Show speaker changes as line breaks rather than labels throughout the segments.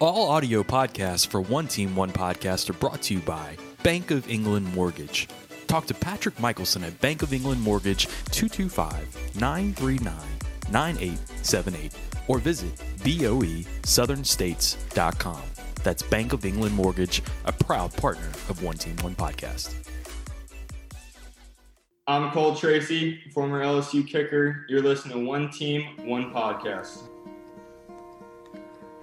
All audio podcasts for One Team One Podcast are brought to you by Bank of England Mortgage. Talk to Patrick Michelson at Bank of England Mortgage 225 939 9878 or visit E boesouthernstates.com. That's Bank of England Mortgage, a proud partner of One Team One Podcast.
I'm Cole Tracy, former LSU kicker. You're listening to One Team, One Podcast.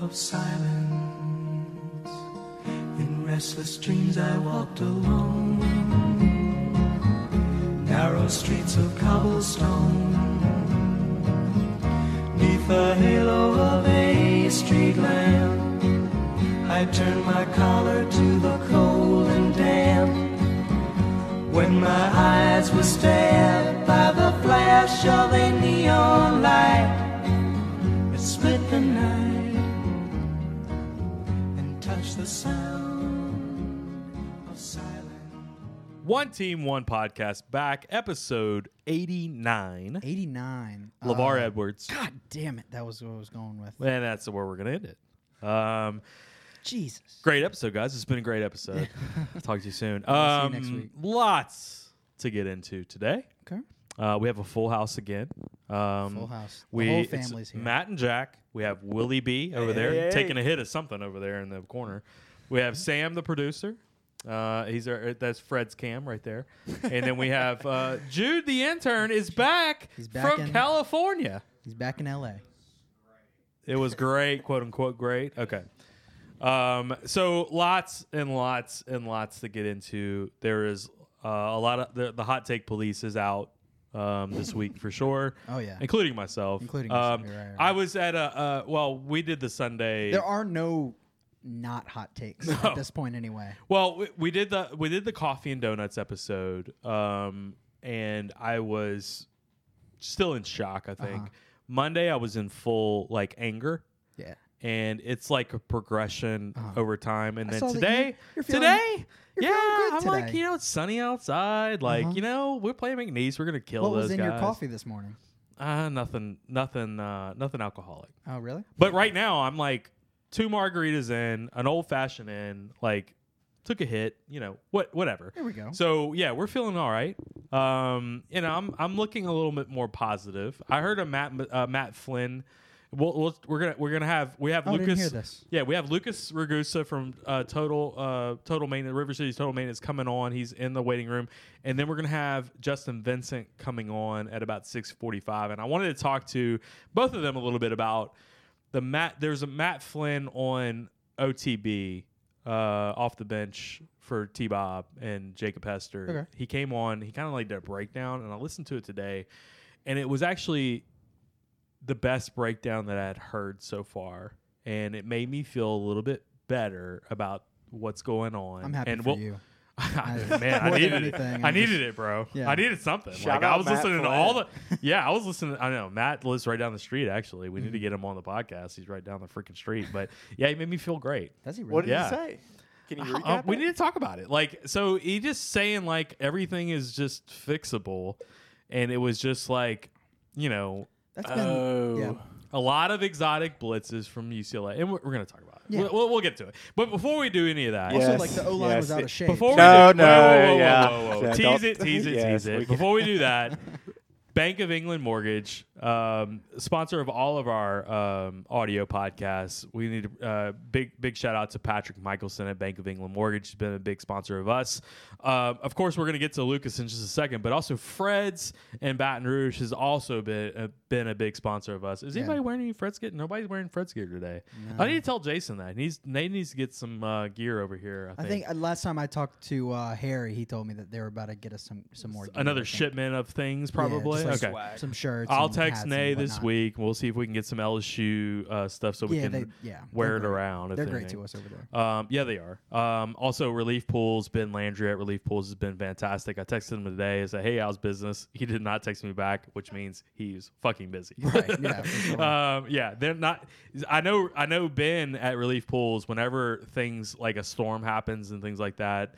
of silence. In restless dreams, I walked alone, narrow streets of cobblestone, neath the halo of a street lamp. I turned my collar to the cold and damp. When my eyes were stabbed by the flash of a neon light. It split the night and touched the sound of silence.
One Team One Podcast back, episode 89.
89.
LeVar
Uh,
Edwards.
God damn it. That was what I was going with.
And that's where we're going to end it. Um,
Jesus.
Great episode, guys. It's been a great episode. Talk to you soon.
I'll see you
Um,
next week.
Lots to get into today.
Okay.
Uh, we have a full house again. Um,
Full house. The
We,
whole
it's
family's here.
Matt and Jack. We have Willie B over there taking a hit of something over there in the corner. We have Sam, the producer. Uh, he's our, that's Fred's cam right there. And then we have uh, Jude, the intern, is back,
He's back
from
in-
California.
He's back in LA.
It was great, quote unquote great. Okay. Um, so lots and lots and lots to get into. There is uh, a lot of the, the hot take police is out um, this week for sure.
Oh, yeah.
including myself.
Including
um,
yourself, you're right, you're
I
right.
was at a uh, well, we did the Sunday.
There are no not hot takes at this point, anyway.
Well, we, we did the we did the coffee and donuts episode, um, and I was still in shock. I think
Uh-huh.
Monday I was in full like anger.
Yeah.
and it's like a progression over time. And
Oh.
then
I saw that you-
today,
you're feeling-
today,
you're feeling
yeah,
good
I'm like,
today.
you know, it's sunny outside. Like,
Uh-huh.
you know, we're playing McNeese. We're gonna kill
What
those
was in
guys.
your coffee this morning?
Uh, nothing, nothing, uh, nothing alcoholic.
Oh, really?
But right now, I'm like two margaritas in, an old fashioned in, like took a hit. You know, what, whatever.
Here we go.
So yeah, we're feeling all right. Um, you know, I'm I'm looking a little bit more positive. I heard a Matt uh, Matt Flynn. We'll, we'll, we're gonna we're gonna have we have
Oh, I
Lucas.
didn't hear this.
Yeah, we have Lucas Ragusa from uh, Total uh, Total Maintenance River City's Total Maintenance coming on. He's in the waiting room, and then we're gonna have Justin Vincent coming on at about six forty five. And I wanted to talk to both of them a little bit about the Matt. There's a Matt Flynn on OTB uh, off the bench for T Bob and Jacob Hester.
Okay.
He came on. He kind of like did a breakdown, and I listened to it today, and it was actually the best breakdown that I had heard so far, and it made me feel a little bit better about what's going on.
I'm happy
and
for
we'll-
you.
man, I
More than
needed it.
anything,
I
I'm
needed
just-
it, bro.
Yeah.
I needed something.
Shout
like I
out
was
Matt
listening to all the. Yeah, I was listening. I know Matt lives right down the street. Actually, we need
Mm-hmm.
to get him on the podcast. He's right down the freaking street. But yeah, he made me feel great.
Does he really?
What did
Yeah.
he say? Can you
Uh,
recap?
uh, we
it?
need to talk about it. Like, so he just saying like everything is just fixable, and it was just like, you know,
That's been.
Oh.
yeah.
a lot of exotic blitzes from UCLA, and we're, we're going to talk about it.
Yeah.
We'll, we'll, we'll get to it. But before we do any of that,
Yeah.
Also,
Yes,
like the O line
yes,
was out
it-
of shape.
before
No,
we do,
no,
whoa, whoa, whoa,
yeah.
whoa, whoa, whoa.
Yeah,
tease
don't-
it, tease it,
Yes,
tease it.
we can-
Before we do that, Bank of England Mortgage, um, sponsor of all of our um, audio podcasts. We need a uh, big, big shout out to Patrick Michelson at Bank of England Mortgage. He's been a big sponsor of us. Uh, of course, we're going to get to Lucas in just a second, but also Fred's and Baton Rouge has also been uh, been a big sponsor of us. Is anybody wearing any Fred's gear? Nobody's wearing Fred's gear today. I need to tell Jason that. He needs, Nate needs to get some uh, gear over here.
I think uh, last time I talked to uh, Harry, he told me that they were about to get us some some more. gear,
another
I think.
shipment of things
Yeah,
probably
just like
okay
Some shirts.
i'll
and
tell
hats and
Nay this
whatnot.
week. We'll see if we can get some LSU uh, stuff so we
Yeah,
can
they, yeah, they're
wear it
great.
around. If
They're great
anything.
to us over there.
Um, yeah, they are. Um, also, Relief Pools, Ben Landry at Relief Pools has been fantastic. I texted him today. I said, hey, how's business? He did not text me back, which means he's fucking busy.
Right, yeah, for sure.
um, yeah, they're not. I know. I know. Ben at Relief Pools, whenever things like a storm happens and things like that,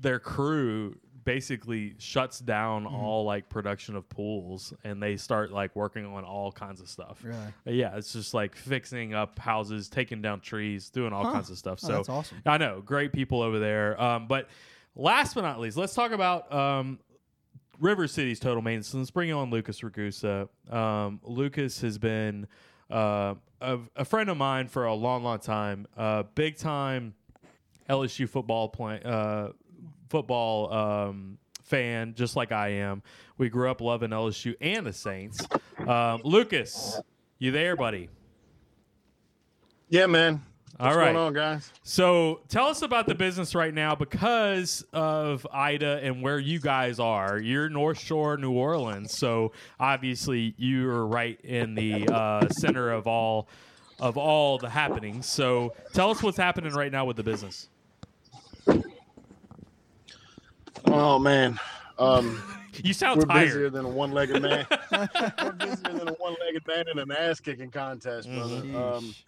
their crew basically shuts down
Mm-hmm.
all like production of pools and they start like working on all kinds of stuff.
Really?
Yeah, it's just like fixing up houses, taking down trees, doing all
Huh.
kinds of stuff.
Oh,
So
that's awesome.
I know, great people over there. Um, but last but not least, let's talk about um, River City's total maintenance. Let's bring on Lucas Ragusa. Um, Lucas has been uh, a, a friend of mine for a long, long time. Uh, big time LSU football play, uh, football um, fan, just like I am. We grew up loving LSU and the Saints. Um, Lucas, you there, buddy?
Yeah, man.
All
What's
right.
going on, guys?
So tell us about the business right now because of Ida and where you guys are. You're North Shore, New Orleans, so obviously you're right in the uh, center of all of all the happenings. So tell us what's happening right now with the business.
Oh man, um,
You sound
we're
tired.
busier than a one-legged man. we're busier than a one-legged man in an ass-kicking contest, brother. Um,
Sheesh.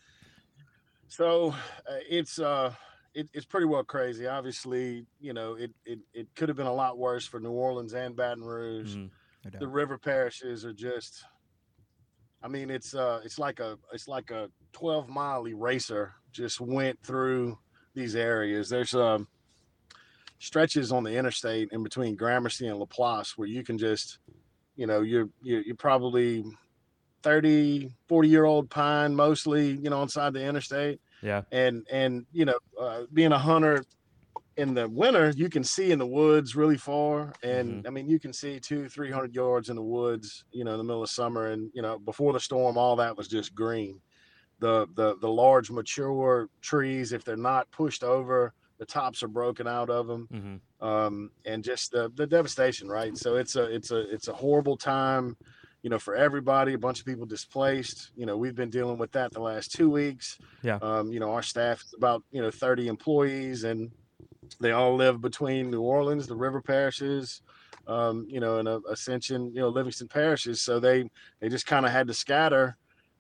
so uh, it's uh, it, it's pretty well crazy. Obviously, you know, it it, it could have been a lot worse for New Orleans and Baton Rouge.
Mhm.
No doubt.
the river parishes are just i mean it's uh it's like a it's like a 12 mile eraser just went through these areas there's um stretches on the interstate in between gramercy and laplace where you can just you know you're you're, you're probably 30 40 year old pine mostly you know inside the interstate
Yeah.
and and you know uh, being a hunter in the winter you can see in the woods really far and i mean you can see two three hundred yards in the woods you know in the middle of summer and you know before the storm all that was just green the the the large mature trees if they're not pushed over the tops are broken out of them
Mhm.
um, and just the, the devastation, right? So it's a it's a it's a horrible time, you know, for everybody. A bunch of people displaced. You know, we've been dealing with that the last two weeks.
Yeah.
Um, you know, our staff is about you know thirty employees, and they all live between New Orleans, the river parishes, um, you know, and uh, Ascension, you know, Livingston parishes. So they they just kind of had to scatter.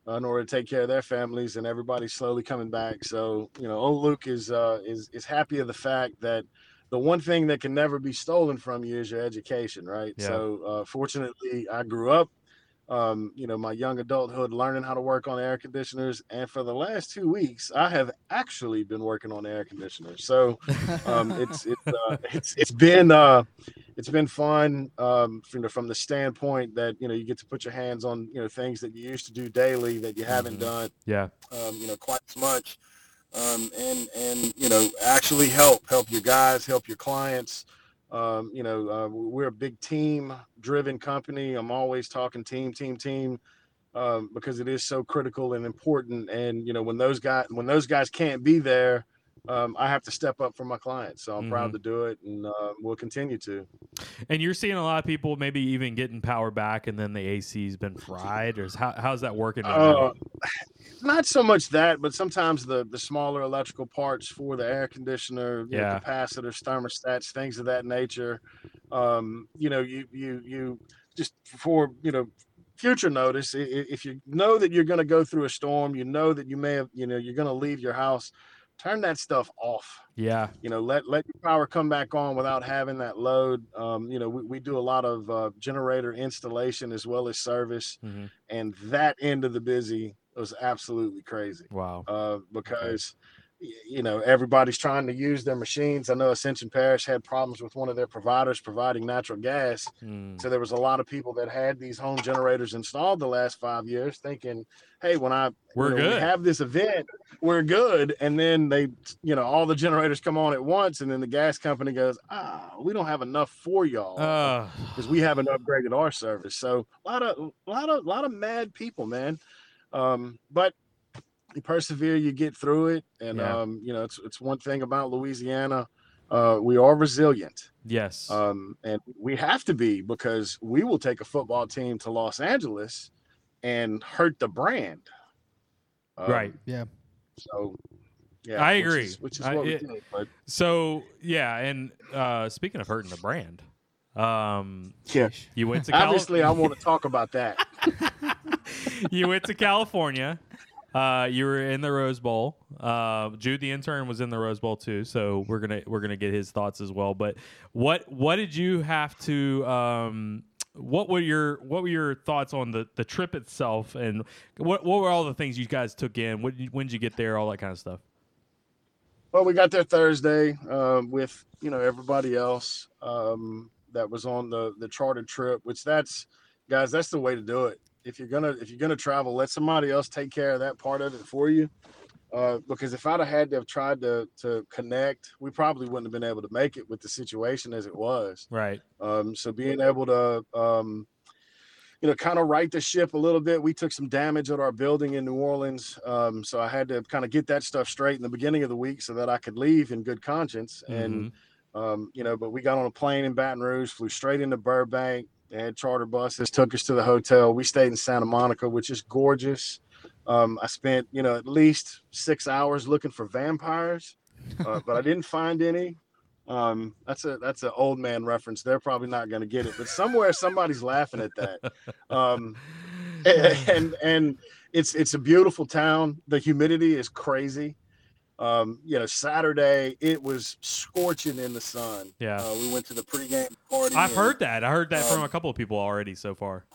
uh, In order to take care of their families, and everybody's slowly coming back. So, you know, old Luke is uh, is is happy of the fact that the one thing that can never be stolen from you is your education, right?
Yeah.
So, uh, fortunately, I grew up, um, you know, my young adulthood learning how to work on air conditioners. And for the last two weeks, I have actually been working on air conditioners. So, um, it's, it's, uh, it's, it's been, uh, it's been fun, um, you know, from the standpoint that, you know, you get to put your hands on, you know, things that you used to do daily that you haven't
Mhm.
done
Yeah.
um, you know, quite as much, um, and and you know, actually help help your guys, help your clients. Um, you know, uh, we're a big team-driven company. I'm always talking team, team, team, um, because it is so critical and important. And you know, when those guys when those guys can't be there, um, I have to step up for my clients. So I'm proud to do it, and uh, we'll continue to.
And you're seeing a lot of people maybe even getting power back and then the AC's been fried or is- how, how's that working right
Uh,
now?
not so much that, but sometimes the the smaller electrical parts for the air conditioner, you know,
Yeah.
capacitors, thermostats, things of that nature. Um, you know, you you you just for you know future notice. i- i- If you know that you're going to go through a storm, you know that you may have you know you're going to leave your house. Turn that stuff off
Yeah.
you know let let your power come back on without having that load um, you know we, we do a lot of uh, generator installation as well as service
Mhm.
and that end of the busy was absolutely crazy
Wow.
uh, because y- you know everybody's trying to use their machines i know ascension parish had problems with one of their providers providing natural gas
Mm.
so there was a lot of people that had these home generators installed the last five years thinking hey when i
We're
you know, We
good.
have this event. We're good. And then they, you know, all the generators come on at once. And then the gas company goes, ah, we don't have enough for y'all
Uh,
because we haven't upgraded our service. So a lot of, a lot of, a lot of mad people, man. Um, but you persevere, you get through it. And,
Yeah.
um, you know, it's, it's one thing about Louisiana. Uh, we are resilient.
yes.
Uh, Um, and we have to be because we will take a football team to Los Angeles and hurt the brand. Um,
right.
So, yeah,
I
which
agree.
is- Which is,
I-
what
it-
we did, but
So yeah, and uh, speaking of hurting the brand, um,
yeah.
you went to Cali-
Obviously, I want to talk about that.
you went to California. Uh, you were in the Rose Bowl. Uh, Jude, the intern, was in the Rose Bowl too. So we're gonna we're gonna get his thoughts as well. But what what did you have to? Um, what were your what were your thoughts on the, the trip itself, and what what were all the things you guys took in? What, when did you get there? All that kind of stuff.
Well, we got there Thursday um, with you know everybody else um, that was on the the chartered trip. Which that's guys, that's the way to do it. If you're gonna if you're gonna travel, let somebody else take care of that part of it for you. Uh, because if I'd have had to have tried to to connect, we probably wouldn't have been able to make it with the situation as it was.
Right.
Um, so being able to, um, you know, kind of right the ship a little bit. We took some damage at our building in New Orleans, um, so I had to kind of get that stuff straight in the beginning of the week so that I could leave in good conscience. And um, you know, but we got on a plane in Baton Rouge, flew straight into Burbank. They had charter buses, took us to the hotel. We stayed in Santa Monica, which is gorgeous. Um, I spent, you know, at least six hours looking for vampires, uh, but I didn't find any. Um, that's a that's an old man reference. They're probably not going to get it, but somewhere somebody's laughing at that. Um, and and it's it's a beautiful town. The humidity is crazy. Um, you know, Saturday it was scorching in the sun.
yeah.
Uh, we went to the pregame party.
I've
and,
heard that. I heard that from
um,
a couple of people already so far.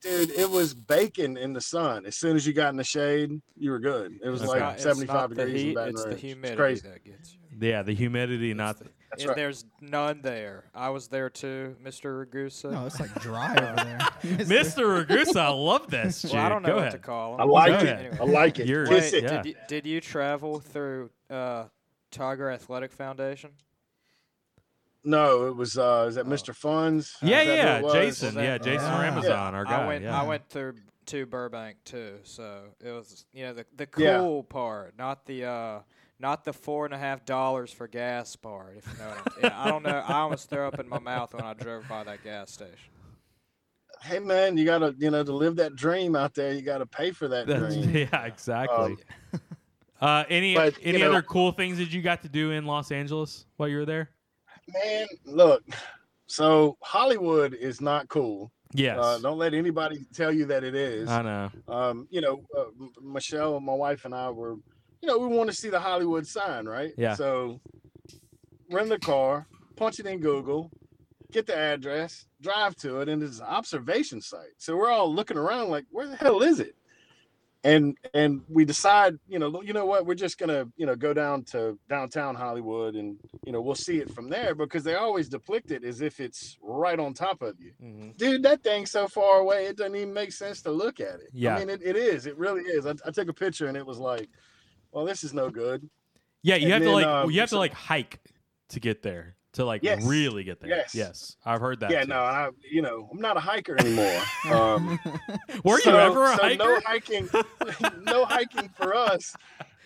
dude, it was baking in the sun. As soon as you got in the shade, you were good. It was
It's
like
not-
it's not
75
the
degrees in
heat,
Baton
it's the
Rouge.
humidity
crazy.
that gets you.
Yeah, the humidity,
It's
not
the-
That's
and
right.
there's none there. I was there too, Mr. Ragusa.
No, it's like dry over there.
Mr. Ragusa. I love this. Jude.
well, I don't know
Go
what
ahead.
to call him.
I like
Go
it.
ahead.
I like it.
Oh, You're-
Kiss it.
yeah.
Did you, did you travel through uh, Tiger Athletic Foundation?
No, it was uh is that
Oh.
Mr. Funds?
Yeah,
Is that who it
yeah,
was?
Jason.
that-
Yeah, Jason
Ah.
Ramazan, our guy.
I went.
yeah.
I went through to Burbank too, so it was you know the the
Yeah.
cool part, not the uh, not the four and a half dollars for gas part. If you know what I'm, yeah, I don't know. I almost threw up in my mouth when I drove by that gas station.
Hey man, you gotta you know to live that dream out there, you gotta pay for that
That's,
dream.
yeah, exactly. uh, any
Um, But, you
any
know-
other cool things that you got to do in Los Angeles while you were there?
Man, look. So Hollywood is not cool.
Yes,
Uh, don't let anybody tell you that it is.
I know.
Um, you know, uh, M- Michelle, my wife, and I were, you know, we want to see the Hollywood sign, right?
Yeah.
So, rent the car, punch it in Google, get the address, drive to it, and it's an observation site. So we're all looking around like, where the hell is it? And and we decide, you know, "Look, you know what, we're just gonna, you know, go down to downtown Hollywood, and you know, we'll see it from there because they always depict it as if it's right on top of you dude, that thing's so far away, it doesn't even make sense to look at it.
Yeah.
I mean, it, it is. It really is. I, I took a picture and it was like, well, this is no good.
Yeah, you
And
have to
then,
like
um,
you have to
so-
like hike to get there to like
Yes.
really get there.
Yes.
I've heard that.
yeah,
too.
no, I, you know, I'm not a hiker anymore. um,
Were you
so-
ever a
so
hiker?
No hiking, no hiking for us.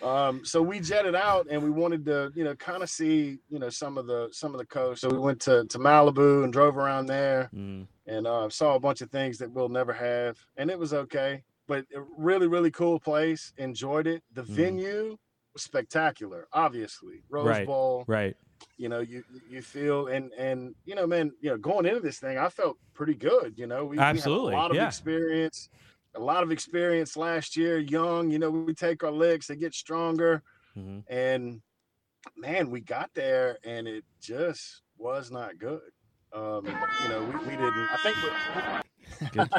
Um, so we jetted out and we wanted to, you know, kind of see, you know, some of the some of the coast. So we went to, to Malibu and drove around there.
Mm.
and uh, saw a bunch of things that we'll never have, and it was okay. But a really, really cool place. Enjoyed it. The
Mhm.
venue was spectacular. Obviously, Rose
Right.
Bowl.
Right.
You know, you you- you feel and and you know, man, you know, going into this thing, I felt pretty good. You know, we we had
Absolutely,
a lot of
yeah.
experience. A lot of experience last year, young. You know, we take our licks, they get stronger,
Mhm.
and man, we got there, and it just was not good. Um, you know, we, we didn't. I think
Good.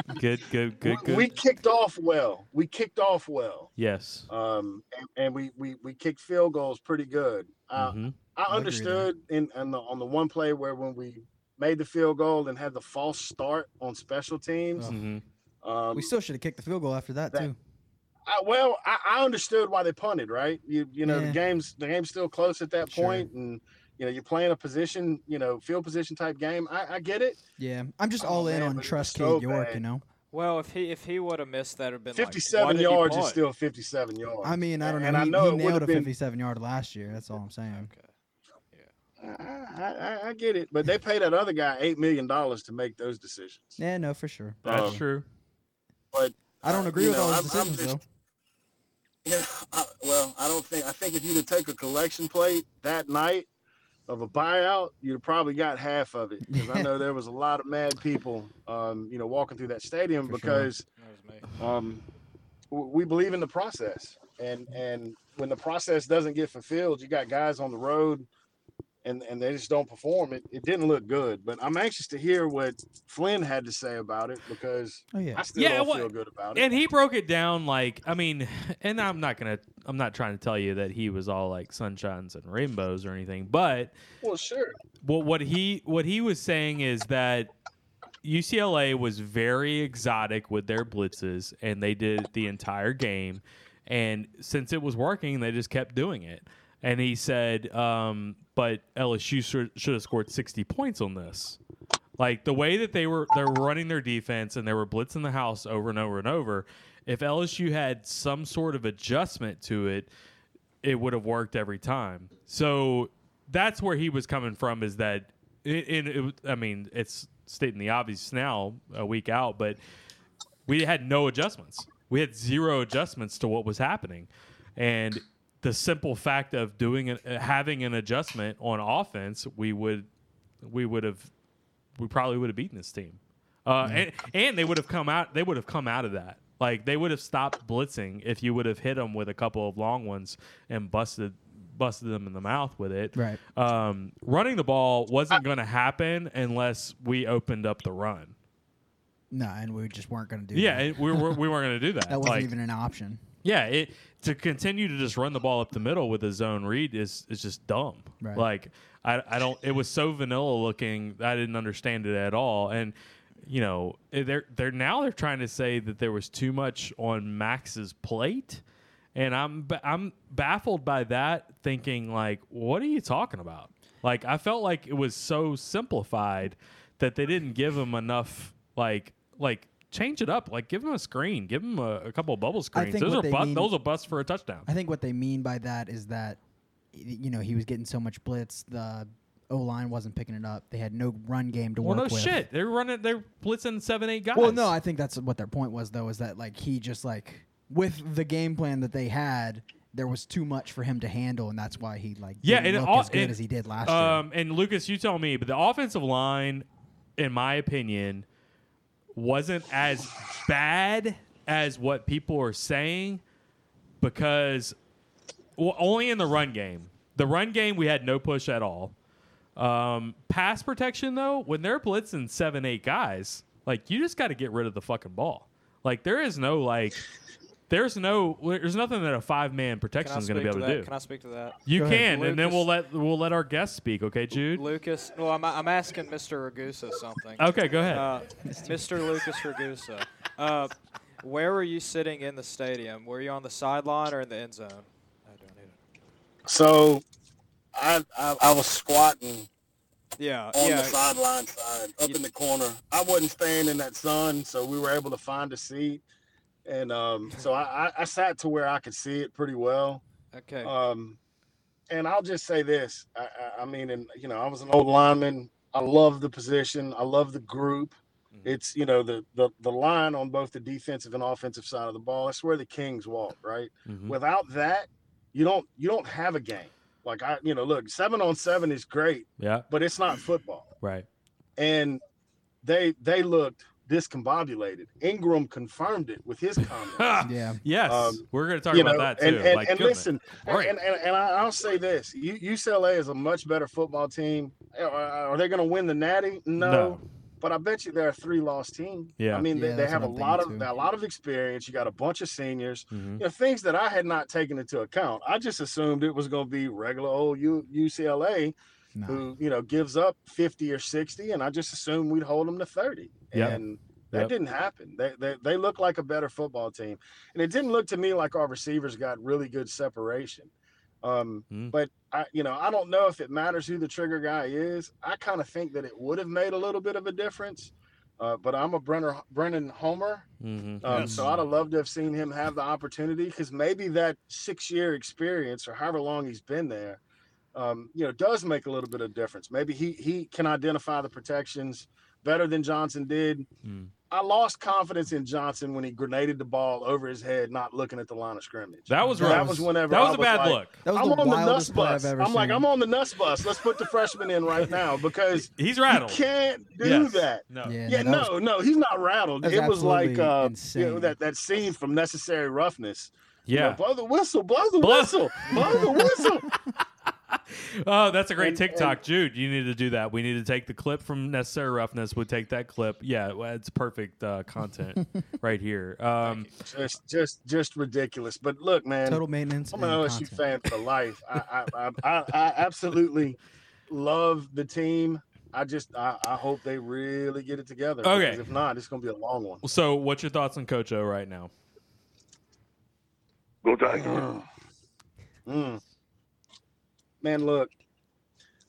Good. Good. Good.
we-
Good.
We kicked off well. We kicked off well.
yes.
Um, and, and we, we we kicked field goals pretty good.
Mhm.
Uh, I
Mm-hmm. agree with that.
understood in, in the, on the one play where when we made the field goal and had the false start on special teams.
Mhm.
Um,
Uh, we still should have kicked the field goal after that,
that-
too.
I, well, I, I understood why they punted, right? You you know
Yeah.
the game's the game's still close at that
Sure.
point, and you know you're playing a position, you know field position type game. I, I get it.
Yeah, I'm just
Oh,
all in
man,
on
but it was
trust
so
Kate York. You
bad.
know,
Well, if he if he would have missed that, would have been like, why
57
did he
yards is
punt?
still 57 yards.
I mean, I don't know.
And I
he,
know
he
it would've
nailed a
been-
57 yard last year. That's all I'm saying.
Okay.
I, I, I- I get it, but they pay that other guy eight million dollars to make those decisions.
Um,
Yeah, no, for sure.
That's
Um,
true.
I don't agree
You
with
know,
all his
I'm- I'm
decisions,
just-
though.
Yeah, I, well, I don't think. I think if you'd have take a collection plate that night of a buyout, you'd have probably got half of it. Because I know there was a lot of mad people, um, you know, walking through that stadium
For sure.
because
That was me.
um, w- we believe in the process, and and when the process doesn't get fulfilled, you got guys on the road, and and they just don't perform. It it didn't look good, but I'm anxious to hear what Flynn had to say about it because
Oh yeah.
I still
Yeah,
don't
what-
feel good about it.
And he broke it down like I mean, and I'm not gonna I'm not trying to tell you that he was all like sunshines and rainbows or anything, but
well, sure,
what what he what he was saying is that UCLA was very exotic with their blitzes and they did it the entire game and since it was working they just kept doing it and he said um, but LSU should should have scored 60 points on this like the way that they were they were running their defense and they were blitzing the house over and over and over if LSU had some sort of adjustment to it it would have worked every time. So that's where he was coming from is that it, it, it was- I mean, it's stating the obvious now a week out, but we had no adjustments. We had zero adjustments to what was happening. And the simple fact of doing an, uh, having an adjustment on offense, we would we would have we probably would have beaten this team. Uh, and, and they would have come out. They would have come out of that. Like they would have stopped blitzing if you would have hit them with a couple of long ones and busted busted them in the mouth with it.
Right.
Um, running the ball wasn't going to happen unless we opened up the run.
No, and we just weren't going to do.
Yeah,
that.
it, we, were, we weren't going to do that.
that wasn't
Like,
even an option.
yeah, it to continue to just run the ball up the middle with a zone read is is just dumb.
Right.
Like I I don't it was so vanilla looking I didn't understand it at all. And you know, eh, they're they're now they're trying to say that there was too much on Max's plate. And I'm ba- I'm baffled by that thinking like what are you talking about? Like I felt like it was so simplified that they didn't give him enough like like change it up like give him a screen give him a, a couple of bubble screens
think
those
what
are
they
bust,
mean-
those are busts for a touchdown
I think what they mean by that is that, y- you know, he was getting so much blitz, the O line wasn't picking it up. They had no run game to
well no
work with.
shit they're running they're blitzing seven eight guys
Well, no, I think that's what their point was though, is that like he just like with the game plan that they had, there was too much for him to handle, and that's why he like
Yeah,
didn't
and
look
all-
as good
and,
as he did last year.
um and lucas you tell me but the offensive line in my opinion wasn't as bad as what people are saying because well, only in the run game the run game we had no push at all Um, pass protection though, when they're blitzing seven, eight guys, like you just got to get rid of the fucking ball. Like there is no like, there's no, there's nothing that a five man
Can
protection
I
is going to be
speak to
able to,
that?
do.
Can I speak to that?
you
Go ahead.
can, and then
Lucas-
we'll let we'll let our guest speak. Okay, Jude.
Lucas. Well, I'm, I'm asking Mr. Ragusa something.
Okay, go ahead.
Uh, Mr. Lucas Ragusa, uh, where were you sitting in the stadium? Were you on the sideline or in the end zone? I don't either.
So I, I I was squatting
Yeah,
on
yeah.
the sideline side, up in the corner. I wasn't staying in that sun, so we were able to find a seat. And um, so I, I, I sat to where I could see it pretty well.
Okay.
Um, and I'll just say this: I, I, I mean, and you know, I was an old lineman. I love the position. I love the group.
Mhm.
Mm-hmm.
It's you know the the the line on both the defensive and offensive side of the ball. That's where the kings walk, right?
Mhm.
Without that, you don't you don't have a game. Like I, you know, look, seven on seven is great,
Yeah,
but it's not football
right.
and they they looked discombobulated. Ingram confirmed it with his comments.
yeah,
yes,
um,
we're going to talk
you
about
know,
that too.
and, and,
like,
and
goodness.
listen, and,
Right.
and, and, and I- I'll say this: U- UCLA is a much better football team. Are, are they going to win the Natty? No, but I bet you they're a three-loss team.
Yeah.
I mean,
Yeah,
they, they
that's
have a
what I'm
lot of
thinking too.
a lot of experience. You got a bunch of seniors.
Mhm.
You know, things that I had not taken into account. I just assumed it was going to be regular old U- UCLA,
no.
who you know gives up 50 or 60 and i just assumed we'd hold them to 30
Yep.
and that
Yep.
didn't happen they, they they look like a better football team and it didn't look to me like our receivers got really good separation um
Mm.
but i you know i don't know if it matters who the trigger guy is i kind of think that it would have made a little bit of a difference uh, but i'm a brenner brennan homer
Mhm.
um, So I'd have loved to have seen him have the opportunity because maybe that six year experience or however long he's been there, um, you know, does make a little bit of difference. Maybe he he can identify the protections better than Johnson did.
Mm.
I lost confidence in Johnson when he grenaded the ball over his head, not looking at the line of scrimmage.
That was
That
rough.
was whenever
That
I
was a
was
bad
like-
look.
That was
I'm
the
on the nuts
wildest play
bus.
I've ever
I'm like,
seen.
I'm on the nuts bus. Let's put the freshman in right now because
He's
you
rattled.
can't do
Yes.
that.
No.
Yeah,
Yeah,
that was-
no, no, he's not rattled.
That's
It was like
absolutely
uh, you know,
insane.
that that scene from Necessary Roughness. You know,
Yeah.
blow the whistle, blow the
Blow-
whistle, blow the whistle.
Oh, that's a great
And-
TikTok, Jude. You need to do that. We need to take the clip from Necessary Roughness. We take that clip. Yeah, well, it's perfect uh, content right here. Um,
Just, just, just ridiculous. But look, man,
Total maintenance.
I'm an
and
LSU
content.
fan for life. I, I, I, I, I absolutely love the team. I just, I, I hope they really get it together.
Okay.
because If not, it's going to be a long one.
so, what's your thoughts on Coach O right now?
Go Tigers.
Mm. Man, look,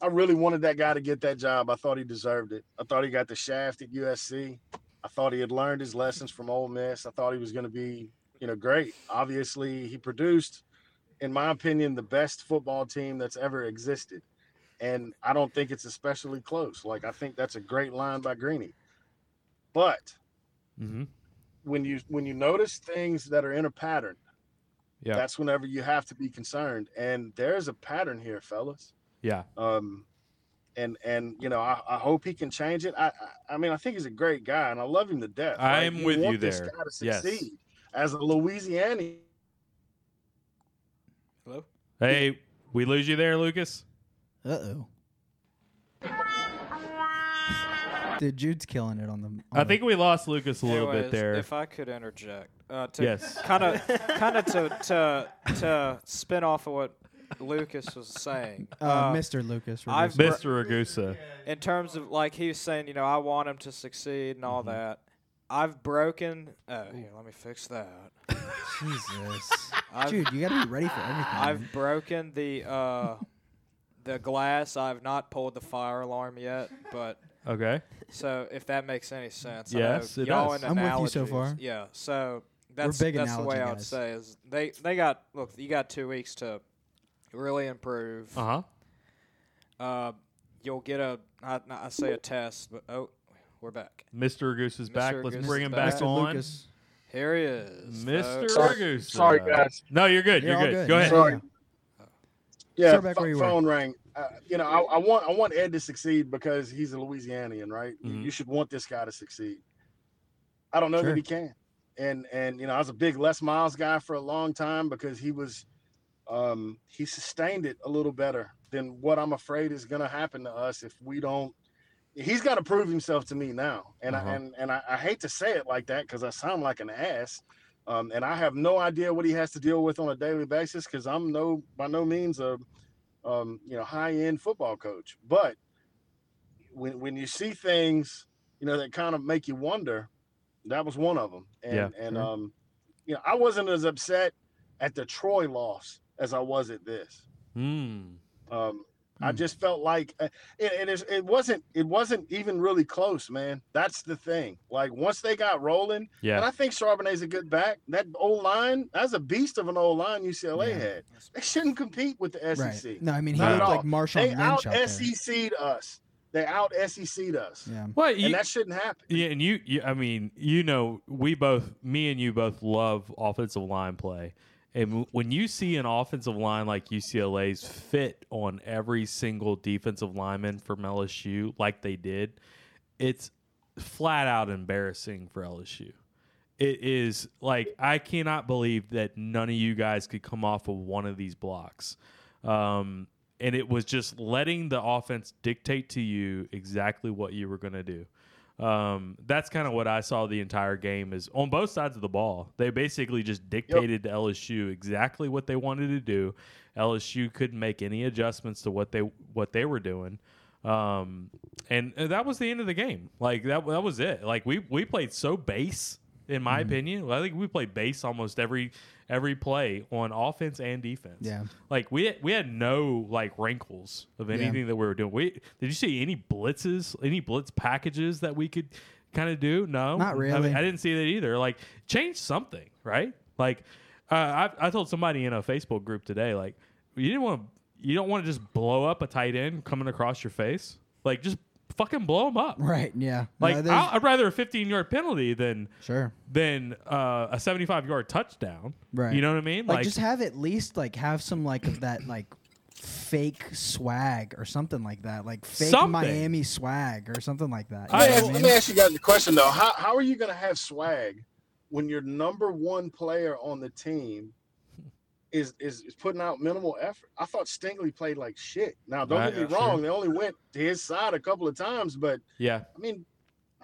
I really wanted that guy to get that job. I thought he deserved it. I thought he got the shaft at USC. I thought he had learned his lessons from Ole Miss. I thought he was going to be, you know, great. Obviously, he produced, in my opinion, the best football team that's ever existed. And I don't think it's especially close. Like, I think that's a great line by Greeny. But
Mm-hmm.
when you when you notice things that are in a pattern,
Yeah.
that's whenever you have to be concerned. And there's a pattern here, fellas.
Yeah.
Um, and and you know, I, I hope he can change it. I, I I mean, I think he's a great guy, and I love him to death.
I am with you
want this
there.
guy to
Yes.
succeed. As a Louisianian,
Hello?
Hey, we lose you there, Lucas.
Uh oh. Dude, Jude's killing it on the. on
I
the-
think we lost Lucas a little bit
Anyways,
there.
If I could interject, uh, to
Yes.
kind of, kind of to to to spin off of what Lucas was saying.
uh, Mr. Lucas. or
I've-
Mr.
Mr. Ragusa.
in terms of like he was saying, you know, I want him to succeed and all that. I've broken. Oh, here, let me fix that.
Jesus.
I've-
Dude, you gotta be ready for everything. man.
I've broken the uh, the glass. I've not pulled the fire alarm yet, but
Okay.
so if that makes any sense.
Yes,
I know
it
y'all
does.
in
I'm with you so
analogies-
far.
Yeah, so that's
big
that's the way
analogy
I would
guys.
say is they they got look. You got two weeks to really improve.
Uh huh.
Uh, you'll get a I, not- I say a test, but oh, we're back.
Mr. Ragusa's back.
Mr.
Let's
Ragusa's
bring him
back.
back,
Mr.
on.
Lucas.
Here he is,
Mr.
folks.
Ragusa.
Sorry, guys.
No, you're good.
You're
You're,
all
good.
good.
Go
Yeah,
ahead.
Sorry.
yeah.
yeah,
Start back
pho-
where you were.
phone rang. Uh, you know, I, I want I want Ed to succeed because he's a Louisianian, right? You-
Mhm.
You should want this guy to succeed. I don't know
Sure.
that he can. And and you know, I was a big Les Miles guy for a long time because he was um he sustained it a little better than what I'm afraid is gonna happen to us if we don't he's gotta prove himself to me now. And
Uh-huh.
I and, and I, I hate to say it like that because I sound like an ass. Um, and I have no idea what he has to deal with on a daily basis because I'm no by no means a um, you know high end football coach. But when when you see things, you know that kind of make you wonder. That was one of them. And
Yeah.
and
Sure.
um, you know I wasn't as upset at the Troy loss as I was at this.
Mm.
Um, I
Hmm.
just felt like, uh, and, and it's, it wasn't it wasn't even really close, man. That's the thing. Like once they got rolling. And
Yeah.
I think Charbonnet's a good back. That old line, that's a beast of an old line UCLA
Yeah.
had. They shouldn't compete with the SEC.
Right. No, I mean he
Not
looked
at all.
like Marshall
E They
Lynch out
out E
there.
SEC'd us. They out SEC'd us.
Yeah.
Well, you,
And that shouldn't happen.
yeah, and you, you, I mean, you know, we both, me and you both love offensive line play. And w- when you see an offensive line like UCLA's fit on every single defensive lineman from LSU, like they did, it's flat out embarrassing for LSU. It is like I cannot believe that none of you guys could come off of one of these blocks. Um, and it was just letting the offense dictate to you exactly what you were going to do. Um, that's kind of what I saw the entire game is on both sides of the ball. They basically just dictated to LSU exactly what they wanted to do. LSU couldn't make any adjustments to what they what they were doing. Um, and uh, that was the end of the game. Like that that was it. Like we we played so base in my opinion. I think we played base almost every every play on offense and defense.
Yeah.
Like we we had no like wrinkles of anything that we were doing. We did you see any blitzes, any blitz packages that we could kind of do? No,
Not
I mean,
really.
I, didn't see that either. Like change something, right? Like uh, I I told somebody in a Facebook group today, like you didn't want to you don't want to just blow up a tight end coming across your face. Like just fucking blow them up.
Right. Yeah. No,
Like
there's-
I'll, I'd rather a 15 yard penalty than
sure.
than uh, a 75 yard touchdown.
Right.
You know what I mean?
Like, just have at least like have some like of that like fake swag or something like that, like fake
Something.
Miami swag or something like that. You
I-
know what
Let
I
me, ask, let
mean?
me ask you guys a question though. How how are you going to have swag when your number one player on the team is is, is putting out minimal effort? I thought Stingley played like shit. Now don't
Right,
get me
yeah,
wrong,
sure.
they only went to his side a couple of times, but
yeah.
I mean,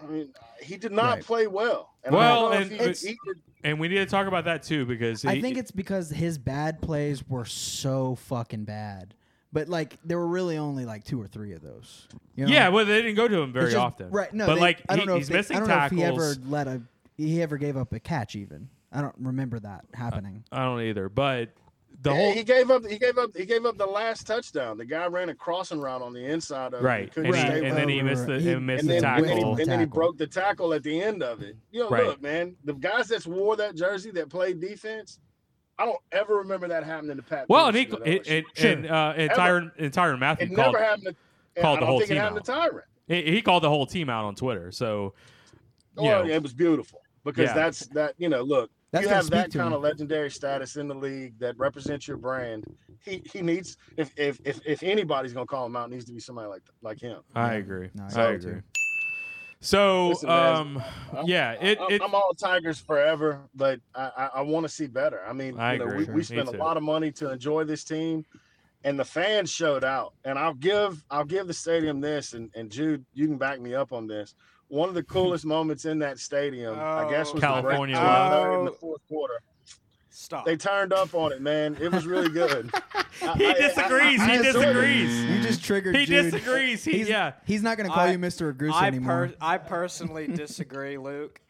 I mean, he did not
Right.
play well.
Well,
I
and
don't know if
it's-
he, he did-
And we need to talk about that too because
I
he-
think it's because his bad plays were so fucking bad. But like there were really only like two or three of those. You know?
yeah. Well, they didn't go to him
It's
very
just-
often.
Right. No,
but
they-
like
I don't
he-
know
he's
if they-
missing
I don't
tackles.
know if he ever let a he ever gave up a catch even. I don't remember that happening.
I don't either. But the
yeah,
whole
he gave up. He gave up. He gave up the last touchdown. The guy ran a crossing route on the inside of it.
right,
couldn't
and, he,
stay
right.
and then he
Right,
missed the
right,
he
right.
missed
and
the
then,
tackle.
When he,
Tackle.
and then he
Tackle.
broke the tackle at the end of it. You know,
Right.
look, man, the guys that's wore that jersey that played defense, I don't ever remember that happening to Pat.
Well, and, he,
Peterson at
and,
LSU.
and, and, uh, and
Ever.
Tyron and Tyron Matthew
it
called
never happened to.
called the
I don't
whole
think
team
it happened to Tyrant.
he he called the whole team out on Twitter. So
Oh,
Yeah.
it was beautiful because
Yeah.
that's that. You know, look,
That's
you
gonna
have that
speak to
kind
him.
of legendary status in the league that represents your brand. He he needs if if if, if anybody's gonna call him out, it needs to be somebody like like him.
I agree.
No, I
I
agree,
agree. So,
Listen, man,
um,
I'm-
yeah, it,
I-
it
I'm all Tigers forever, but I, I, I want to see better. I mean,
I
you know,
agree.
we,
Me
we spent
too.
a lot of money to enjoy this team, and the fans showed out. And I'll give I'll give the stadium this, and, and Jude, you can back me up on this. One of the coolest moments in that stadium, I guess, was the break
California
between the third and the
love.
fourth quarter.
Stop.
They turned up on it, man. It was really good. I-
he
I- I-
disagrees.
I
he
enjoyed it.
disagrees.
You just triggered
He
Jude.
disagrees. He
He's-
yeah.
He's not gonna call
I-
you Mr. Agrusa
I,
anymore.
per- I personally disagree, Luke.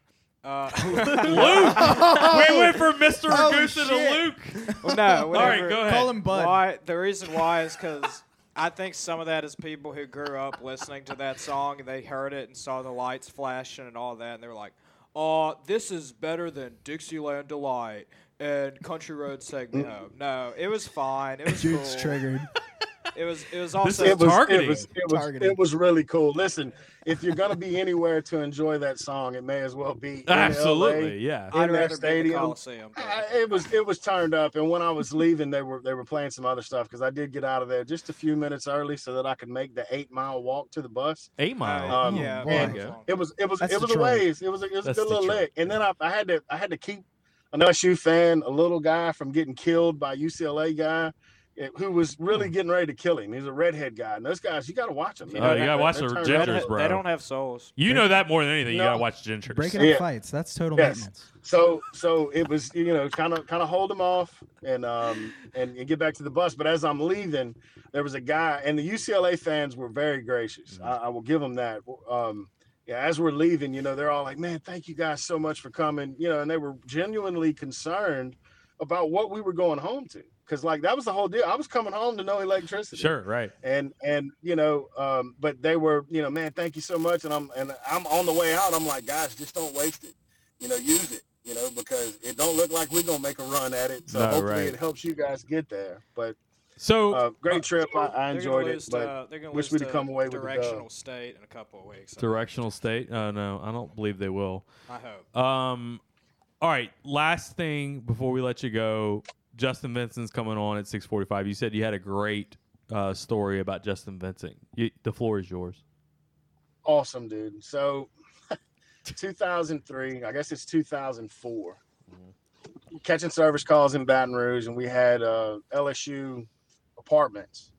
Uh,
Luke, we went from Mr.
Oh,
Goose to
shit.
Luke.
well, no.
All right,
whenever-
go ahead.
Call him Bud.
Why? The reason why is because I think some of that is people who grew up listening to that song and they heard it and saw the lights flashing and all that, and they were like, "Oh, this is better than Dixieland delight." And country road segment. No, no, it was fine. It was
Jude's
cool.
triggered.
It was. It was
This
also.
is
it was,
targeting.
It was, it, was,
Targeting.
it was really cool. Listen, if you're gonna be anywhere to enjoy that song, it may as well be in
Absolutely, yeah.
in
I'd rather
that
be in the
stadium.
Coliseum.
LA. I, it was it was turned up, and when I was leaving, they were they were playing some other stuff because I did get out of there just a few minutes early so that I could make the eight mile walk to the bus.
Eight mile.
Um,
yeah.
boy.
it was
Yeah.
long.
It was it was
That's
it was a
Detroit.
ways. It was a, it was a
That's
good little
Detroit.
lick, and then I, I had to I had to keep an LSU fan, a little guy, from getting killed by a UCLA guy. eh, Who was really getting ready to kill him? He's a redhead guy, and those guys, you got to watch them.
Oh, you gotta watch the
They
Gingers,
don't have-
bro.
They don't have souls.
You know that more than anything. You
No.
gotta watch Gingers.
Breaking
Yeah.
up fights. That's total
Yes.
maintenance.
so so it was you know kind of kind of hold them off and um and, and get back to the bus but as i'm leaving there was a guy and the ucla fans were very gracious I, I will give them that um yeah as we're leaving you know they're all like man thank you guys so much for coming you know and they were genuinely concerned about what we were going home to because like that was the whole deal i was coming home to no electricity
Sure, right.
and and you know um but they were you know man thank you so much and i'm and i'm on the way out i'm like guys just don't waste it you know use it you know because it don't look like we're gonna make a run at it so
No,
hopefully
right.
it helps you guys get there but
So
uh great trip i, I
They're gonna
enjoyed it
lose to-
but
they're gonna
wish
lose
we'd come away with a dub.
directional state in a couple of weeks.
directional state. Oh no, I don't believe they will.
I hope.
Um, all right. Last thing before we let you go, Justin Vincent's coming on at six forty-five. You said you had a great uh, story about Justin Vincent. You, the floor is yours.
awesome dude so 2003 i guess it's 2004 catching service calls in baton rouge and we had uh, lsu apartments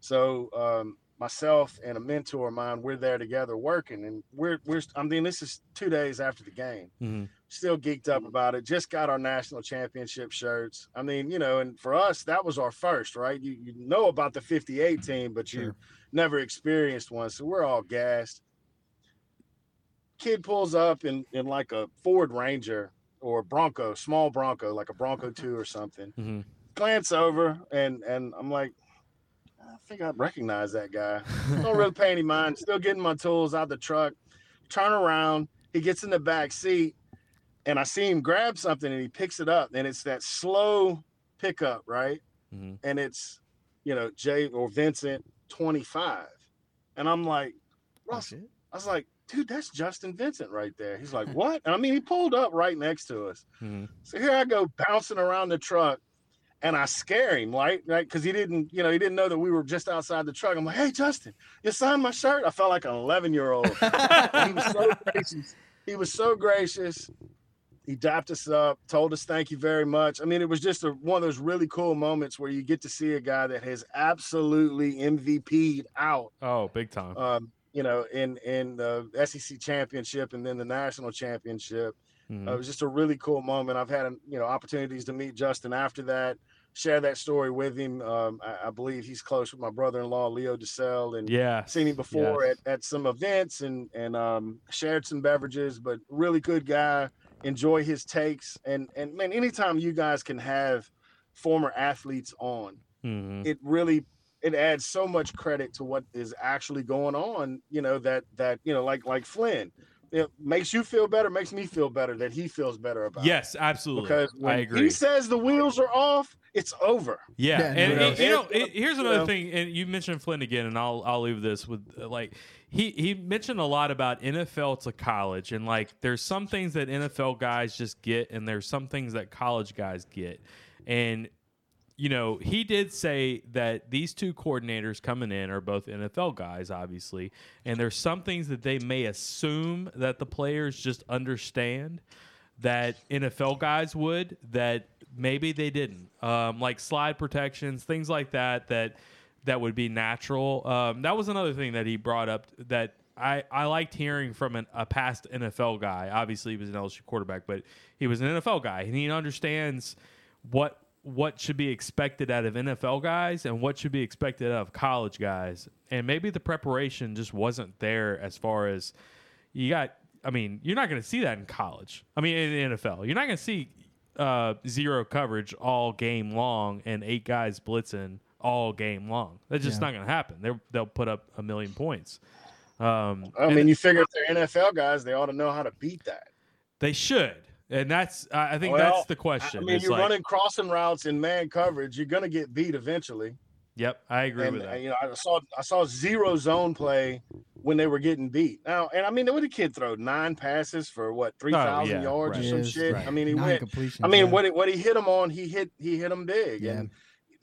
so um, myself and a mentor of mine we're there together working and we're we're i mean this is two days after the game
Mhm.
still geeked up about it just got our national championship shirts i mean you know and for us that was our first right you, you know about the 58 team but you
Sure.
never experienced one so we're all gassed kid pulls up in in like a ford ranger or bronco small bronco like a bronco 2 or something
Mhm.
glance over and and i'm like i think i recognize that guy don't really pay any mind still getting my tools out the truck turn around he gets in the back seat and i see him grab something and he picks it up and it's that slow pickup right
Mhm.
and it's you know jay or vincent 25 and i'm like Russell. I was like, dude, that's Justin Vincent right there. He's like, what? And I mean, he pulled up right next to us.
Mhm.
So here I go bouncing around the truck, and I scare him, right? Right, because he didn't, you know, he didn't know that we were just outside the truck. I'm like, hey, Justin, you signed my shirt. I felt like an 11 year old. he was so gracious. He was so gracious. He dapped us up, told us thank you very much. I mean, it was just a, one of those really cool moments where you get to see a guy that has absolutely MVP'd out
Oh, big time.
um, you know, in in the SEC championship and then the national championship.
Mhm.
Uh, it was just a really cool moment. I've had you know opportunities to meet Justin after that, share that story with him. Um, I, I believe he's close with my brother-in-law Leo DeSalle, and
yeah.
seen him before
Yes.
at, at some events and and um, shared some beverages, but really good guy. Enjoy his takes and and man, anytime you guys can have former athletes on,
Mhm.
it really it adds so much credit to what is actually going on you know that that you know like like flynn it makes you feel better makes me feel better that he feels better about it.
Yes, absolutely.
because when
I
he
agree.
says the wheels are off it's over
Yeah,
Yeah,
and,
no
and,
doubt.
you know,
Yeah.
it- here's
You
another
know.
thing, and you mentioned Flynn again, and I'll I'll leave this with uh, like he he mentioned a lot about NFL to college, and like there's some things that NFL guys just get, and there's some things that college guys get, and you know he did say that these two coordinators coming in are both NFL guys, obviously, and there's some things that they may assume that the players just understand that NFL guys would that maybe they didn't, um, like slide protections, things like that. That that would be natural. Um, that was another thing that he brought up that I, I liked hearing from an, a past NFL guy. Obviously, he was an LSU quarterback, but he was an NFL guy, and he understands what what should be expected out of NFL guys and what should be expected out of college guys. And maybe the preparation just wasn't there as far as you got I mean, you're not going to see that in college. I mean, in the NFL, you're not going to see uh, zero coverage all game long and eight guys blitzing all game long. That's just not going to happen. They're, they'll put up a million points. Um,
i
and
mean you figure if they're nfl guys they ought to know how to beat that
they should, and that's I I think
Well,
that's the
I-
question.
i mean
It's
you're
like-
running crossing routes in man coverage you're going to get beat eventually
Yep, I agree
and,
with that.
and, you know, I saw I saw zero zone play when they were getting beat. Now, and I mean, what did the kid throw? Nine passes for what three thousand
Oh, yeah,
yards
right.
or some
Yes,
shit.
right.
I mean, he
Nine
went.
completions,
I mean,
yeah.
what it- what he hit him on, he hit he hit him big,
Yeah.
and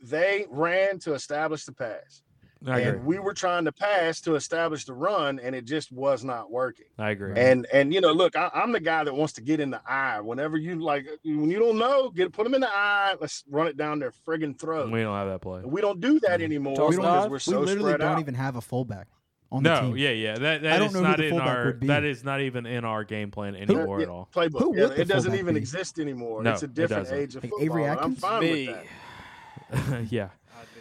they ran to establish the pass,
I
and
agree.
we were trying to pass to establish the run, and it just was not working.
I agree.
And and you know, look, I, I'm the guy that wants to get in the eye. Whenever you like, when you don't know, get put them in the eye. Let's run it down their friggin' throat.
we don't have that play.
We don't do that
Mhm.
anymore
Toss
because
off.
we're
we
so
literally
spread
don't
out.
even have a fullback on the
No,
team.
yeah, yeah. That that
I don't
is
know who
not
the
in
fullback
our
would be.
that is not even in our game plan anymore
Yeah,
at all.
playbook.
Who
yeah,
would the
it doesn't
fullback
even
be?
exist anymore.
No,
it's a
it
different
doesn't.
age of
Like
football.
Avery
and I'm
Atkins?
fine
Me.
with that.
yeah.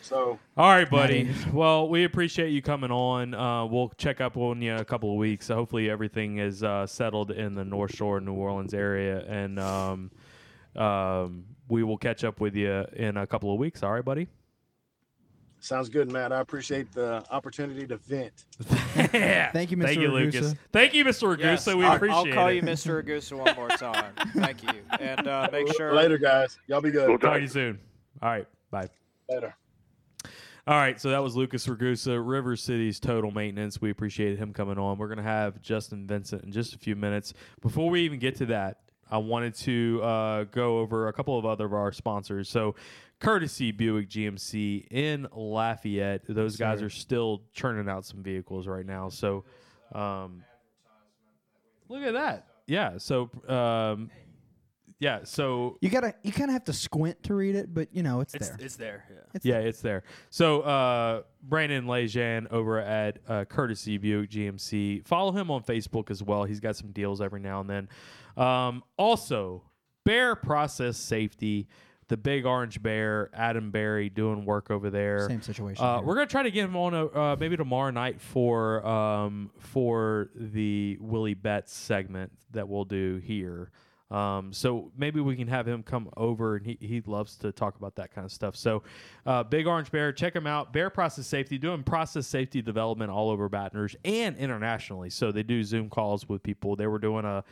So
All right, buddy.
Not
Well, we appreciate you coming on. Uh, we'll check up on you a couple of weeks. Hopefully, everything is uh, settled in the North Shore, New Orleans area, and um, um, we will catch up with you in a couple of weeks. All right, buddy.
sounds good, Matt. I appreciate the opportunity to vent.
Thank you, Mr.
Thank you, Lucas.
Ragusa.
Thank you, Mr. Ragusa.
Yes,
we
I'll,
appreciate
I'll call
it.
you Mr. Agusa one more time. Thank you, and uh, make sure
Later, guys. Y'all be good.
Talk to you soon. All right. Bye.
Later.
All right, so that was Lucas Ragusa, River City's total maintenance. We appreciated him coming on. We're gonna have Justin Vincent in just a few minutes. Before we even get to that, I wanted to uh, go over a couple of other of our sponsors. So, courtesy Buick GMC in Lafayette, those guys are still churning out some vehicles right now. So, um, look at that. Yeah. So, um, yeah. So
You gotta, you kind of have to squint to read it, but you know it's,
It's
there.
it's there. Yeah.
yeah, it's there. So uh, Brandon Lejean over at uh, Courtesy Buick GMC. Follow him on Facebook as well. He's got some deals every now and then. Um, also, Bear Process Safety, the big orange bear, Adam Barry doing work over there.
Same situation.
Uh,
here.
we're gonna try to get him on a, uh, maybe tomorrow night for um, for the Willie Betts segment that we'll do here. Um, so maybe we can have him come over, and he, he loves to talk about that kind of stuff. So, uh, Big Orange Bear, check him out. Bear Process Safety doing process safety development all over Baton Rouge and internationally. So they do Zoom calls with people. They were doing a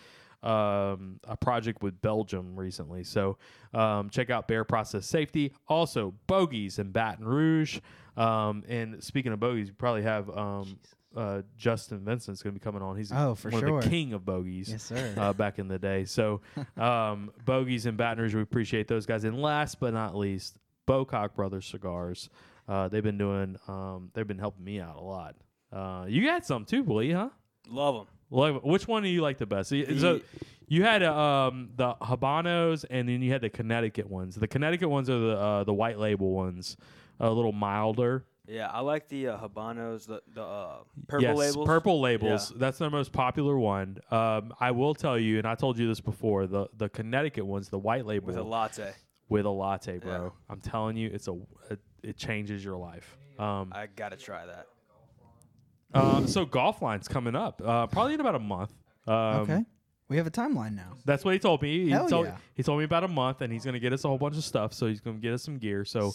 um, a project with Belgium recently. So um, check out Bear Process Safety. Also, bogeys in Baton Rouge. Um, and speaking of bogeys, we probably have um, uh, Justin Vincent's going to be coming on. He's
Oh, for
one
sure.
of the king of bogeys
Yes, sir.
uh, back in the day. So um, bogeys and Baton Rouge, we appreciate those guys. And last but not least, Bocock Brothers Cigars. Uh, they've been doing. Um, they've been helping me out a lot. Uh, you had some too, Blee, huh?
Love them.
Like, which one do you like the best? So, so you had um, the Habanos, and then you had the Connecticut ones. The Connecticut ones are the uh, the white label ones, a little milder.
Yeah, I like the uh, Habanos, the the uh, purple
yes,
labels.
Purple labels. That's their most popular one. Um, I will tell you, and I told you this before. The the Connecticut ones, the white label
with a latte.
with a latte, bro.
Yeah.
I'm telling you, it's a it, it changes your life. Um,
I gotta try that.
uh, so golf line's coming up, uh, probably in about a month. Um,
okay. We have a timeline now.
That's what he told me. He
Hell
told
yeah.
he told me about a month, and he's gonna get us a whole bunch of stuff. So he's gonna get us some gear. So,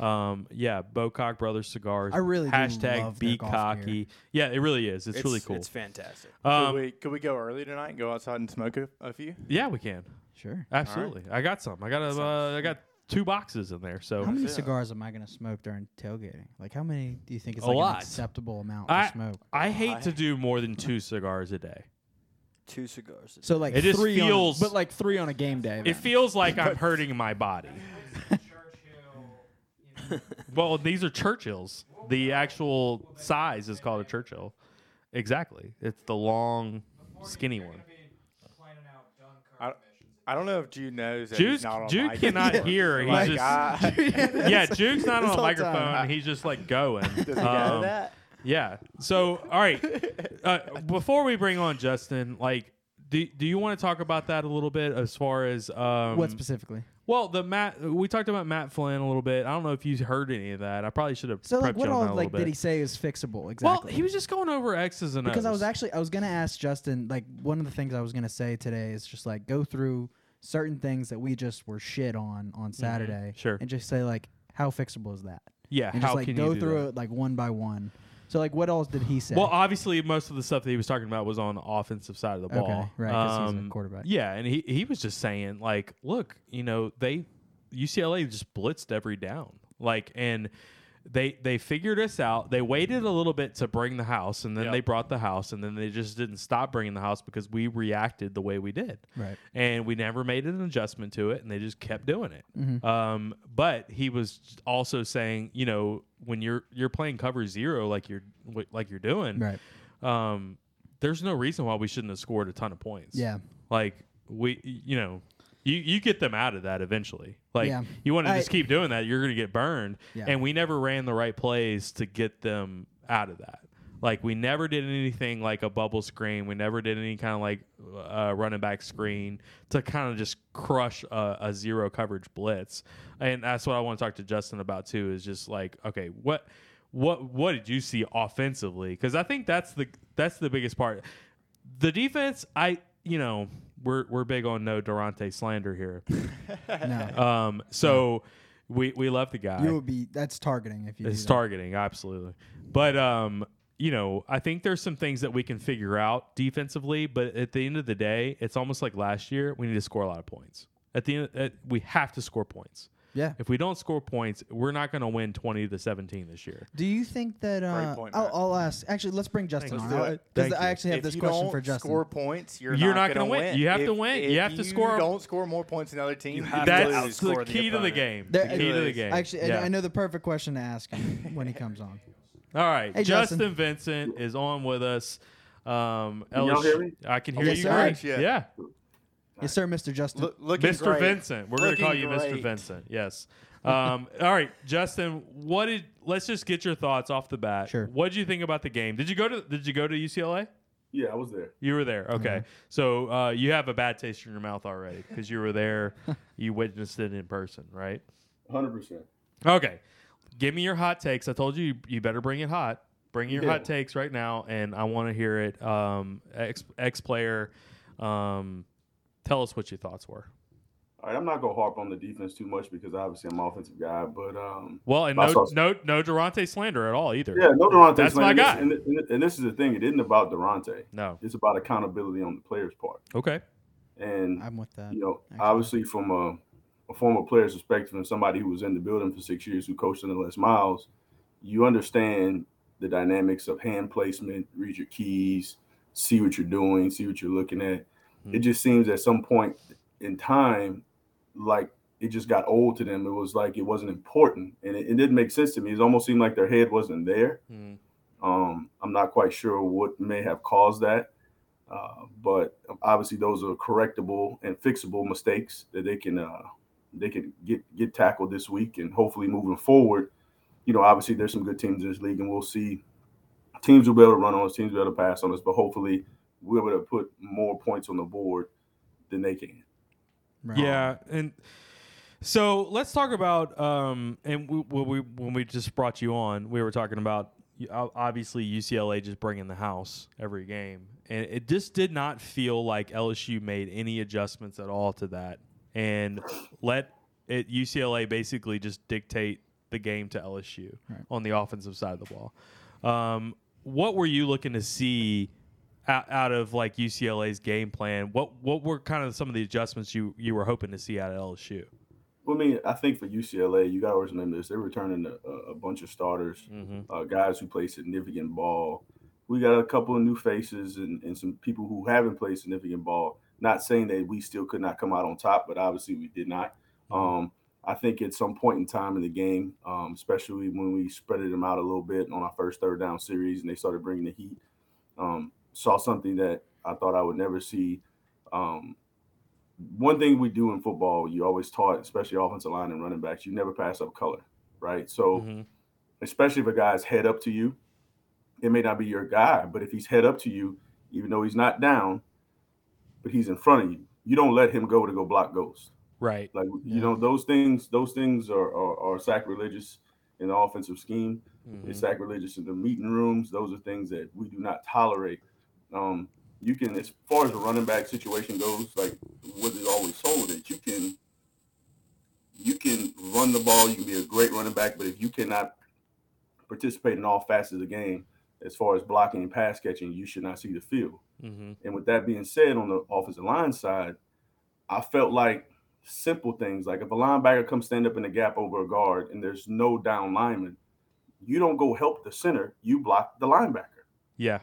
um, yeah, Bocock Brothers cigars.
I really do
hashtag
love their
be
golf
cocky. Yeah, it really is. It's, really cool.
It's fantastic.
um,
could, we, could we go early tonight and go outside and smoke a, a few?
yeah, we can
Sure.
absolutely. I got some. I got a, uh, I got two boxes in there. So
How many cigars am I going to smoke during tailgating? Like, how many do you think is
A
like an
lot.
acceptable amount
I
to smoke?
I hate to do more than two cigars a day.
Two cigars.
So like
It just
three on-
feels-
but like three on a game day.
It
then.
feels like I'm hurting my body. well, these are Churchills. The actual size is called a Churchill. Exactly. It's the long, skinny one.
I, I don't know if Jude knows that
Juke,
he's not on
Juke
mic
cannot
anymore.
hear. He's
Like,
just
I-
yeah. Juke's not on a
whole time.
microphone. He's just like going.
does he know
Um,
that?
Yeah. So, all right. Uh, before we bring on Justin, like, do, do you want to talk about that a little bit as far as um,
what specifically?
Well, the Matt we talked about Matt Flynn a little bit. I don't know if you heard any of that. I probably should have
So
prepped
like, what
you on that
all
a
like
little
did he
bit.
say is fixable
well,
exactly?
he was just going over X's and
because I
O's.
was actually I was gonna ask Justin like one of the things I was gonna say today is just like go through certain things that we just were shit on on Saturday,
Mm-hmm. sure.
and just say like how fixable is that,
yeah.
and
how
just like
can
go
you do
through
that?
it like one by one. So like, what else did he say?
Well, uh, obviously, most of the stuff that he was talking about was on the offensive side of the
Okay,
ball, Um,
right, 'cause he's a quarterback.
Yeah, and he he was just saying like, look, you know, they UCLA just blitzed every down, like, and they they figured us out. They waited a little bit to bring the house, and then they brought the house, and then they just didn't stop bringing the house because we reacted the way we did,
Right.
And we never made an adjustment to it, and they just kept doing it.
Mm-hmm.
Um, but he was also saying, you know, when you're you're playing cover zero like you're like you're doing,
right,
um, there's no reason why we shouldn't have scored a ton of points.
Yeah.
Like we, you know, you, you get them out of that eventually. Like
Yeah.
you want to
I-
just keep doing that, you're going to get burned.
Yeah.
And we never ran the right plays to get them out of that. Like we never did anything like a bubble screen. We never did any kind of like uh, running back screen to kind of just crush a, a zero coverage blitz. And that's what I want to talk to Justin about too. Is just like okay, what what what did you see offensively? Because I think that's the that's the biggest part. The defense, I you know, we're we're big on no Durante slander here.
no,
Um, so we we love the guy.
you will be that's targeting if you
It's
do that.
targeting, absolutely. But um, you know, I think there's some things that we can figure out defensively. But at the end of the day, it's almost like last year. We need to score a lot of points. At the end, at, we have to score points.
yeah.
If we don't score points, we're not going to win 20 to 17 this year.
Do you think that? Uh,
point,
I'll,
Matt.
I'll ask. Actually, let's bring Justin
Let's
on
do
I-
it.
because
Thank
I
you.
actually have
If
this
you
question
don't
for Justin.
Score points. You're,
You're
not,
not
going
gonna win. You have to win.
If
You have to score-
Don't score more points than another team. You
have to lose.
That's the
outscore the
key to the
opponent.
game.
There-
the key to the
Anyways.
game.
Actually, I-
Yeah.
I know the perfect question to ask him when he comes on.
All right,
Hey,
Justin.
Justin.
Vincent is on with us. Um,
Can y'all
LSU
hear me?
I can hear
Yes,
you
sir.
great.
Yeah.
Yeah,
Yes, sir, Mr. Justin.
Look, looking
Mr.
great.
Vincent. We're going to
Looking
call you Mr.
great.
Vincent. Yes. Um, all right, Justin. What did? Let's just get your thoughts off the bat.
Sure.
What did you think about the game? Did you go to? Did you go to UCLA?
Yeah, I was there.
You were there. Okay.
Mm-hmm.
So uh, you have a bad taste in your mouth already because you were there. you witnessed it in person, right?
100%.
Okay. Give me your hot takes. I told you you better bring it hot. Bring your
Yeah.
hot takes right now, and I want to hear it. Um, ex ex player, um, tell us what your thoughts were.
All right, I'm not going to harp on the defense too much because obviously I'm an offensive guy, but um,
Well, and
My
no,
thoughts.
no, no Durante slander at all either.
yeah, no Durante.
That's my guy.
And, and- and this is the thing, it isn't about Durante.
No.
It's about accountability on the player's part.
Okay.
And
I'm with that.
you know,
Actually.
obviously from a, a former player's perspective and somebody who was in the building for six years who coached under Les Miles, you understand
the dynamics of hand placement, read your keys, see what you're doing, see what you're looking at.
Mm-hmm.
It just seems at some point in time, like it just got old to them. It was like it wasn't important, and it, it didn't make sense to me. It almost seemed like their head wasn't there.
Mm.
Mhm.
Um, I'm not quite sure what may have caused that, uh, but obviously those are correctable and fixable mistakes that they can uh, they can get get tackled this week, and hopefully moving forward, you know, obviously there's some good teams in this league, and we'll see. Teams will be able to run on us, teams will be able to pass on us, but hopefully we're able to put more points on the board than they can.
Right.
Yeah, and so let's talk about um, and we, when we when we just brought you on, we were talking about you- ob- obviously UCLA just bringing the house every game, and it just did not feel like LSU made any adjustments at all to that, and let it UCLA basically just dictate the game to LSU on the offensive side of the ball. Um, what were you looking to see out, out of like UCLA's game plan? What what were kind of some of the adjustments you you were hoping to see out of LSU?
Well, I mean, I think for UCLA, you got to always remember this. They're returning a, a- a bunch of starters, uh, guys who play significant ball. We got a couple of new faces and, and some people who haven't played significant ball. Not saying that we still could not come out on top, but obviously we did not. Um, I think at some point in time in the game, um, especially when we spreaded them out a little bit on our first third down series and they started bringing the heat, um, saw something that I thought I would never see. Um, one thing we do in football, you always taught, especially offensive line and running backs, you never pass up color, right? So, especially if a guy's head up to you, it may not be your guy, but if he's head up to you, even though he's not down, but he's in front of you, you don't let him go to go block goals.
Right.
Like you know, those things, those things are are, are sacrilegious in the offensive scheme.
Mm-hmm.
It's sacrilegious in the meeting rooms. Those are things that we do not tolerate. Um, you can, as far as the running back situation goes, like what is always told that you can, you can run the ball. You can be a great running back, but if you cannot participate in all facets of the game, as far as blocking and pass catching, you should not see the field.
Mm-hmm.
And with that being said, on the offensive line side, I felt like simple things like if a linebacker comes stand up in the gap over a guard and there's no down lineman, you don't go help the center, you block the linebacker.
Yeah.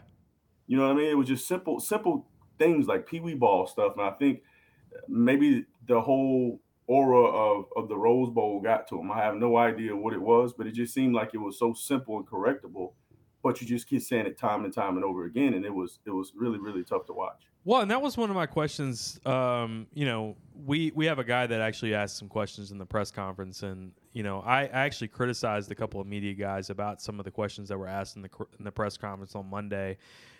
You know what I mean? It was just simple, simple things like pee wee ball stuff. And I think maybe the whole aura of, of the Rose Bowl got to him. I have no idea what it was, but it just seemed like it was so simple and correctable. But you just keep saying it time and time and over again, and it was it was really really tough to watch.
Well, and that was one of my questions. Um, you know, we we have a guy that actually asked some questions in the press conference, and you know, I, I actually criticized a couple of media guys about some of the questions that were asked in the cr- in the press conference on Monday.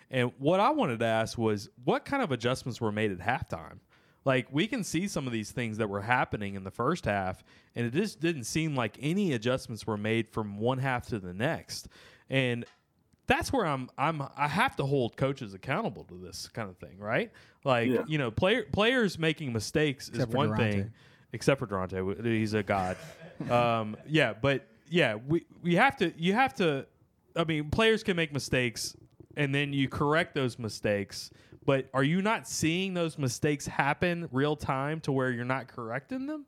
And what I wanted to ask was, what kind of adjustments were made at halftime? Like we can see some of these things that were happening in the first half, and it just didn't seem like any adjustments were made from one half to the next. And that's where I'm I'm I have to hold coaches accountable to this kind of thing, right? Like
Yeah.
you know, player players making mistakes
Except
is
for
one
Durante.
thing, except for Durante, he's a god. um, yeah, but yeah, we we have to you have to. I mean, players can make mistakes, and then you correct those mistakes. But are you not seeing those mistakes happen real time to where you're not correcting them?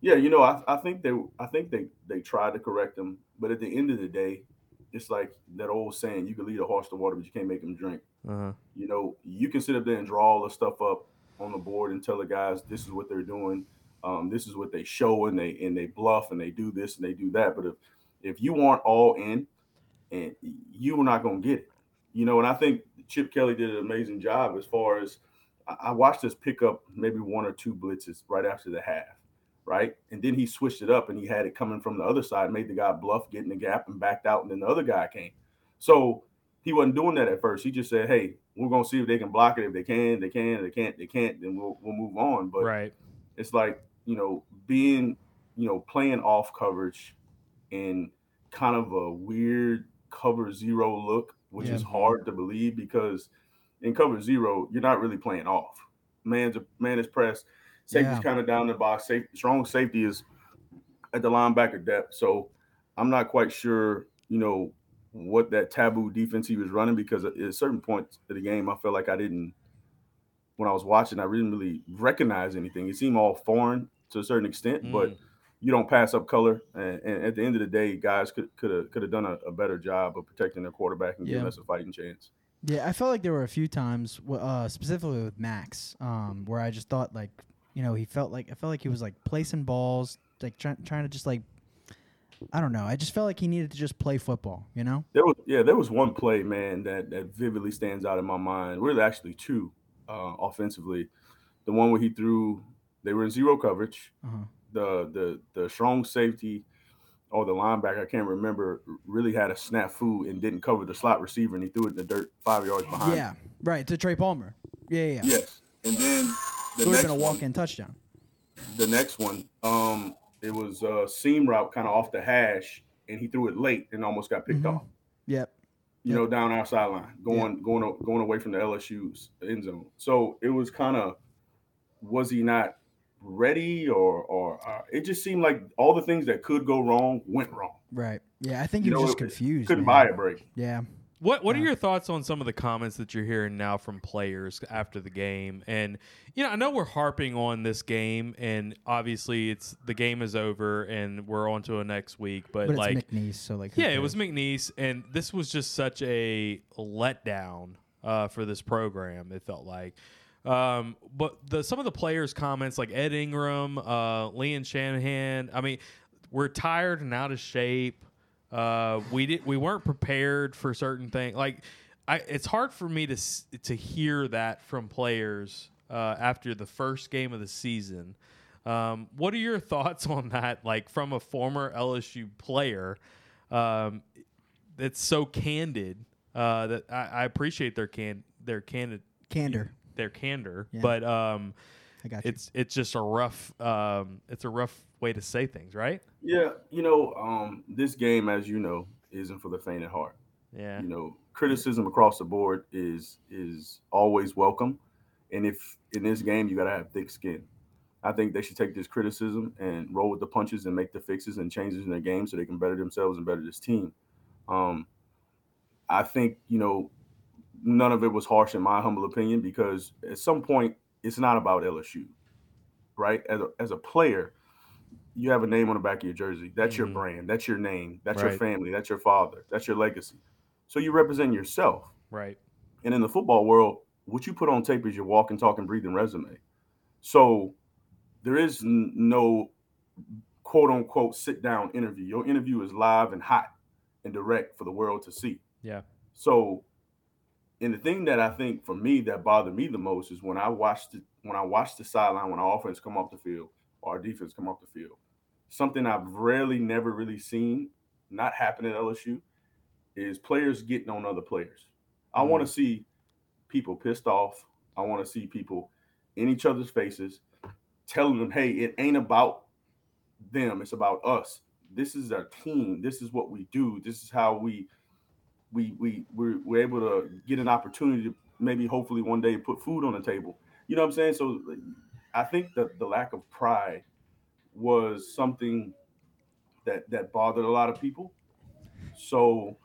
Yeah, you know, I, I think they I think they they tried to correct him, but at the end of the day, it's like that old saying: you can lead a horse to water, but you can't make him drink.
Uh-huh.
You know, you can sit up there and draw all the stuff up on the board and tell the guys this is what they're doing, um, this is what they show, and they and they bluff and they do this and they do that. But if if you aren't all in, and you were not going to get it, you know. And I think Chip Kelly did an amazing job as far as I I watched us pick up maybe one or two blitzes right after the half right? And then he switched it up and he had it coming from the other side, made the guy bluff, get in the gap, and backed out. And then the other guy came. So he wasn't doing that at first. He just said, hey, we're going to see if they can block it. If they can, they can. If they can't, they can't. Then we'll, we'll move on. But
Right.
it's like, you know, being, you know, playing off coverage in kind of a weird cover zero look, which is
Yeah.
hard to believe because in cover zero, you're not really playing off. Man's a, man is pressed. Safety's
Yeah.
kind of down the box. Safe, strong safety is at the linebacker depth. So I'm not quite sure, you know, what that taboo defense he was running because at a certain point of the game, I felt like I didn't, when I was watching, I didn't really recognize anything. It seemed all foreign to a certain extent, but you don't pass up color. And, and at the end of the day, guys could could have could have done a, a better job of protecting their quarterback and giving
Yeah.
us a fighting chance.
Yeah, I felt like there were a few times, w- uh, specifically with Max, um, where I just thought like, you know, he felt like I felt like he was like placing balls, like try- trying to just like, I don't know. I just felt like he needed to just play football, you know?
There was yeah, there was one play, man, that that vividly stands out in my mind. Really, actually two, uh, offensively. The one where he threw, they were in zero coverage.
Uh-huh.
The the the strong safety or the linebacker, I can't remember, really had a snafu and didn't cover the slot receiver, and he threw it in the dirt five yards behind.
Yeah, right to Trey Palmer. Yeah, yeah. yeah.
Yes. And then the
It would have
next
been a
one,
walk-in touchdown.
the next one, um, it was a seam route kind of off the hash, and he threw it late and almost got picked
Mhm.
off.
Yep.
You know, down our sideline, going going a- going away from the LSU's end zone. So it was kind of, was he not ready, or or uh, it just seemed like all the things that could go wrong went wrong.
Right. Yeah, I think he
You
was
know,
just
it-
confused.
Couldn't
man.
buy a break.
Yeah.
What What are your thoughts on some of the comments that you're hearing now from players after the game? And you know, I know we're harping on this game, and obviously it's the game is over, and we're on to a next week. But,
But it's
like,
McNeese, so like who
yeah, it
cares?
was McNeese, and this was just such a letdown uh, for this program. It felt like, um, but the some of the players' comments, like Ed Ingram, uh, Leon Shanahan. I mean, we're tired and out of shape. Uh, we did we weren't prepared for certain things. Like, I it's hard for me to s- to hear that from players uh, after the first game of the season. Um, what are your thoughts on that? Like from a former LSU player, um, that's so candid. Uh, that I, I appreciate their can their candid
Candor.
their candor,
Yeah.
but um,
I got you.
it's it's just a rough um, it's a rough way to say things, right?
Yeah, you know, um, this game, as you know, isn't for the faint of heart.
Yeah,
you know criticism across the board is is always welcome and if in this game you got to have thick skin i think they should take this criticism and roll with the punches and make the fixes and changes in their game so they can better themselves and better this team um i think you know none of it was harsh in my humble opinion because at some point it's not about lsu right as a, as a player you have a name on the back of your jersey that's
Mhm.
your brand that's your name that's your
Right.
family that's your father that's your legacy so you represent yourself.
right.
And in the football world, what you put on tape is your walk and talk and breathing resume. So there is n- no quote unquote sit down interview. Your interview is live and hot and direct for the world to see.
Yeah.
So, and the thing that I think for me that bothered me the most is when I watched it, when I watched the sideline when our offense come off the field or our defense come off the field. Something I've rarely, never really seen not happen at LSU is players getting on other players. I want to see people pissed off. I want to see people in each other's faces telling them, hey, it ain't about them, it's about us. This is our team. This is what we do. This is how we we we we're, we're able to get an opportunity to maybe hopefully one day put food on the table. You know what I'm saying? So like, I think that the lack of pride was something that that bothered a lot of people. So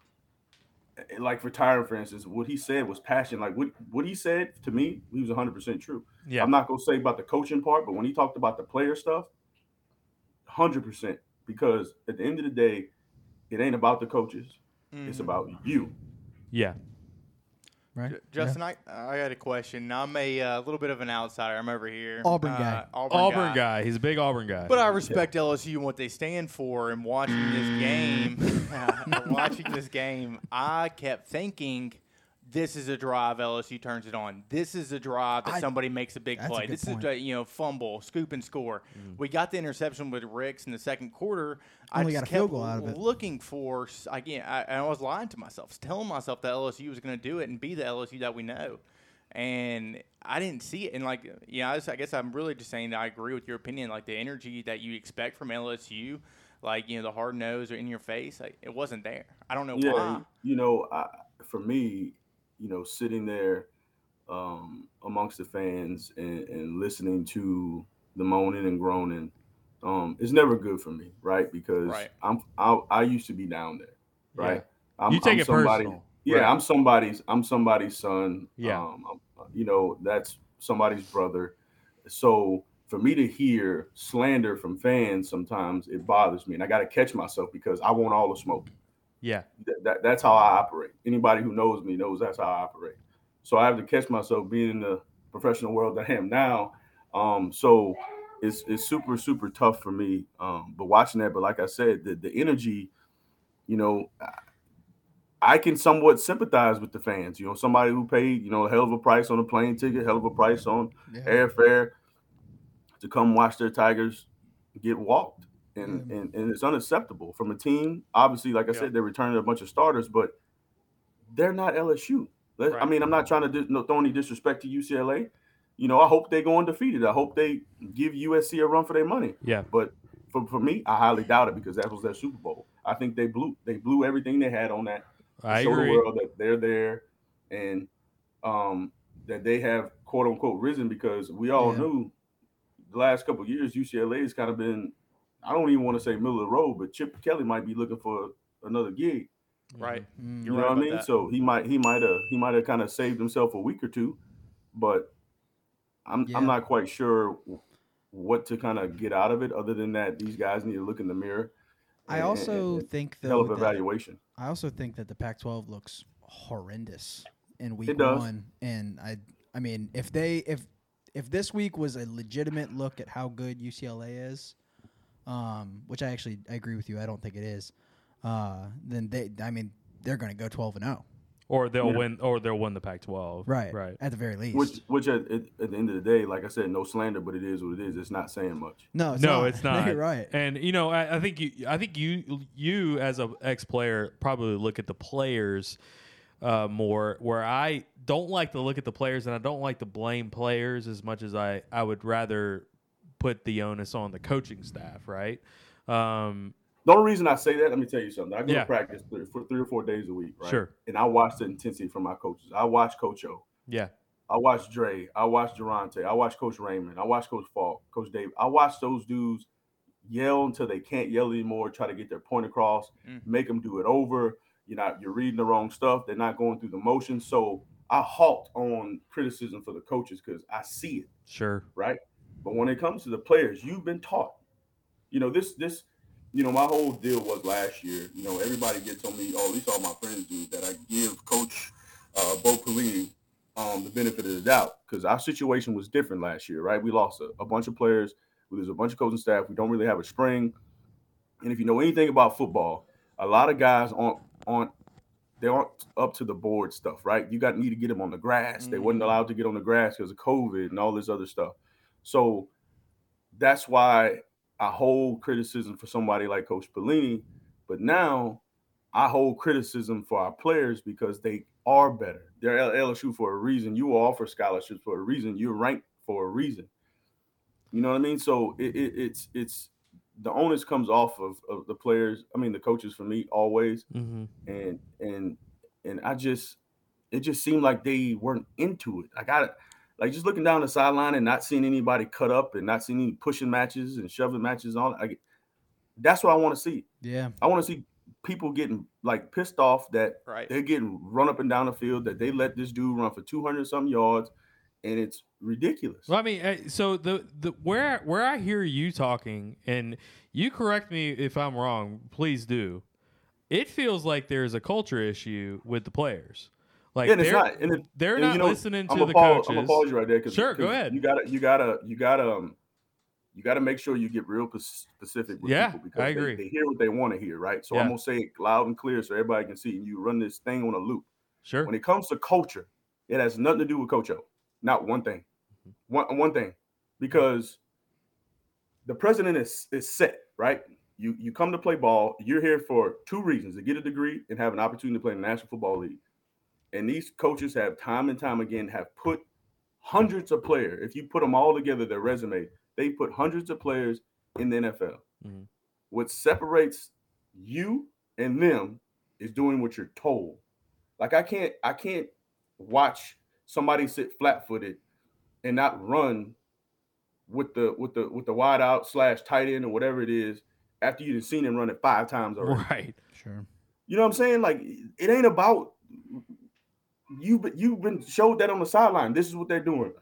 eh, like for Tyron, for instance, what he said was passion. Like what what he said to me, he was 100 percent true.
Yeah.
I'm not gonna say about the coaching part, but when he talked about the player stuff, 100 percent. Because at the end of the day, it ain't about the coaches. It's
Mm-hmm.
about you.
yeah.
Right.
Ju- Justin, I, I got a question. I'm a uh, little bit of an outsider. I'm over here.
Auburn
Uh,
guy.
Auburn,
Auburn,
guy.
guy. He's a big Auburn guy.
But I respect LSU and what they stand for. And watching this game, watching this game, I kept thinking, this is a drive LSU turns it on. This is a drive that
I-
somebody makes a big
That's a
play.
good
this
point. Mm.
is a you know fumble, scoop and score. We got the interception with Ricks in the second quarter. I
Only
just
got a
kept
field goal out of it.
looking for s- again. I, and I was lying to myself, telling myself that LSU was going to do it and be the LSU that we know. And I didn't see it. And like, yeah, I, just, I guess I'm really just saying that I agree with your opinion. Like the energy that you expect from LSU, like you know the hard nose or in your face, like, it wasn't there. I don't
Oh,
know why.
you know, I, for me, you know, sitting there um, amongst the fans and, and listening to the moaning and groaning, um, it's never good for me, right? Because
Right.
I'm I, I used to be down there, right? I'm,
You take
I'm
it
somebody,
personal,
Yeah,
right.
I'm somebody's. I'm somebody's son.
Yeah.
um, I'm- you know, that's somebody's brother. So for me to hear slander from fans sometimes it bothers me, and I got to catch myself because I want all the smoke.
Yeah.
Th- that, that's how I operate. Anybody who knows me knows that's how I operate. So I have to catch myself being in the professional world that I am now. Um, so it's it's super super tough for me. Um, but watching that, but like I said, the the energy, you know, I- I can somewhat sympathize with the fans. You know, somebody who paid you know a hell of a price on a plane ticket, hell of a price on airfare to come watch their Tigers get walked. And, and, and it's unacceptable from a team. Obviously, like I
Yeah.
said, they're returning a bunch of starters, but they're not LSU. Let- I
Right.
mean, I'm not trying to dis- no, throw any disrespect to UCLA. You know, I hope they go undefeated. I hope they give USC a run for their money.
Yeah.
But for, for me, I highly doubt it because that was their Super Bowl. I think they blew they blew everything they had on that
I
show
agree.
the world that they're there and um, that they have quote unquote risen because we all
Yeah.
knew the last couple of years UCLA has kind of been I don't even want to say middle of the road, but Chip Kelly might be looking for another gig.
Right.
Mm.
You
You're
know what
right
I
about
mean?
that.
So he might he might have he might have kind of saved himself a week or two, but I'm
Yeah.
I'm not quite sure what to kind of get out of it other than that these guys need to look in the mirror.
I
and- and-
also
and
think
hell
though
of
that,
evaluation.
I also think that the Pac-12 looks horrendous in week
does.
one, and I I mean if they if if this week was a legitimate look at how good UCLA is, um, which I actually I agree with you, I don't think it is, uh, then they I mean they're going to go 12 and 0,
Or they'll
Yeah.
win. Or they'll win the Pac-12.
right?
Right.
At the very least.
Which, which at, at, at the end of the day, like I said, no slander, but it is what it is. It's not saying much.
no, it's
no,
not.
it's not.
You're right.
And you know, I, I think you, I think you, you as a ex player probably look at the players uh, more. Where I don't like to look at the players, and I don't like to blame players as much as I, I would rather put the onus on the coaching staff. Right. Um,
The only reason I say that, let me tell you something. I go
Yeah.
to practice three, for three or four days a week, right?
Sure.
And I watch the intensity from my coaches. I watch Coach O.
yeah.
I watch Dre. I watch Durante. I watch Coach Raymond. I watch Coach Falk, Coach Dave. I watch those dudes yell until they can't yell anymore, try to get their point across,
Mhm.
make them do it over. You're not you're reading the wrong stuff. They're not going through the motions. So I halt on criticism for the coaches because I see it.
Sure.
right? But when it comes to the players, you've been taught. You know, this this, you know, my whole deal was last year, you know, everybody gets on me, or at least all my friends do, that I give coach uh Bo Pelini um the benefit of the doubt. Because our situation was different last year, right? We lost a, a bunch of players, we lose a bunch of coaching staff, we don't really have a spring. And if you know anything about football, a lot of guys aren't aren't they aren't up to the board stuff, right? You got need to get them on the grass. They wasn't allowed to get on the grass because of COVID and all this other stuff. So that's why I hold criticism for somebody like Coach Pelini, but now I hold criticism for our players because they are better. They're at LSU for a reason. You offer scholarships for a reason. You're ranked for a reason. You know what I mean? So it, it, it's it's the onus comes off of, of the players. I mean the coaches for me always
Mm-hmm.
and and and I just it just seemed like they weren't into it. I got it. Like just looking down the sideline and not seeing anybody cut up and not seeing any pushing matches and shoving matches on. I, get- that's what I want to see.
Yeah.
I want to see people getting like pissed off that
Right.
they're getting run up and down the field that they let this dude run for two hundred some yards, and it's ridiculous.
Well, I mean, uh, so the the where where I hear you talking, and you correct me if I'm wrong, please do. It feels like there's a culture issue with the players. Like
Yeah, and
they're
it's not. And it,
they're
and,
not
you know,
listening to
I'm gonna
the
pause, I'm
coaches.
gonna pause you right there. 'cause-
Sure, go
'cause
ahead.
You gotta, you gotta, you gotta, um, you gotta make sure you get real pers- specific with
Yeah,
people because
I
they-
agree.
They, hear what they want to hear, right? So
Yeah.
I'm gonna say it loud and clear so everybody can see. And you run this thing on a loop.
sure.
When it comes to culture, it has nothing to do with Coach O. Not one thing. One one thing, because the president is is set, right? You you come to play ball. You're here for two reasons: to get a degree and have an opportunity to play in the National Football League. And these coaches have time and time again have put hundreds of players. If you put them all together, their resume, they put hundreds of players in the NFL.
Mhm.
What separates you and them is doing what you're told. Like I can't I can't watch somebody sit flat footed and not run with the with the with the wide out slash tight end or whatever it is after you've seen him run it five times already.
Right.
Sure.
You know what I'm saying? Like it ain't about you but you've been showed that on the sideline. This is what they're doing.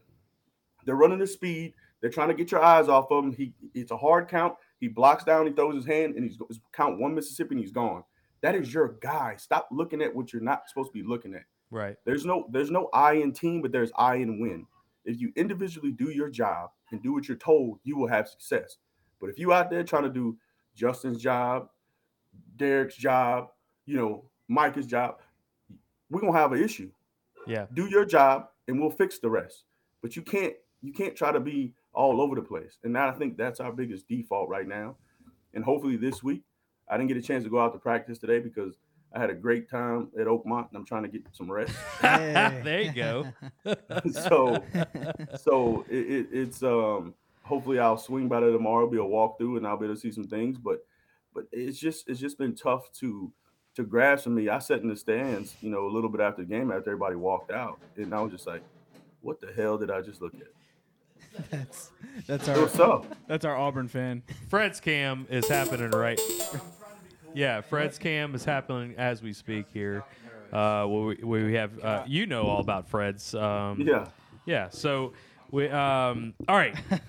They're running the speed, They're trying to get your eyes off of him. He it's a hard count. He blocks down. He throws his hand, and he's it's count one Mississippi, and he's gone. That is your guy. Stop looking at what you're not supposed to be looking at.
Right.
There's no there's no I in team, but there's I in win. If you individually do your job and do what you're told, you will have success. But if you out there trying to do Justin's job, Derek's job, you know, Mike's job, we're gonna have an issue.
Yeah.
Do your job and we'll fix the rest. But you can't you can't try to be all over the place. And that I think that's our biggest default right now. And hopefully this week, I didn't get a chance to go out to practice today because I had a great time at Oakmont and I'm trying to get some rest.
Hey.
there you go.
so so it, it, it's um hopefully I'll swing by there tomorrow. It'll be a walkthrough and I'll be able to see some things. But but it's just it's just been tough to to grab some me. I sat in the stands, you know, a little bit after the game after everybody walked out, and I was just like, what the hell did I just look at?
that's that's
It
our
was tough.
That's our Auburn fan.
Fred's cam is happening right. Yeah, Fred's cam is happening as we speak here. Uh, where we, where we have uh, you know all about Fred's. Um,
Yeah.
yeah. So we um all right.
Can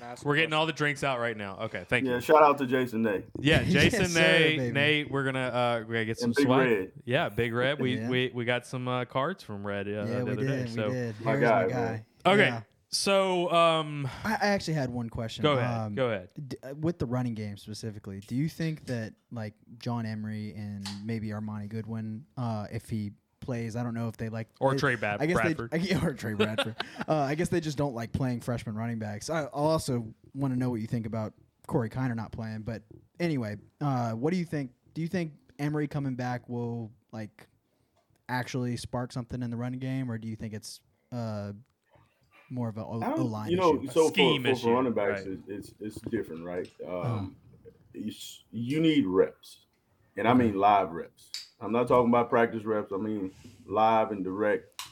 I ask a
We're getting
question?
all the drinks out right now. Okay, thank
Yeah,
you.
shout out to Jason Day.
Yeah, Jason,
sir,
Nate,
baby.
Nate, we're gonna uh, we're gonna get some
And Big
swag.
Red.
Yeah, Big Red. We
Yeah.
we, we got some uh, cards from Red uh,
yeah
the
we
other
did
day.
we
so
did
My
Here's
guy,
my
man.
guy
okay,
Yeah.
so um
I I actually had one question
go ahead,
Um,
go ahead.
d- uh, with the running game specifically, do you think that like John Emery and maybe Armani Goodwin, uh, if he plays, I don't know if they like
Or
they-
Trey Bad-
I guess
Uh, Bradford.
They, I gue- or Trey Bradford. uh, I guess they just don't like playing freshman running backs. I I'll also want to know what you think about Corey Kiner not playing. But anyway, uh, what do you think? Do you think Emery coming back will like actually spark something in the running game, or do you think it's uh, more of a
I
O
don't-
line
you know,
issue?
so for,
Scheme
for,
issue,
for running backs,
right.
it's, it's it's different, right? Um, it's- you need reps, and I mean live reps. I'm not talking about practice reps. I mean live and direct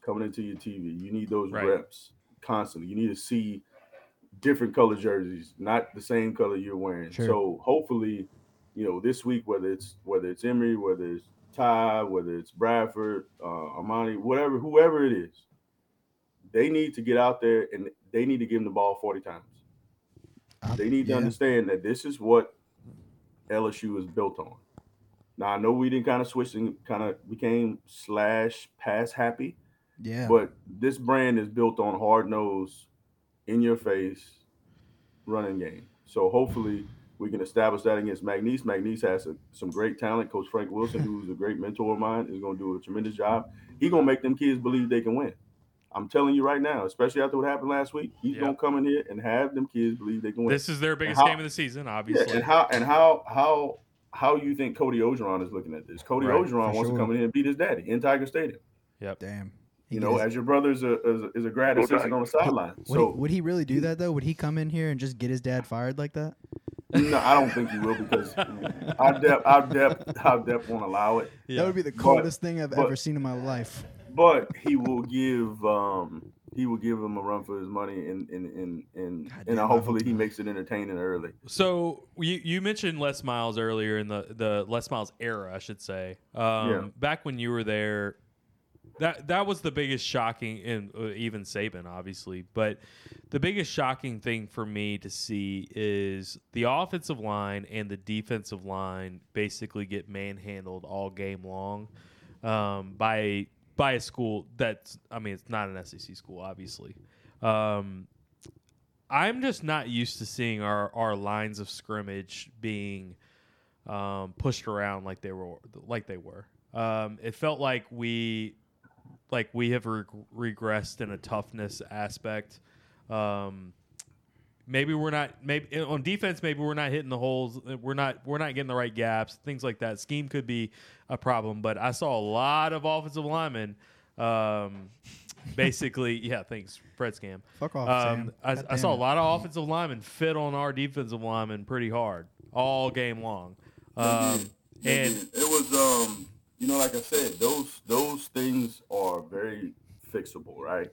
coming into your TV. You need those
Right.
reps constantly. You need to see different color jerseys, not the same color you're wearing.
Sure.
So hopefully, you know, this week whether it's whether it's Emery, whether it's Ty, whether it's Bradford, uh, Armani, whatever, whoever it is, they need to get out there and they need to give him the ball 40 times.
Uh,
They need
yeah.
to understand that this is what LSU is built on. Now I know we didn't kind of switch and kind of became slash pass happy,
Yeah,
but this brand is built on hard nose, in your face, running game. So hopefully we can establish that against Magnese. Magnese has some- some great talent. Coach Frank Wilson, who's a great mentor of mine, is going to do a tremendous job. He's going to make them kids believe they can win. I'm telling you right now, especially after what happened last week, he's
Yeah.
going to come in here and have them kids believe they can win.
This is their biggest
how-
game of the season,
Yeah,
obviously.
and how and how how how you think Cody Ogeron is looking at this? Cody
Right,
Ogeron
for
wants
sure.
to come in here and beat his daddy in Tiger Stadium.
damn. He
You
get
know,
his-
as your brother is a is a, is a grad assistant on the sideline.
Would,
So
he, would he really do that though? Would he come in here and just get his dad fired like that?
no, I don't think he will because our depth our depth our depth won't allow it.
Yeah.
That would be the
But-
coldest thing I've
but-
ever seen in my life.
But he will give um he will give him a run for his money and and and and,
God
and
damn, I
hopefully
hope
he makes it entertaining early.
So you you mentioned Les Miles earlier in the the Les Miles era, I should say. Um,
Yeah.
Back when you were there, that that was the biggest shocking, and uh, even Saban, obviously. But the biggest shocking thing for me to see is the offensive line and the defensive line basically get manhandled all game long um, by by a school that's I mean it's not an SEC school, obviously. Um, I'm just not used to seeing our, our lines of scrimmage being um, pushed around like they were like they were. Um, it felt like we like we have reg- regressed in a toughness aspect. Um, maybe we're not maybe on defense. Maybe we're not hitting the holes. uh, We're not we're not getting the right gaps. Things like that. Scheme could be a problem. But I saw a lot of offensive linemen. Um, basically, yeah. Thanks, Fred Scam.
Fuck off,
Um,
Sam.
I,
God
I
damn
saw a
it.
lot of offensive linemen fit on our defensive linemen pretty hard all game long. Um, and
Mm-hmm. it was um you know like i said those those things are very fixable right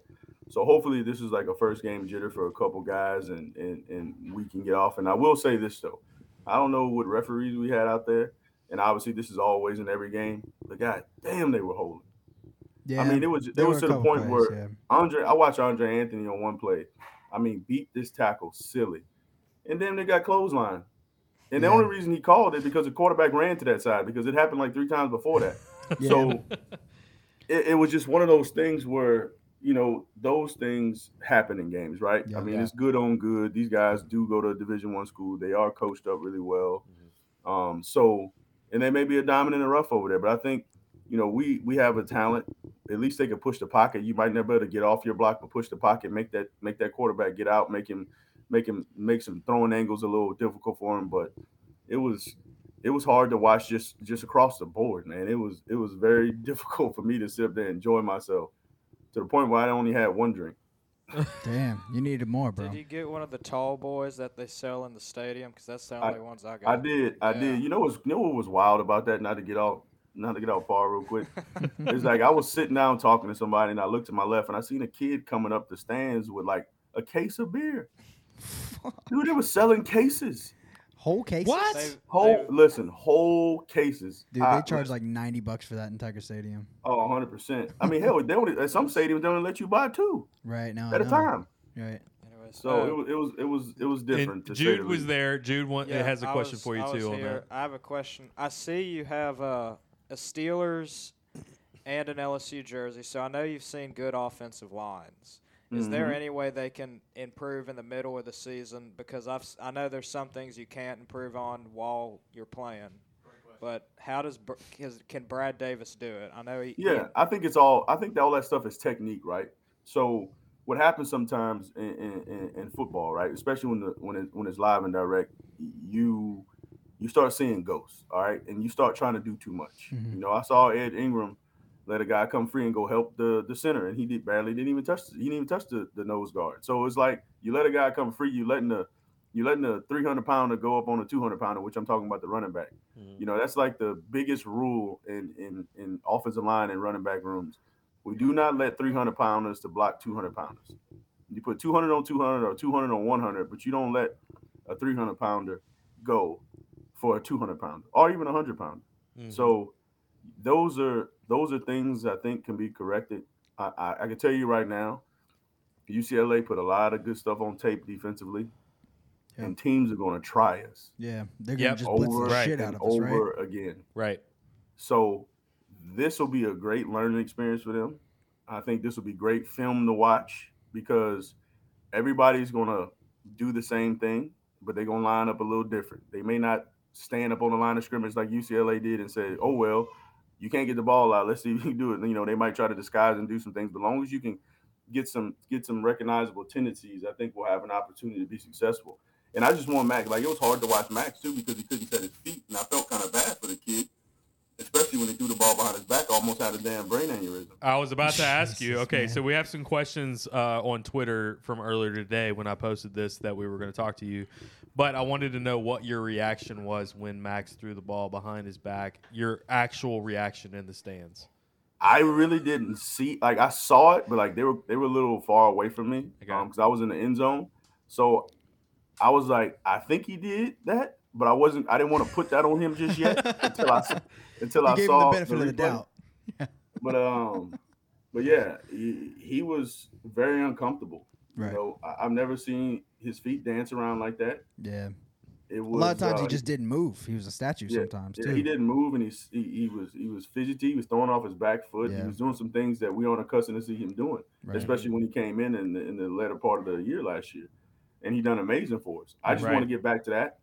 so hopefully this is like a first game jitter for a couple guys and and and we can get off and i will say this though i don't know what referees we had out there and obviously this is always in every game but god damn they were holding
Yeah,
i mean it was
there
it
were
was to
a
the
couple
point
plays,
where
yeah.
andre i watched andre anthony on one play I mean, beat this tackle silly. And then they got clothesline. And the only reason he called it because the quarterback ran to that side because it happened like three times before that.
Yeah.
So it, it was just one of those things where you know those things happen in games, right?
Yeah.
I mean, it's good on good. These guys do go to Division One school. They are coached up really well.
Mm-hmm.
Um, so and they may be a diamond in the rough over there, but I think you know we we have a talent. At least they can push the pocket. You might not be able to get off your block, but push the pocket, make that make that quarterback get out, make him make him make some throwing angles a little difficult for him. But it was it was hard to watch just just across the board, man. It was it was very difficult for me to sit up there and enjoy myself to the point where I only had one drink.
Damn, you needed more, bro.
Did you get one of the tall boys that they sell in the stadium? Because that's the
I-
only ones I got.
I did, I
Yeah.
did. You know what's you know what was wild about that? Not to get off not to get off far real quick. it's like I was sitting down talking to somebody and I looked to my left and I seen a kid coming up the stands with like a case of beer. Dude, they were selling cases.
Whole case.
They-
Whole
they-
listen, whole cases.
Dude,
I-
they charge like ninety bucks for that in Tiger Stadium.
Oh, 100 percent. I mean, hell, they don't, at some stadiums they don't let you buy two
Right now.
at a time.
Right.
anyways,
So
uh,
it was, it was, it was, it was
And
different. to say
Jude
the
was
least.
there. Jude want,
yeah,
has a
I
question
was-
for you
I was
too on
here.
that.
I have a question. I see you have uh, a Steelers and an LSU jersey, so I know you've seen good offensive lines. Is
Mm-hmm.
there any way they can improve in the middle of the season? Because I've s- I know there's some things you can't improve on while you're playing. But how does Br- is- can Brad Davis do it? I know he he-
Yeah, I think it's all. I think that all that stuff is technique, right? So what happens sometimes in, in, in, in football, right? Especially when the when it, when it's live and direct, you you start seeing ghosts, all right, and you start trying to do too much.
Mhm.
You know, I saw Ed Ingram let a guy come free and go help the the center, and he did barely didn't even touch he didn't even touch the, the nose guard. So it's like you let a guy come free, you letting the you letting the 300 pounder go up on a 200 pounder, which I'm talking about the running back. You know, that's like the biggest rule in in in offensive line and running back rooms. We do not let 300 pounders to block 200 pounders. You put 200 on 200 or 200 on 100, but you don't let a 300 pounder go for a 200 pounder or even a 100 pounder.
Mhm.
So those are those are things I think can be corrected. I, I, I can tell you right now, UCLA put a lot of good stuff on tape defensively,
Yeah.
and teams are going to try us
Yeah, they're gonna
Yep.
just blitz
over
the shit
and
out of us, right?
over again.
right.
So this will be a great learning experience for them. I think this will be great film to watch because everybody's gonna do the same thing, but they're gonna line up a little different. They may not stand up on the line of scrimmage like UCLA did and say, "Oh well, you can't get the ball out. Let's see if you can do it." You know, they might try to disguise and do some things, but as long as you can get some get some recognizable tendencies, I think we'll have an opportunity to be successful. And I just want Max. Like it was hard to watch Max too because he couldn't set his feet, and I felt kind of bad for the kid, especially when he threw the ball behind his back, almost had a damn brain aneurysm.
I was about to ask you.
Jesus,
Okay,
man.
so we have some questions uh, on Twitter from earlier today when I posted this that we were going to talk to you, but I wanted to know what your reaction was when Max threw the ball behind his back. Your actual reaction in the stands.
I really didn't see like I saw it, but like they were they were a little far away from me
Okay.
because I was in the end zone. So I was like, I think he did that, but I wasn't. I didn't want to put that on him just yet until I s- until
You
I
gave him
saw
the benefit of the
replay.
doubt.
But um, but yeah, he, he was very uncomfortable.
Right.
You know, I, I've never seen his feet dance around like that.
Yeah.
It
A
was
lot of times he
uh,
just didn't move. He was a statue
Yeah,
sometimes
Yeah,
too.
he didn't move, and he, s- he he was he was fidgety. He was throwing off his back foot.
Yeah.
He was doing some things that we aren't accustomed to see him doing,
Right.
especially when he came in in the, in the latter part of the year last year, and he done amazing for us. I just want
Right.
to get back to that,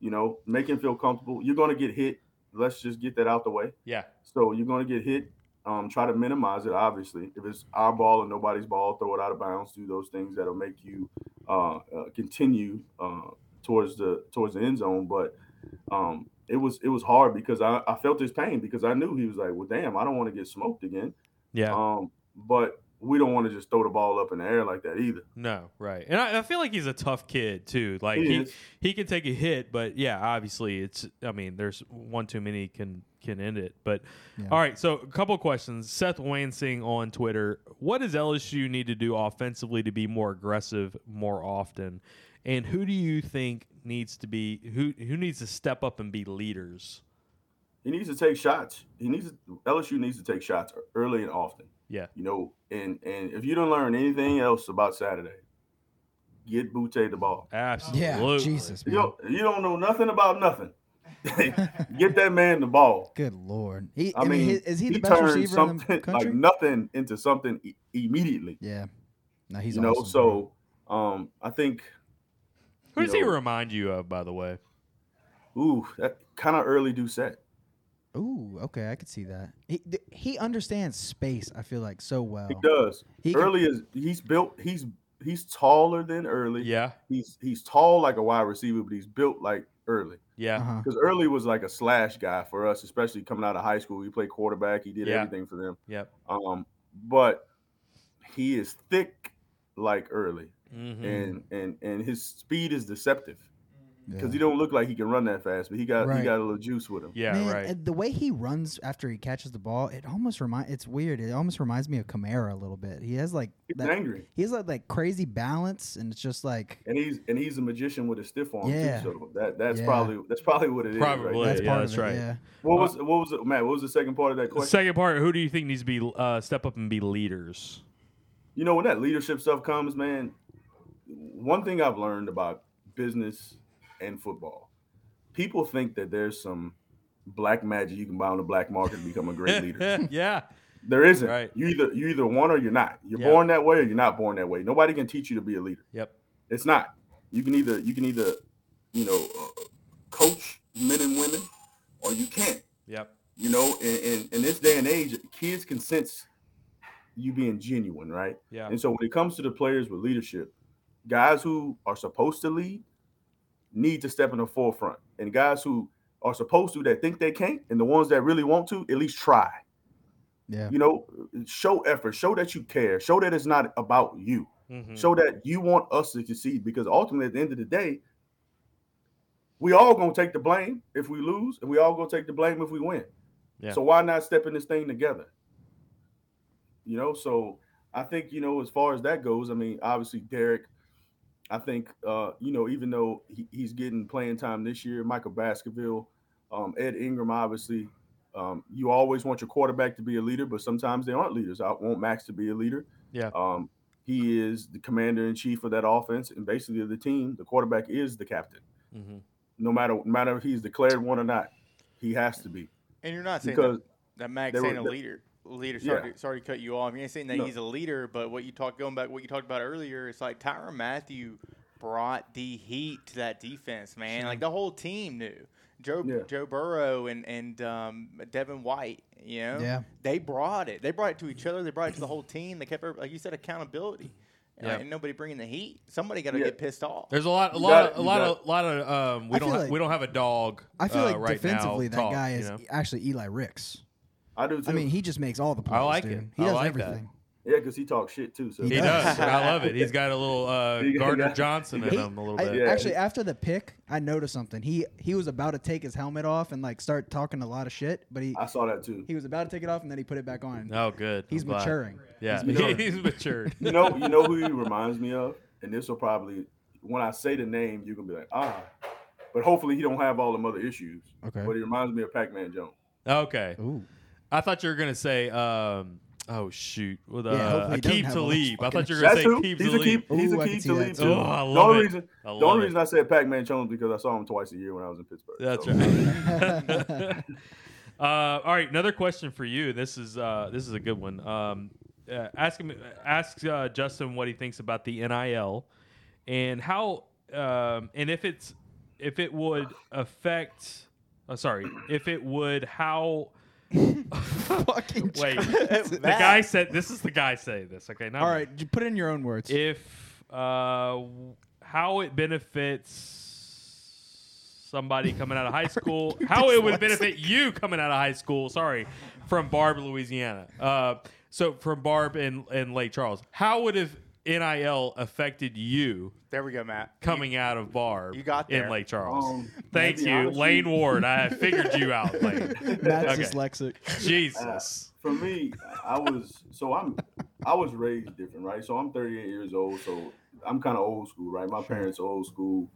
you know, make him feel comfortable. You're going to get hit. Let's just get that out the way.
Yeah.
So you're going to get hit. Um, try to minimize it. Obviously, if it's our ball and nobody's ball, throw it out of bounds. Do those things that'll make you uh, uh, continue uh, towards the towards the end zone. But um, it was it was hard because I, I felt his pain because I knew he was like, well, damn, I don't want to get smoked again.
Yeah.
Um, but we don't want to just throw the ball up in the air like that either.
No, right. And I, I feel like he's a tough kid too. Like
He
he, he,
is.
can take a hit, but yeah, obviously it's I mean, there's one too many can can end it. But
Yeah.
all right, so a couple of questions. Seth Wansing on Twitter. What does LSU need to do offensively to be more aggressive more often? And who do you think needs to be who who needs to step up and be leaders?
He needs to take shots. He needs to, LSU needs to take shots early and often.
Yeah.
You know, and and if you don't learn anything else about Saturday, get Butte the ball.
Yeah,
Absolutely.
Jesus,
You
man.
don't, you don't know nothing about nothing. get that man the ball.
Good lord. He,
I, mean,
he- is he the best
turned
receiver in
something
the country?
like nothing into something i- immediately.
yeah. No, he's
you know,
awesome.
so um, I think
Who does
you
he
know-
remind you of, by the way?
ooh that kind of early Doucette.
Ooh, okay, I could see that. He th- he understands space. I feel like so well.
He does.
Oh. He can-
early is he's built. He's he's taller than early.
Yeah.
he's he's tall like a wide receiver, but he's built like early.
Yeah.
Uh-huh.
Because early was like a slash guy for us, especially coming out of high school. He played quarterback. He did
Yeah.
everything for them.
Yep.
Um, but he is thick like early,
Mhm.
and and and his speed is deceptive because
Yeah.
he don't look like he can run that fast, but he got
Right.
he got a little juice with him.
Yeah.
Man,
right.
uh, the way he runs after he catches the ball, it almost remind. It's weird. It almost reminds me of Kamara a little bit. He has like
He's
that.
angry,
He has like that crazy balance, and it's just like
and he's and he's a magician with a stiff arm
Yeah.
too. So that that's
Yeah.
probably that's probably what it is. right
Probably.
there.
that's
yeah,
part
that's
of it.
right.
Yeah.
Uh,
What was what was it, Matt? What was the second part of that question?
Second part, who do you think needs to be uh, step up and be leaders?
you know when that leadership stuff comes man one thing i've learned about business and football people think that there's some black magic you can buy on the black market and become a great leader
yeah.
there isn't
Right.
you either you either one or you're not you're
Yeah.
born that way or you're not born that way nobody can teach you to be a leader
Yep.
it's not you can either you can either you know uh, coach men and women or you can't
Yep.
you know in, in in this day and age kids can sense you being genuine right
Yeah.
and so when it comes to the players with leadership, guys who are supposed to lead need to step in the forefront. And guys who are supposed to that think they can't, and the ones that really want to, at least try.
Yeah.
You know, show effort, show that you care, show that it's not about you,
Mhm.
show that you want us to succeed. Because ultimately, at the end of the day, we all gonna take the blame if we lose, and we all gonna take the blame if we win.
Yeah.
So why not step in this thing together? You know, so I think you know as far as that goes. I mean, obviously Derek. I think uh, you know even though he, he's getting playing time this year, Michael Baskerville, um, Ed Ingram, obviously. Um, you always want your quarterback to be a leader, but sometimes they aren't leaders. I want Max to be a leader.
Yeah.
Um, he is the commander in chief of that offense and basically of the team. The quarterback is the captain,
Mhm.
no matter no matter if he's declared one or not. He has to be
And you're not saying
because
that, that Max
they were-
ain't a
the-
leader. Leader,
Yeah.
sorry, to, sorry to cut you off. You ain't saying that
No.
he's a leader, but what you talked going back, what you talked about earlier, it's like Tyron Matthew brought the heat to that defense, man. Like the whole team knew Joe
Mm-hmm. Yeah.
Joe Burrow and and um, Devin White. You know,
Yeah.
they brought it. They brought it to each other. They brought it to the whole team. They kept, every- like you said, accountability. And,
Yeah.
and nobody bringing the heat. Somebody got to
Yeah.
get pissed off.
There's a lot, a
You
lot,
got
of,
it,
a
you
lot,
got
of, a lot of. Um, we
I
don't,
feel
ha-
like-
we don't have a dog.
I feel
uh,
like
right now
defensively, that
talk,
guy
you
is
know?
actually Eli Ricks.
I do too.
I mean, he just makes all the plays.
I like
dude.
it.
He
I
does
like that.
everything.
yeah, because he talks shit too. So
He
Yeah.
does. and I love it. He's got a little uh,
He got-
Gardner
yeah.
Johnson in
He-
him a little
I-
bit.
Yeah.
Actually, after the pick, I noticed something. He he was about to take his helmet off and like start talking a lot of shit, but he
I saw that too.
he was about to take it off and then he put it back on.
Oh, good.
He's
I'm glad.
maturing.
Yeah,
He's maturing.
he's matured.
You know, you know who he reminds me of, and this will probably when I say the name, you're gonna be like, ah. But hopefully, he don't have all them other issues.
Okay.
But he reminds me of Pac-Man Jones.
Okay,
Ooh.
I thought you were gonna say, um, oh shoot, with uh,
Yeah, hopefully he doesn't
Akeem
have all
Talib. I
those
thought you were gonna say
That's who.
Akeem
He's a
Talib.
keep. He's
Ooh,
a
I
keep
can see
to
that
lead
too.
too.
Oh, I
the
love
only
it.
reason,
I
the
love
only
it.
reason I said Pac-Man Jones because I saw him twice a year when I was in Pittsburgh.
That's
so.
right. uh, all right, another question for you. This is uh, this is a good one. Um, uh, ask him, ask uh, Justin what he thinks about the NIL and how um, and if it's if it would affect. Uh, sorry, if it would how.
Fucking
Wait, the guy said this is the guy saying this. Okay, not
All
me.
right, j- put it in your own words.
if uh, w- how it benefits somebody coming out of high school, how it would benefit you coming out of high school. Sorry, from Barb, Louisiana. Uh, so from Barb and and Lake Charles, how would have NIL affected you
There we go, Matt.
coming out of Barb
you got
in
there.
Lake Charles?
Um,
Thank
maybe
you,
honestly-
Lane Ward. I figured you out, Lane.
Matt's
okay.
dyslexic.
Jesus.
for me, I was so I'm I was raised different, right? So I'm 38 years old, so I'm kind of old school, right? My parents are old school.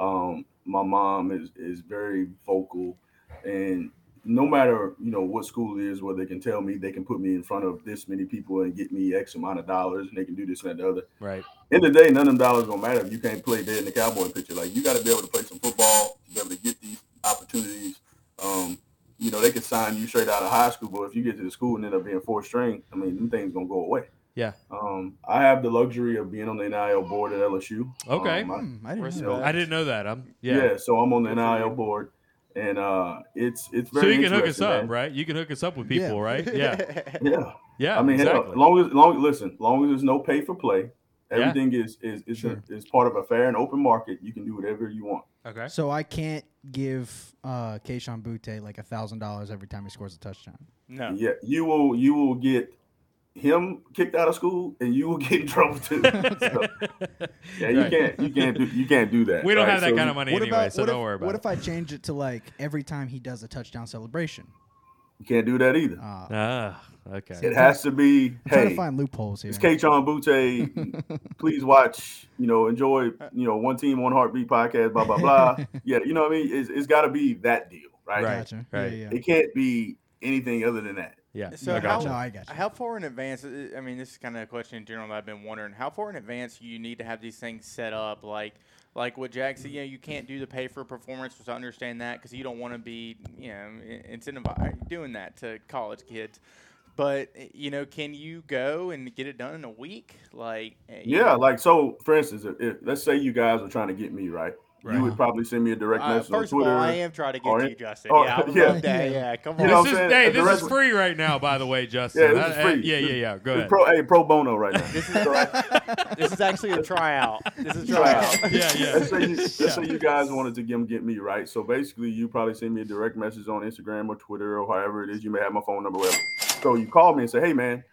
Um, my mom is is very vocal, and no matter you know what school it is, where they can tell me they can put me in front of this many people and get me X amount of dollars, and they can do this and that and the other.
Right.
End of the day, none of them dollars gonna matter if you can't play dead in the cowboy picture. Like you got to be able to play some football, you got to get these opportunities. Um, you know they could sign you straight out of high school, but if you get to the school and end up being fourth string, I mean, them things gonna go away.
Yeah.
Um, I have the luxury of being on the NIL board at LSU.
Okay.
Um, I-
Hmm, I didn't
you
know.
know,
I didn't know that. I'm
yeah.
yeah.
so I'm on the NIL board, and uh, it's it's
So
very.
you can hook us
interesting,
up,
man.
right? You can hook us up with people, right? Yeah.
Yeah,
Yeah.
I mean, hell,
exactly.
long as long listen, long as there's no pay for play,
Yeah.
everything is is is,
Sure.
is part of a fair and open market. You can do whatever you want.
okay.
So I can't give uh, Keishon Butte like a thousand dollars every time he scores a touchdown.
No.
Yeah, you will you will get him kicked out of school, and you will get in trouble too. So, yeah, you
Right.
can't you can't do you can't do that.
We don't
right?
have that
So
kind
you-
of money
what
anyway,
about
so
what
don't
if,
worry about
what
it.
if I change it to like every time he does a touchdown celebration?
You can't do that either.
Uh,
ah, okay.
It has to be
I'm trying to
hey,
find loopholes here.
It's K-Chon Butte. Please watch, you know, enjoy, you know, one team, one heartbeat podcast, blah, blah, blah. yeah, you know what I mean? It's, it's got to be that deal, right?
Right.
Gotcha.
right.
Yeah, yeah.
It can't be anything other than that.
Yeah.
So
I
how-
gotcha.
No, I got you.
How far in advance? uh, I mean, this is kind of a question in general that I've been wondering. How far in advance you need to have these things set up? Like, like what Jack said, you know, you can't do the pay for performance, which I understand that because you don't want to be, you know, incentivized doing that to college kids. But eh, you know, can you go and get it done in a week? Like, eh, you
Yeah,
know,
like, so, for instance, if, if let's say you guys were trying to get me, right?
Right.
You would probably send me a direct
uh,
message on
first of
Twitter.
all, I am trying to get
or
to
in-
you, Justin.
or-
yeah, I would
yeah.
love that. Yeah, come
You
on.
know what
This
I'm
is
saying?
hey,
As a
this is
wrestler-
free right now, by the way, Justin.
Yeah, this
I-
is
I-
free.
yeah,
This-
yeah, yeah. Go
It's
ahead.
pro, hey, pro bono right now.
This is
So, like,
this is actually a tryout. This is a
Tryout.
tryout.
yeah,
let's
yeah.
say you, let's say you guys wanted to get, get me right. So basically, you probably send me a direct message on Instagram or Twitter or however it is. You may have my phone number, whatever. So you call me and say, "Hey, man,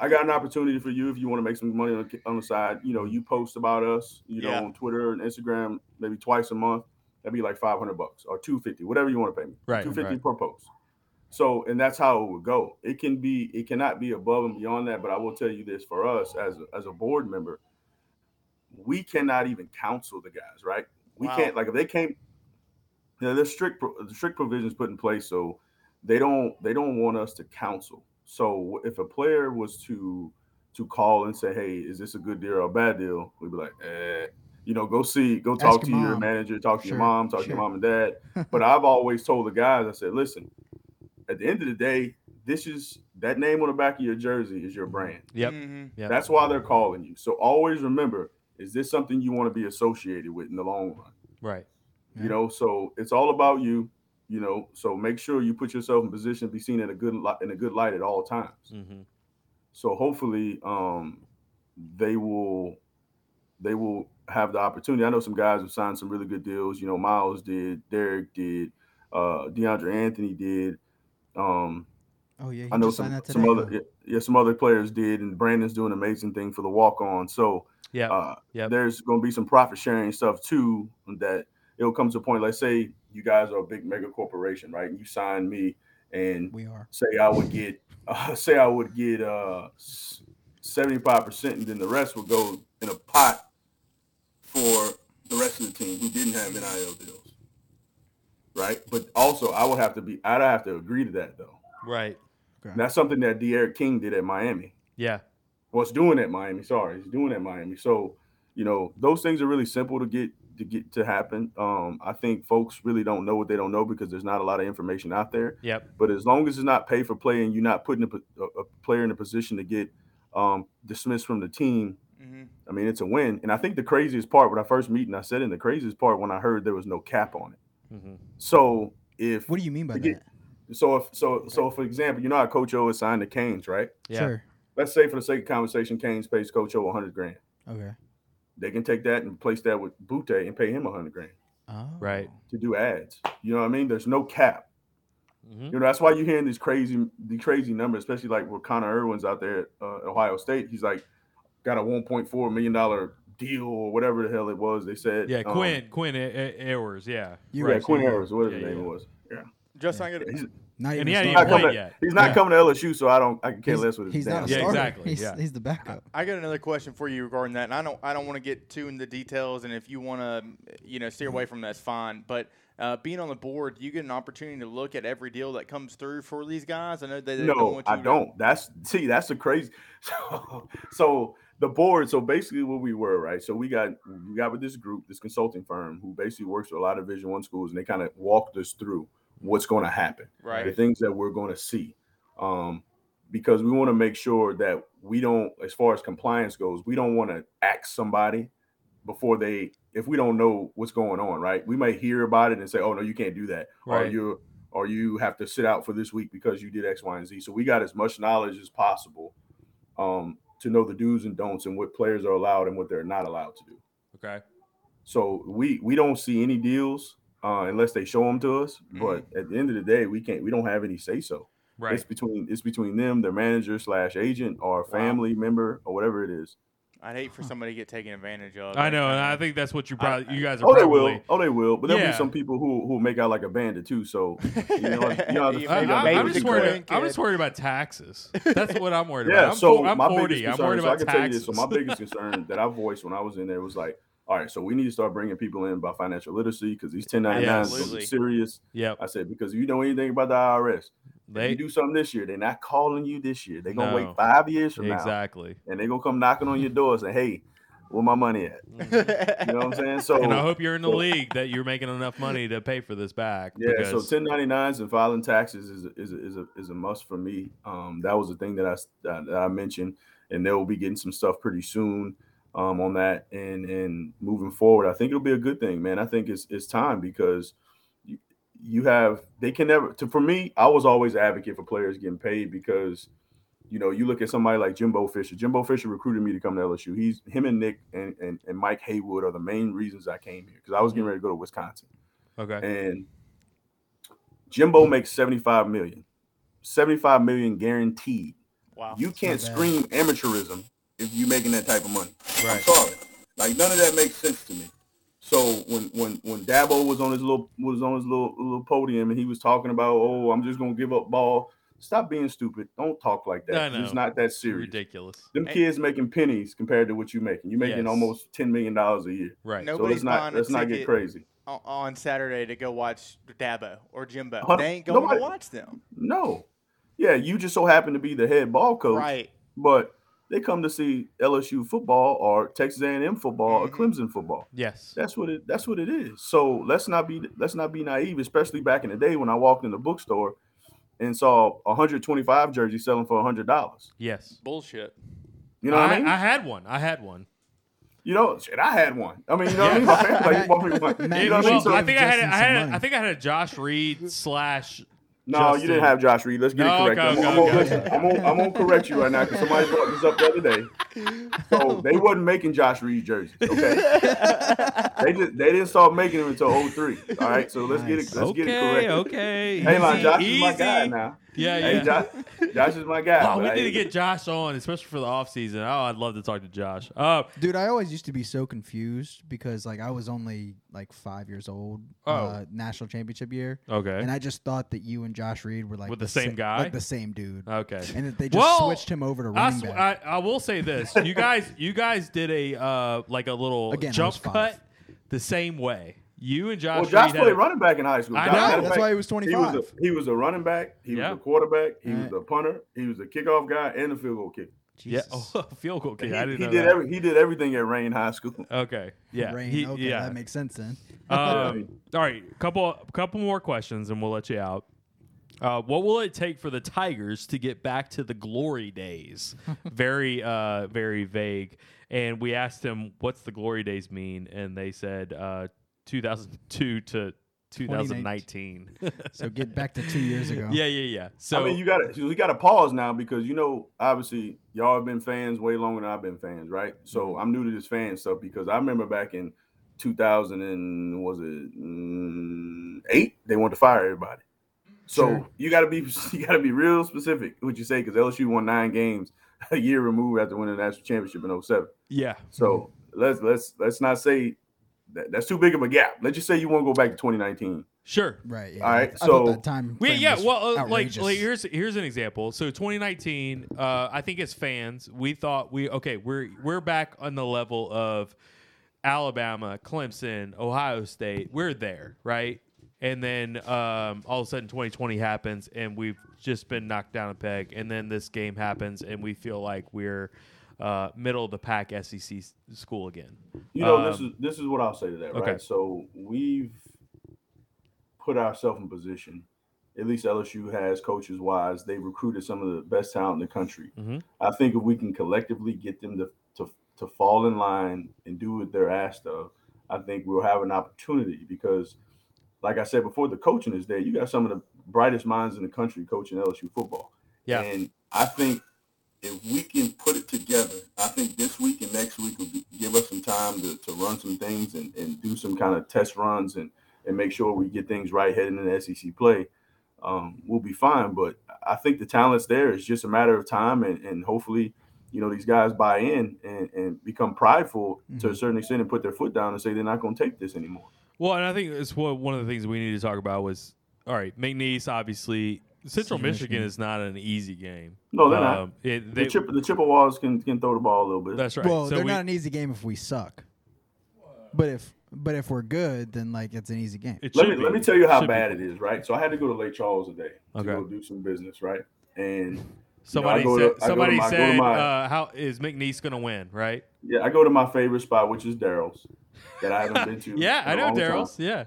I got an opportunity for you. If you want to make some money on the, on the side, you know, you post about us, you know,
Yeah.
on Twitter and Instagram, maybe twice a month. That'd be like five hundred bucks or two fifty, whatever you want to pay me.
Right,
two fifty
right.
per post. So, and that's how it would go. It can be, it cannot be above and beyond that. But I will tell you this: for us as a, as a board member, we cannot even counsel the guys, right? We
Wow.
can't like if they came. You know, there's strict pro- strict provisions put in place, so they don't they don't want us to counsel. So if a player was to to call and say, "Hey, is this a good deal or a bad deal?" We'd be like, eh. "You know, go see, go talk to
your
your
mom.
manager, talk to your
Sure,
mom, talk to
sure.
your mom and dad." but I've always told the guys, I said, "Listen, at the end of the day, this is that name on the back of your jersey is your brand.
Yep.
Mhm.
Yep.
That's why they're calling you. So always remember, is this something you want to be associated with in the long run?
Right.
Yeah.
You know, so it's all about you. You know, so make sure you put yourself in position to be seen in a good light in a good light at all times.
Mm.
Mm-hmm.
So hopefully, um, they will they will have the opportunity. I know some guys have signed some really good deals. You know, Miles did, Derek did, uh, DeAndre Anthony did. Um,
Oh yeah, he
I know
just signed
some,
that today.
some other yeah, yeah, some other players did, and Brandon's doing an amazing thing for the walk on. So
Yeah.
uh,
Yep.
there's going to be some profit sharing stuff too. That it'll come to a point. Let's say you guys are a big mega corporation, right? And you sign me, and
we are.
say I would get uh, say I would get uh seventy five percent, and then the rest would go in a pot for the rest of the team who didn't have nil deals, right? But also, I would have to be I'd have to agree to that though.
Right.
And that's something that De'Aaron King did at Miami.
Yeah.
Well, it's doing at Miami. Sorry, it's doing at Miami. So, you know, those things are really simple to get to get to happen. Um, I think folks really don't know what they don't know because there's not a lot of information out there.
Yep.
But as long as it's not pay for play and you're not putting a, po- a- a player in a position to get um, dismissed from the team,
Mhm.
I mean, it's a win. And I think the craziest part when I first meet and I said, in the craziest part when I heard there was no cap on it.
Mhm.
So if
What do you mean by
to
that?
get- so if so so for example, you know how Coach O assigned the Canes, right?
Yeah.
Sure.
let's say for the sake of conversation, Canes pays Coach O 100 grand.
Okay.
They can take that and replace that with Butte and pay him 100 grand
Oh.
Right.
to do ads. You know what I mean? There's no cap.
Mm-hmm.
You know that's why you're hearing these crazy, the crazy numbers, especially like with Connor Irwin's out there at uh, Ohio State. He's like got a 1.4 million dollar deal or whatever the hell it was. They said
Yeah.
um,
Quinn. Quinn e- e- Errors. Yeah.
You
Yeah,
right.
Quinn Harris, whatever
Yeah,
his name
yeah.
was. Yeah,
Justin, I got
he's,
Not
And
even
he
a
hadn't
not
even
starter.
played
coming,
yet.
he's not
Yeah.
coming to LSU, so I don't, I can't
He's-
less with his
He's
damn
not a
Yeah,
starter.
exactly,
He's,
yeah.
he's the backup.
I got another question for you regarding that, and I don't I don't want to get too into the details, and if you want to, you know, steer away from that's fine. But uh, being on the board, you get an opportunity to look at every deal that comes through for these guys. I know they, they don't
no,
want you
I
to-
don't. That's see, that's a crazy. So, so the board. So basically, what we were right. So we got we got with this group, this consulting firm, who basically works with a lot of Division One schools, and they kind of walked us through what's going to happen,
Right.
The things that we're going to see, um, because we want to make sure that we don't, as far as compliance goes, we don't want to ax somebody before they, if we don't know what's going on, right? We might hear about it and say, "Oh no, you can't do that," or
Right.
you or you have to sit out for this week because you did X, Y, and Z. So we got as much knowledge as possible um, to know the do's and don'ts and what players are allowed and what they're not allowed to do.
Okay.
So we we don't see any deals uh, unless they show them to us. But at the end of the day, we can't. We don't have any say so. It's
Mm-hmm. Right.
between it's between them, their manager slash agent or family member or whatever it is.
I'd hate for somebody to get taken advantage of.
I know, and
Like,
I think that's what you
I-
probably you guys are
Oh, they
probably.
will. Oh, they will. But there'll
Yeah.
be some people who who make out like a bandit too. So you know, you know,
You
I,
Maybe
I,
maybe
am
we
just
can
worried.
crank
I'm
it.
just worried about taxes. That's what I'm worried
yeah.
about. I'm,
so
fo- I'm
my
40.
biggest
I'm
concern,
worried
so I
about
can tell you
taxes.
this. So my biggest concern that I voiced when I was in there was like, all right, so we need to start bringing people in by financial literacy because these 1099s are gonna
Absolutely.
be serious.
yep.
I said because if you know anything about the IRS, if
They
you do something this year, they're not calling you this year. They're gonna
No.
wait five years from now,
exactly.
and they're gonna come knocking on your door and say, hey, where my money at? You know what I'm saying? So
and I hope you're in the
so-
league that you're making enough money to pay for this back.
Yeah, so
because-
1099s and filing taxes is a, is a, is a, is a must for me. Um, that was the thing that I s- that I mentioned, and they will be getting some stuff pretty soon um, on that. And and moving forward, I think it'll be a good thing, man. I think it's it's time because you, you have they can never. To, for me, I was always an advocate for players getting paid because you know you look at somebody like Jimbo Fisher. Jimbo Fisher recruited me to come to LSU. He's him and Nick and and, and Mike Haywood are the main reasons I came here because I was
Mm-hmm.
getting ready to go to Wisconsin
okay.
and Jimbo makes 75 million. 75 million guaranteed.
Wow.
You can't
not bad.
scream amateurism if you're making that type of money. I'm
Right.
sorry. Like none of that makes sense to me. So when when when Dabo was on his little was on his little little podium and he was talking about, oh, I'm just gonna give up ball. Stop being stupid. Don't talk like
I
that.
know.
It's not that serious.
Ridiculous.
Them
Hey.
kids making pennies compared to what you're making. You're making
Yes.
almost ten million dollars a year.
Right.
so let's
Nobody's
not
buying a
let's not get
ticket.
crazy.
on- on Saturday to go watch Dabo or Jimbo.
Huh?
They ain't going
Nobody-
to watch them.
No. Yeah, you just so happen to be the head ball coach,
Right.
but they come to see LSU football or Texas A&M football
Mhm.
or Clemson football.
Yes.
That's what it that's what it is. So let's not be let's not be naive, especially back in the day when I walked in the bookstore and saw a 125 jersey selling for $100.
Yes.
Bullshit.
You know what
I,
I mean?
I had one. I had one.
you know, shit, I had one. I mean, you know what I mean? My family like, bought me one.
Matt,
you know what I mean?
well,
So,
I think I had.
Justin
I
some
had.
money.
I think I had a Josh Reed slash.
no, you
Justin.
didn't have Josh Reed. Let's get
No,
it correct.
okay,
I'm,
okay,
I'm gonna,
okay.
listen, I'm, gonna, I'm gonna correct you right now because somebody brought this up the other day. So they wasn't making Josh Reed jerseys. Okay, they just they didn't start making them until 03. All right, so let's get it let's get it correct.
Okay. Okay.
Hey, man,
Easy,
Josh is my
easy.
guy now.
Yeah. Yeah.
Hey, Josh, Josh is my guy.
Oh, we
but
need to
hey,
get Josh on, especially for the offseason. Oh, I'd love to talk to Josh. Uh,
Dude, I always used to be so confused because like I was only like five years old.
Oh.
Uh, national championship year,
okay.
and I just thought that you and Josh Reed were like
Were the same
sa-
guy?
like the same dude,
Okay.
and that they just
Well,
switched him over to
I,
running
sw-
back.
I, I will say this: you guys, you guys did a uh, like a little
Again, I was
jump
five.
cut the same way. You and Josh.
Well, Josh
Reed had
played
a-
running back in high school.
I
Josh
know,
had a
that's
back-
why he was
He was, a,
25.
he was a running back. He
Yeah.
was a quarterback. He was
Alright.
a punter. He was a kickoff guy and a field goal kick.
Yeah,
Jesus.
oh, field goal kick. I
he,
didn't
he
know
did
that. Um,
every, he did everything at Rain High School.
Okay. Yeah.
Rain.
he-
okay,
yeah.
that makes sense then.
Um, all right. Couple couple more questions, and we'll let you out. Uh, what will it take for the Tigers to get back to the glory days? very, uh, very vague. And we asked them, "What's the glory days mean?" And they said, uh, "2002 to 2019."
So get back to two years ago.
yeah, yeah, yeah. So
I mean, you got to we got to pause now because you know, obviously, y'all have been fans way longer than I've been fans, right? So I'm new to this fan stuff because I remember back in 2000 and was it mm, eight? They wanted to fire everybody. So
Sure.
you got to be you got to be real specific what you say because LSU won nine games a year removed after winning the national championship in 07.
yeah,
So let's let's let's not say that, that's too big of a gap. Let's just say you want to go back to 2019.
sure.
Right. Yeah.
All right,
I thought
so-
that time.
Yeah,
frame
yeah.
was
Well, uh, like,
outrageous.
like here's here's an example. So 2019, uh, I think as fans, we thought we okay, we're we're back on the level of Alabama, Clemson, Ohio State. We're there, right? And then um, all of a sudden, 2020 happens, and we've just been knocked down a peg. And then this game happens, and we feel like we're uh, middle of the pack SEC s- school again.
You know, this
Um,
is this is what I'll say to that,
okay.
right? So we've put ourselves in position. At least LSU has coaches wise. They recruited some of the best talent in the country.
Mhm.
I think if we can collectively get them to, to to fall in line and do what they're asked of, I think we'll have an opportunity because, like I said before, the coaching is there. You got some of the brightest minds in the country coaching LSU football.
Yeah.
And I think if we can put it together, I think this week and next week will be, give us some time to, to run some things and, and do some kind of test runs and, and make sure we get things right heading into SEC play. Um, we'll be fine. But I think the talent's there. It's just a matter of time. And, and hopefully, you know, these guys buy in and, and become prideful to
Mm-hmm.
a certain extent and put their foot down and say they're not going to take this anymore.
Well, and I think it's what one of the things we need to talk about was all right, McNeese obviously Central
Central
Michigan
Michigan.
is not an easy game.
No, they're not.
Um, it-
The,
they-
Chip, the Chippewas can, can throw the ball a little bit.
that's right.
Well,
so
they're
we,
not an easy game if we suck. But if but if we're good, then like it's an easy game.
it
let
should
me
be.
let me tell you how
Should be.
bad it is, right? So I had to go to Lake Charles today
Okay.
to go do some business, right? And
Somebody
I go to-
said
I go to
somebody
my- I go to
said
my-
uh, how is McNeese going to win, right?
yeah, I go to my favorite spot, which is Daryl's, that I haven't been to.
yeah,
in a
I know
long time.
Daryl's. Yeah.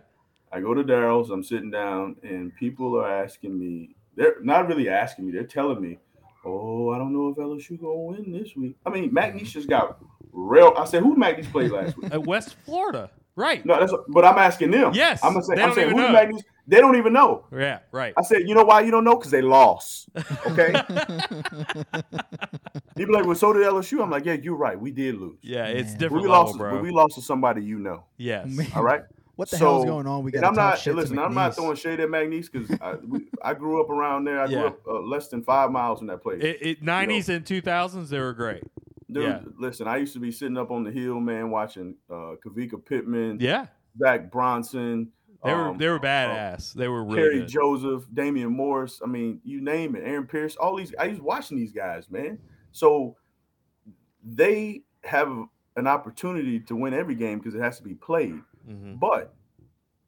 I go to Daryl's. I'm sitting down, and people are asking me. They're not really asking me. They're telling me, "Oh, I don't know if LSU gonna win this week." I mean, McNeese just got real. I said, "Who McNeese played last week?"
At West Florida. Right.
No, that's but I'm asking them.
Yes,
I'm gonna say,
they
I'm
don't
saying,
even
who's
know.
McNeese? They don't even know.
Yeah, right.
I said, you know why you don't know? Because they lost. Okay. People like, well, so did LSU. I'm like, yeah, you're right. We did lose.
Yeah, it's
Man.
But
different
we
level,
lost,
bro.
but we lost to somebody you know.
yes.
All right.
What the
So-
hell is going on? We got
and I'm
talk
not
shit to
listen. I'm not
McNeese.
throwing shade at McNeese because I, we- I grew up around there. I
Yeah.
grew up uh, less than five miles from that place.
It, it, 90s and 2000s, they were great.
Dude,
yeah.
listen. I used to be sitting up on the hill, man, watching uh, Kavika Pittman,
Yeah.
Zach Bronson.
They were
um,
they were
uh,
badass. They were really
Kerry
good.
Joseph, Damian Morris. I mean, you name it. Aaron Pierce. All these. I was watching these guys, man. So they have an opportunity to win every game because it has to be played.
Mhm.
But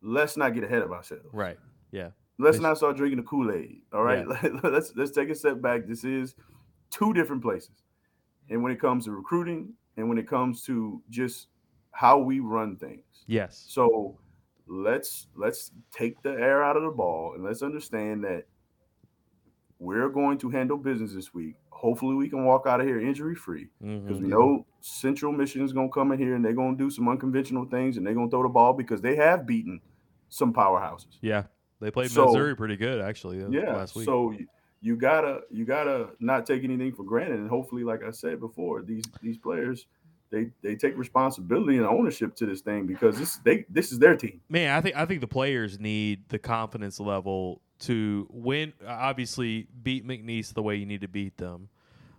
let's not get ahead of ourselves.
Right.
Let's
Yes.
not start drinking the Kool Aid. All right. let's let's take a step back. This is two different places, and when it comes to recruiting, and when it comes to just how we run things.
Yes.
So let's let's take the air out of the ball and let's understand that we're going to handle business this week. Hopefully, we can walk out of here injury free because
Mhm.
we know Central Michigan's going to come in here and they're going to do some unconventional things and they're going to throw the ball because they have beaten some powerhouses.
Yeah. They played
So-
Missouri pretty good actually uh,
Yeah.
last week.
So you, you gotta you gotta not take anything for granted, and hopefully, like I said before, these these players they they take responsibility and ownership to this thing because this they this is their team.
man, I think I think the players need the confidence level to win. Obviously, beat McNeese the way you need to beat them.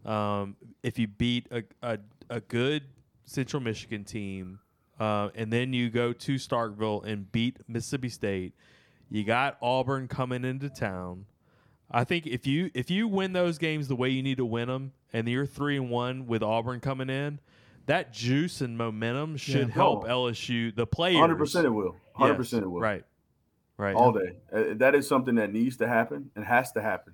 Um, if you beat a, a a good Central Michigan team, uh, and then you go to Starkville and beat Mississippi State, you got Auburn coming into town. I think if you if you win those games the way you need to win them, and you're three and one with Auburn coming in, that juice and momentum should
Yeah.
help
No.
LSU the players.
Hundred percent, it will. Hundred
Yes,
percent, it will.
Right. Right.
all day. Uh, That is something that needs to happen and has to happen.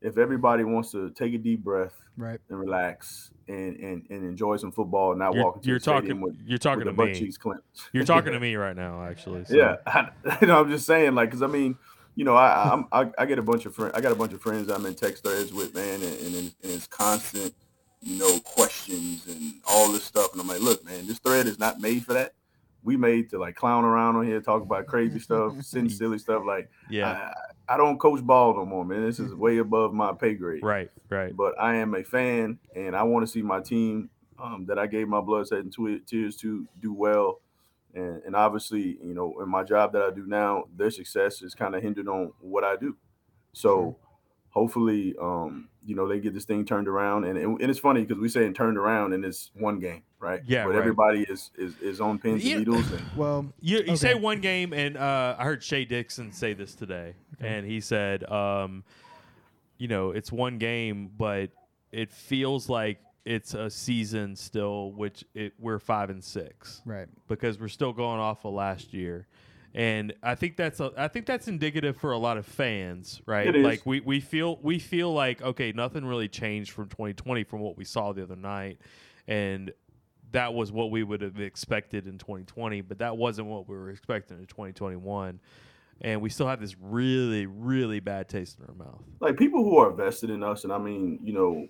If everybody wants to take a deep breath
Right.
and relax and and, and enjoy some football, and not
You're,
walk into
you're
the stadium
talking.
with,
you're talking
with
to
a butt
me.
cheeks clenched.
You're talking to me right now, actually. so-
Yeah, I, you know, I'm just saying, like, because I mean, you know, I I'm, I, I get a bunch of friends. I got a bunch of friends I'm in text threads with, man, and, and, it's- and it's constant, you know, questions and all this stuff. And I'm like, look, man, this thread is not made for that. We made to like clown around on here, talk about crazy stuff, send silly stuff. Like,
Yeah.
I, I don't coach ball no more, man. This is way above my pay grade.
Right. Right.
But I am a fan, and I want to see my team um, that I gave my blood, sweat, and twe- tears to do well. And, and obviously, you know, in my job that I do now, their success is kind of hindered on what I do. So hopefully, um, you know, they get this thing turned around. And, and, and it's funny because we saying turned around and it's one game, right?
Yeah,
But
right.
everybody is, is is on pins
Yeah.
and needles. And
Well,
You, you
Okay.
say one game, and uh, I heard Shay Dixon say this today, and he said, um, you know, it's one game, but it feels like it's a season still, which it, we're five and six
right.
because we're still going off of last year. and I think that's a, I think that's indicative for a lot of fans, right?
It is.
Like we, we feel we feel like okay, nothing really changed from 2020 from what we saw the other night, and that was what we would have expected in 2020, but that wasn't what we were expecting in 2021, and we still have this really really bad taste in our mouth.
like people who are vested in us, and I mean, you know,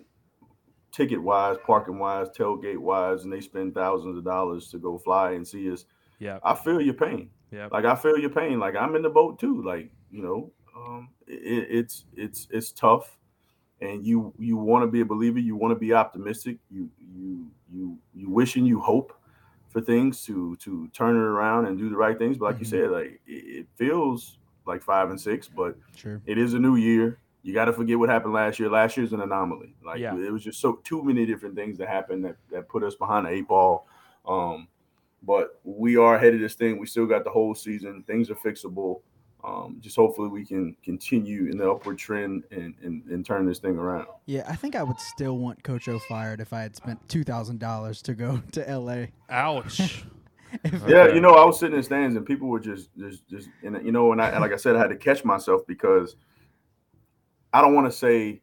ticket wise, parking wise, tailgate wise, and they spend thousands of dollars to go fly and see us.
Yep.
I feel your pain.
Yep.
Like I feel your pain. Like I'm in the boat too. Like you know, um, it, it's it's it's tough, and you you want to be a believer. You want to be optimistic. You you you you wish and you hope for things to to turn it around and do the right things. But like you
Mm-hmm.
Mhm.
said, like it, it feels like five and six, but
Sure.
it is a new year. You got to forget what happened last year. Last year's an anomaly. Like
Yeah.
it was just so too many different things that happened that, that put us behind the eight ball. Um, but we are ahead of this thing. We still got the whole season. Things are fixable. Um, just hopefully we can continue in the upward trend and, and, and turn this thing around.
Yeah, I think I would still want Coach O fired if I had spent two thousand dollars to go to L.A.
Ouch.
If-
Yeah,
Okay.
you know, I was sitting in the stands and people were just, just, just, and you know, and I, and like I said, I had to catch myself because I don't want to say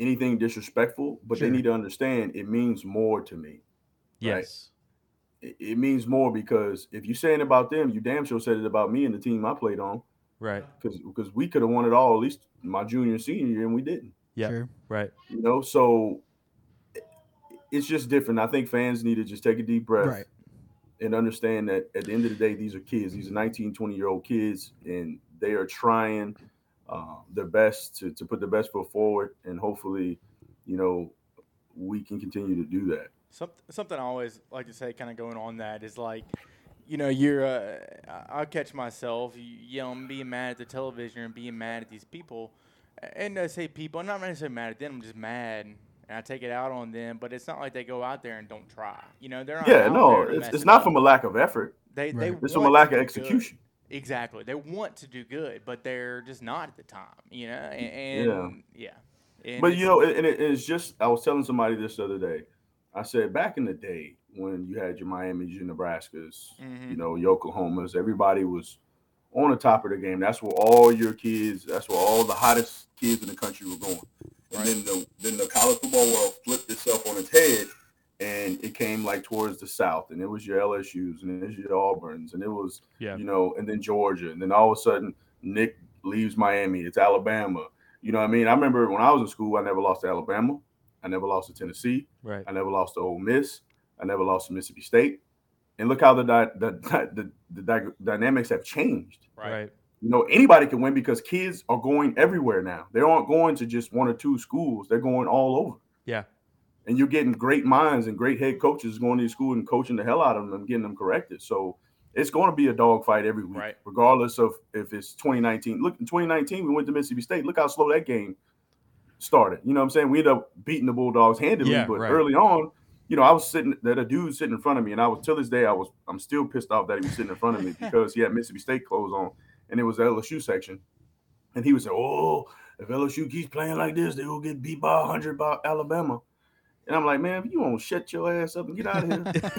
anything disrespectful, but
Sure.
they need to understand it means more to me.
yes.
It, it means more because if you're saying about them, you damn sure said it about me and the team I played on,
Right.
because because we could have won it all at least my junior and senior year, and we didn't.
Yeah.
Sure.
Right.
You know, so it- it's just different. I think fans need to just take a deep breath
Right.
and understand that at the end of the day, these are kids. These are 19, 20 year old kids, and they are trying uh, their best to, to put their best foot forward. And hopefully, you know, we can continue to do that.
Something, something I always like to say, kind of going on that, is like, you know, you're, uh, I- I'll catch myself yelling, being mad at the television and being mad at these people. And I say people, I'm not necessarily mad at them, I'm just mad. And I take it out on them, but it's not like they go out there and don't try. You know, they're not.
Yeah,
out
no,
there to
it's,
mess
it's
it
not
up.
from a lack of effort,
They, they
Right.
it's from a
want
lack
to
of
do good.
execution.
Exactly. They want to do good, but they're just not at the time, you know? And,
Yeah.
and yeah. And
But
it's-
you know, it- and it, it's just I was telling somebody this the other day. I said back in the day when you had your Miami's, your Nebraskas,
Mhm.
you know, your Oklahomas, everybody was on the top of the game. That's where all your kids, that's where all the hottest kids in the country were going. And then the then the college football world flipped itself on its head and it came like towards the south and it was your LSU's and it was your Auburns and it was
Yeah.
you know, and then Georgia, and then all of a sudden Nick leaves Miami. It's Alabama. You know what I mean? I remember when I was in school, I never lost to Alabama. I never lost to Tennessee.
Right.
I never lost to Ole Miss. I never lost to Mississippi State. And look how the di- the the, the, dy- dynamics have changed.
Right.
You know, anybody can win because kids are going everywhere now. They aren't going to just one or two schools. They're going all over.
Yeah.
And you're getting great minds and great head coaches going to school and coaching the hell out of them and getting them corrected. So it's going to be a dogfight every week,
Right.
regardless of if it's 2019. Look, in 2019, we went to Mississippi State. Look how slow that game started. You know what I'm saying? We ended up beating the Bulldogs handily,
Yeah,
but
right.
early on, you know, I was sitting that a dude sitting in front of me, and I was till this day, I was I'm still pissed off that he was sitting in front of me because he had Mississippi State clothes on, and it was the LSU section, and he was saying, "Oh, if LSU keeps playing like this, they will get beat by 100 by Alabama." And I'm like, man, if you won't shut your ass up and get out of here.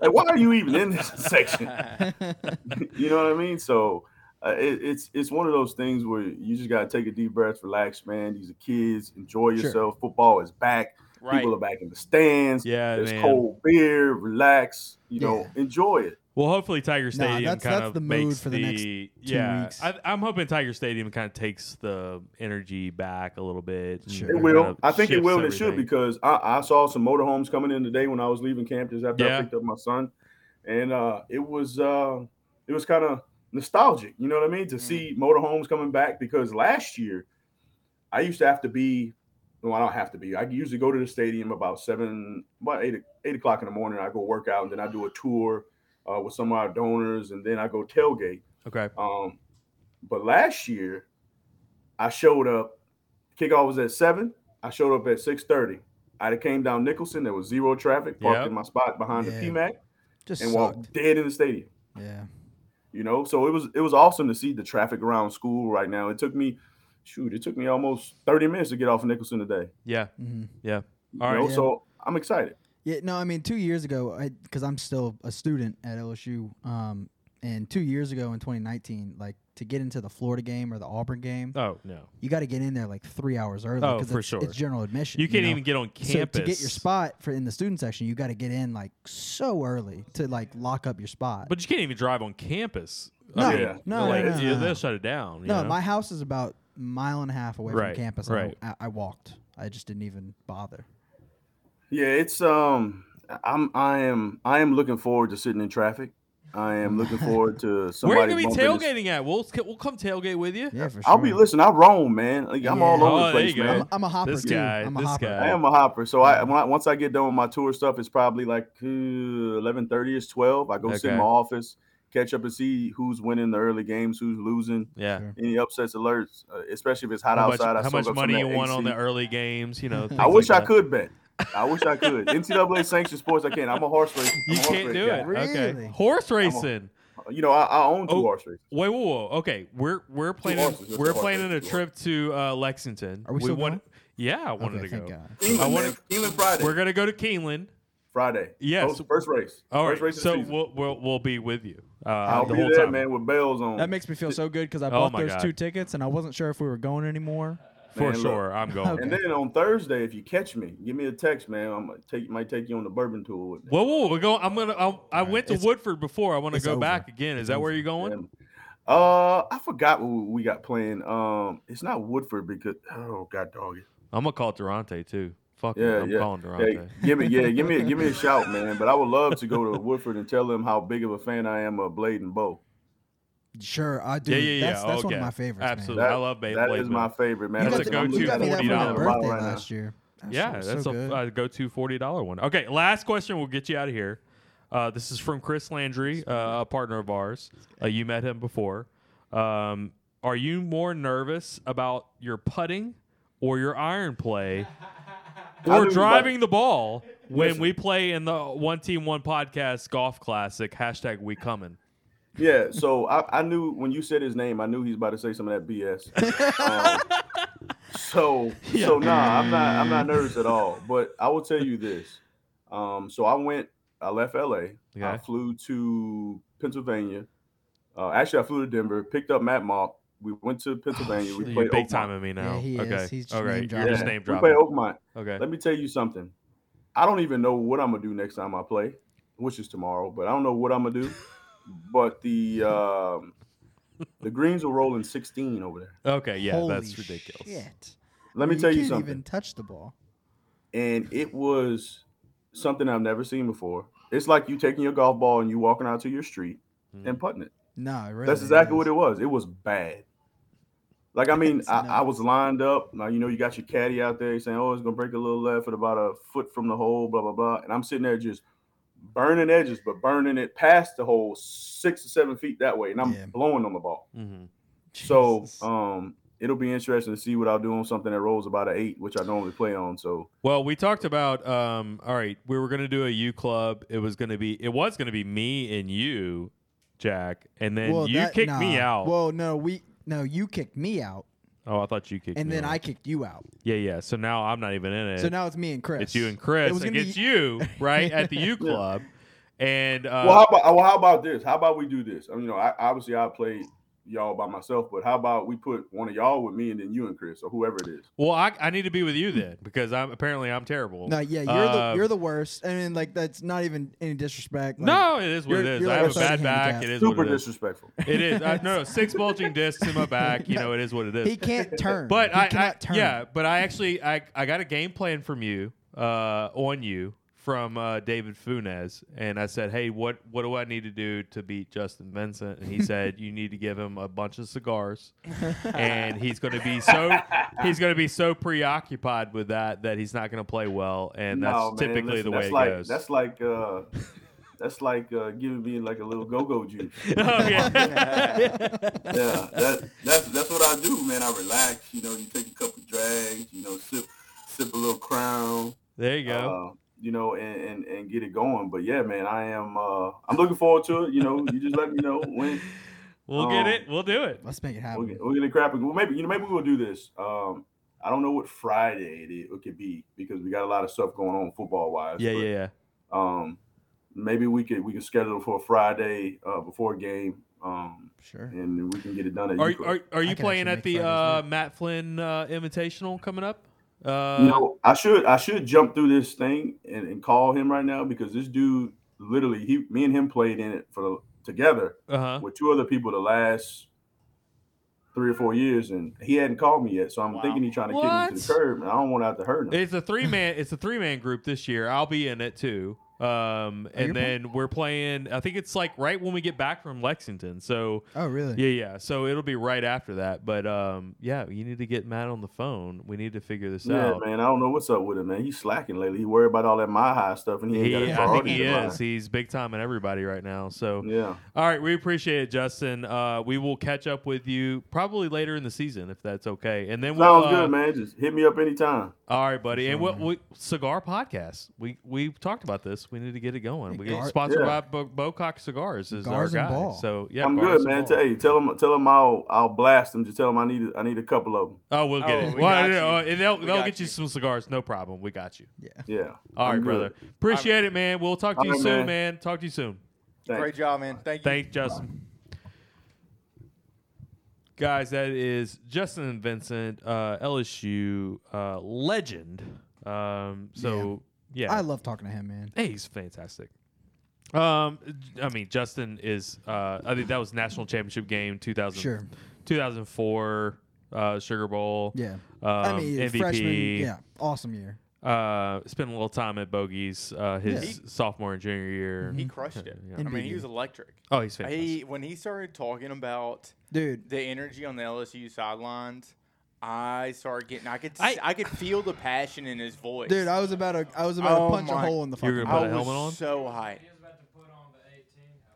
like, why are you even in this section?
mm-hmm.
you know what I mean? So uh, it, it's it's one of those things where you just gotta take a deep breath, relax, man. These are kids. Enjoy
Sure.
yourself. Football is back.
right.
People are back in the stands.
Yeah,
There's
man.
cold beer. Relax. You know, enjoy it.
Well, hopefully Tiger
Nah,
Stadium
that's-
kind
that's
of
the mood
makes
for the next
yeah.
weeks.
I, I'm hoping Tiger Stadium kind of takes the energy back a little bit. and
Sure.
It
kind
will.
of
I think it
shifts
will and it should
everything.
because I, I saw some motorhomes coming in today when I was leaving campus after
Yeah.
I picked up my son, and uh, it was uh, it was kind of nostalgic. You know what I mean? To see motorhomes coming back because last year I used to have to be. Well, I don't have to be. I usually go to the stadium about seven, about eight, eight o'clock in the morning. I go work out and then I do a tour uh, with some of our donors and then I go tailgate.
Okay.
Um, but last year, I showed up. Kickoff was at seven. I showed up at six thirty. I came down Nicholson. There was zero traffic. Parked
Yep.
in my spot behind
Yeah.
the PMAC
Just
and
sucked.
walked dead in the stadium.
Yeah.
You know, so it was it was awesome to see the traffic around school right now. It took me, shoot, it took me almost thirty minutes to get off of Nicholson today.
Yeah.
hmm
Yeah.
You
All right.
know,
Yeah.
so I'm excited.
Yeah. No, I mean, two years ago, because I'm still a student at LSU, um, And two years ago in 2019, like to get into the Florida game or the Auburn game,
Oh no,
you got to get in there like three hours early.
Oh,
'cause
for
it's,
sure.
It's general admission.
you can't
know?
even get on
So
campus
to get your spot for in the student section, you got to get in like so early to like lock up your spot.
But you can't even drive on campus.
No,
I mean,
Yeah.
no,
like,
no,
it's-
no, no.
they'll shut it down. you
no,
know?
my house is about a mile and a half away
Right,
from campus.
right.
Right. I, I walked. I just didn't even bother.
Yeah, it's um, I'm I am I am looking forward to sitting in traffic. I am looking forward to
Where are
somebody.
you gonna be
bumping into-
tailgating at? We'll we'll come tailgate with you.
Yeah, for sure.
I'll be listen. I roam, man. Like, I'm all
Yeah.
over
Oh,
the
there
place,
you go.
man.
I'm, I'm a hopper
This
too.
guy,
I'm a
this
hopper.
guy.
I am a hopper, so I when I once I get done with my tour stuff, it's probably like uh, eleven thirty is twelve. I go sit in
Okay.
my office, catch up and see who's winning the early games, who's losing,
Yeah.
Sure.
any upsets, alerts, uh, especially if it's hot
How much,
outside. I
how
soak
much
up some
money
of
you
that
won on
AC.
the early games? You know,
I
things
wish
like
I
that.
could bet. I wish I could. NCAA sanctioned sports, I can't. I'm a horse racer.
You can't do it. Okay,
Really?
horse racing.
You know, I, I own two
Oh.
horse races.
Wait, whoa, whoa. Okay, we're we're planning
horses, just
we're
two horses,
planning a
two
trip to uh, Lexington.
Are we still
want-
going?
Yeah, I wanted
Okay,
to
thank
go.
God.
Even,
wanna-
even Friday.
We're gonna go to Keeneland.
Friday.
Yes.
First, first race.
All
first
right,
race of the
so
season.
we'll, we'll we'll be with you uh,
I'll
the
be
whole
there,
time.
man, with bells on.
That makes me feel so good because I
Oh
bought
my
those
God.
two tickets and I wasn't sure if we were going anymore.
For
Man, look.
sure, I'm going.
And then on Thursday, if you catch me, give me a text, man. I'm gonna take might take you on the bourbon tour with me.
Whoa, whoa, we're going. I'm gonna. i I went to
it's-
Woodford before. I want to
it's
go
over.
back again. Is that where you're going?
And, uh, I forgot what we got playing. Um, it's not Woodford because oh god, dog.
I'm gonna call Durante too. Fuck, it,
Yeah,
I'm
yeah.
calling
Hey,
Durante.
give me yeah, give me give me a shout, man. But I would love to go to Woodford and tell them how big of a fan I am of Blade and Bow.
Sure, I do.
yeah, yeah, yeah.
That's, that's
okay.
one of my favorites. man.
Absolutely, I love Blade.
That
Blade
is my
Blade.
favorite, man.
You
That's
got
a
the-
I'm
go-to
You
looking
got
at
me
a
that for my
$40
$40 bottle
birthday
right now.
last year. That
Yeah,
shit was
that's
so
a
good.
uh, go-to forty dollar one. Okay, last question. We'll get you out of here. Uh, this is from Chris Landry, uh, a partner of ours. Uh, you met him before. Um, are you more nervous about your putting or your iron play,
I
or
knew-
driving the ball when
Listen.
we play in the One Team One Podcast Golf Classic hashtag We Coming?
Yeah, so I, I knew when you said his name, I knew he's about to say some of that BS. Um, so so nah, I'm not I'm not nervous at all. But I will tell you this. Um, so I went, I left LA. I
Okay.
flew to Pennsylvania. Uh, actually, I flew to Denver, picked up Matt Mock. We went to Pennsylvania. we
You're
played
big
Oakmont.
time at me now.
Yeah, he
okay.
is. He's just
All right.
name
You're
Yeah,
dropping.
just name
we played
dropping.
Oakmont.
Okay.
Let me tell you something. I don't even know what I'm gonna do next time I play, which is tomorrow. But I don't know what I'm gonna do. but the um, the greens were rolling 16 over there.
Okay. Yeah,
Holy
that's ridiculous.
Shit.
Let me
you
tell you
can't
something.
even touch the ball.
And it was something I've never seen before. It's like you taking your golf ball and you walking out to your street
Mm-hmm.
and putting it.
No, it really.
That's exactly
is.
what it was. It was bad. Like I mean,
It's
I, I
nuts.
was lined up. Now you know you got your caddy out there saying, "Oh, it's gonna break a little left at about a foot from the hole." Blah blah blah. And I'm sitting there just burning edges, but burning it past the hole six or seven feet that way, and I'm
Yeah.
blowing on the ball.
Mhm.
So
Jesus.
um, it'll be interesting to see what I'll do on something that rolls about an eight, which I normally play on. So
Well, we talked about um, all right, we were gonna do a U club. It was gonna be it was gonna be me and you, Jack, and then
Well,
you
that-
kicked me
nah.
out.
Well, no, we no, you kicked me out,
oh, I thought you kicked
and
me
then
out.
I kicked you out.
Yeah, yeah. So now I'm not even in it.
So now it's me and Chris.
it's you and
It
Chris
was gonna
against
be-
you, right? at the U Club. And uh,
well, how about well, how about this? How about we do this? I mean, you know, I, obviously I played y'all by myself, but how about we put one of y'all with me and then you and Chris or whoever it is?
well, I, I need to be with you then because I'm apparently I'm terrible.
No, yeah, you're
Um,
the you're the worst. I mean, like that's not even any disrespect. like-
Um, No, it is what it
You're-
is.
you're
I
like
have
a
a bad
starting
back.
handicap.
It is
Super
what it is.
disrespectful.
It is I, no, no six bulging discs in my back. You know, it is what it is.
he can't turn.
But
he
I, I
cannot turn.
yeah, but I actually I, I got a game plan from you uh, on you from uh, David Funes, and I said, hey, what what do I need to do to beat Justin Vincent? And he said, you need to give him a bunch of cigars, and he's going to be so he's going to be so preoccupied with that that he's not going to play well, and that's
No, man,
typically the
listen,
way it
that's like,
goes.
That's like uh, that's like uh, giving me like a little go-go juice.
Oh, yeah.
yeah, that, that's that's what I do, man. I relax. You know, you take a couple drags. You know, sip sip a little Crown.
there you go.
Uh, you know, and, and and get it going. But yeah, man, I am. Uh, I'm looking forward to it. You know, you just let me know when
we'll get
um,
it. We'll do it.
let's make it
we'll
happen.
get, we'll get it crapping. Well, maybe you know, maybe we'll do this. Um, I don't know what Friday it, it could be because we got a lot of stuff going on football wise.
Yeah, yeah, yeah.
Um, maybe we could we could schedule for a Friday uh, before game, um,
Sure.
and then we can get it done. At
Are,
Euclid.
are, are
I
you
can
playing
actually
at
make
the uh,
Fridays
Matt Flynn uh, Invitational coming up? Uh,
you know, I should I should jump through this thing and, and call him right now because this dude literally he me and him played in it for the, together
Uh-huh.
with two other people the last three or four years and he hadn't called me yet. So I'm
Wow.
thinking he's trying to kick me to the
What?
curb and I don't want to have to hurt him.
It's a three man. It's a three man group this year. I'll be in it too. Um,
you
and
playing?
then we're playing. I think it's like right when we get back from Lexington. So
Oh, really?
yeah, yeah. So it'll be right after that. But um, yeah, you need to get Matt on the phone. We need to figure this
yeah,
out.
man, I don't know what's up with him, man. He's slacking lately. He worried about all that my high stuff and he ain't
He,
got his
I think
priorities
he
in line.
is. He's big time and everybody right now. So
Yeah.
all right, we appreciate it, Justin. Uh, we will catch up with you probably later in the season if that's okay. And then we'll
Sounds
uh,
good, man. Just hit me up anytime.
All right, buddy. And what we, cigar podcast? We we talked about this. We need to get it going. We get
Gar-
sponsored by
Yeah.
Bo- Bocock Cigars is
Gars
our
and
guy.
Ball.
So yeah,
I'm
Gars
good,
and
man.
Ball.
Tell, hey, tell them, tell them I'll, I'll blast them. Just tell them I need, I need a couple of them.
Oh, we'll get
Oh,
it.
we
well,
got
no,
you.
uh, and they'll
We
they'll
got
get you
you.
some cigars. No problem. We got you.
Yeah.
All right,
I'm good.
brother. Appreciate it, man. We'll talk to you
All right,
soon, man.
man.
Talk to you soon.
Thanks.
Great job, man. Thank you.
Thanks, Justin. Guys, that is Justin and Vincent, uh, LSU uh, legend. Um, so yeah,
I love talking to him, man.
Hey, he's fantastic. Um, j- I mean, Justin is. Uh, I think that was national championship game 2000,
Sure.
2004 uh, Sugar Bowl.
Yeah.
um,
I mean,
MVP.
freshman, yeah, awesome year.
Uh, spent a little time at Bogies. Uh, his sophomore and junior year.
He crushed it.
Yeah.
I mean,
Indeed.
he was electric.
Oh, he's fantastic.
He when he started talking about
Dude,
the energy on the LSU sidelines, I started getting. I could.
I-
I, I could feel the passion in his voice.
dude, I was about to, I was about
Oh
to punch a
my-
hole in the
You were
fucking.
gonna put
I
a helmet on?
was so hyped.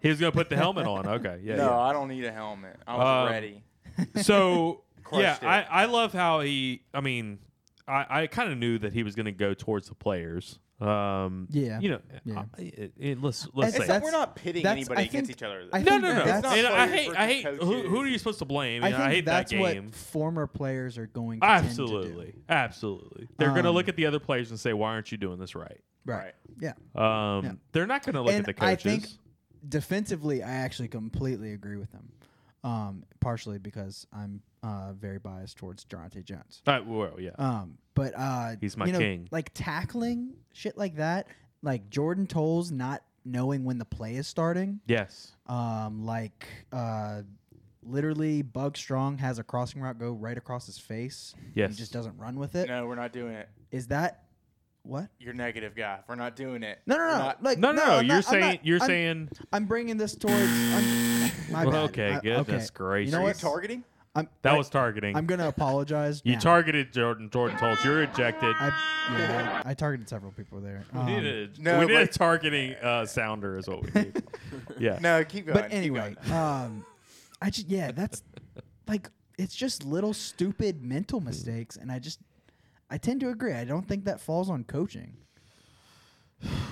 he was gonna put the helmet on. Okay, yeah.
no,
yeah.
I don't need a helmet. I was
Um,
ready.
so yeah,
Crushed it.
I, I love how he. I mean, I, I kind of knew that he was going to go towards the players. Um,
Yeah.
you know,
Yeah.
I- it- it- let's let's
It's
say
that's-
It's not, we're not pitting
that's-
anybody
I
against
think-
each other.
I
though.
no,
think
no, no.
that's-
And I
players
hate, I hate.
versus
Who, who are
coaches.
you supposed to blame?
I
You know,
think
I hate
that's
that game.
what former players are going to tend to do.
absolutely, absolutely. They're going to
Um,
look at the other players and say, "Why aren't you doing this right?"
Right. Yeah.
Um,
Yeah.
they're not going to look
and
at the
I
coaches.
think defensively, I actually completely agree with them. Um, partially because I'm uh, very biased towards Jonte Jones.
Uh, well, yeah.
Um, but uh,
He's my
you know,
king.
Like tackling shit like that, like Jordan Tolles not knowing when the play is starting.
yes.
Um, like uh, literally, Bug Strong has a crossing route go right across his face.
Yes.
he just doesn't run with it. Is
No, we're not doing it.
that what?
You're negative guy. We're not doing it.
No, no,
We're
uh, no.
not-
like
No, no, no.
I'm
you're
not- I'm
saying
not-
you're
I'm-
saying.
I'm bringing this towards. I'm, my
Well,
bad.
okay,
I-
goodness gracious.
You know
Are you
what?
targeting?
I'm,
That
I-
was targeting.
I'm gonna apologize.
you
now.
targeted Jordan. Jordan Tolles. You're ejected.
I, yeah, I targeted several people there.
we
Um,
need a,
no,
we need a
but-
targeting uh, sounder is what we need. yeah.
No, keep going.
but
keep
anyway,
going.
um, I just yeah, that's like it's just little stupid mental mistakes, and I just I tend to agree. I don't think that falls on coaching.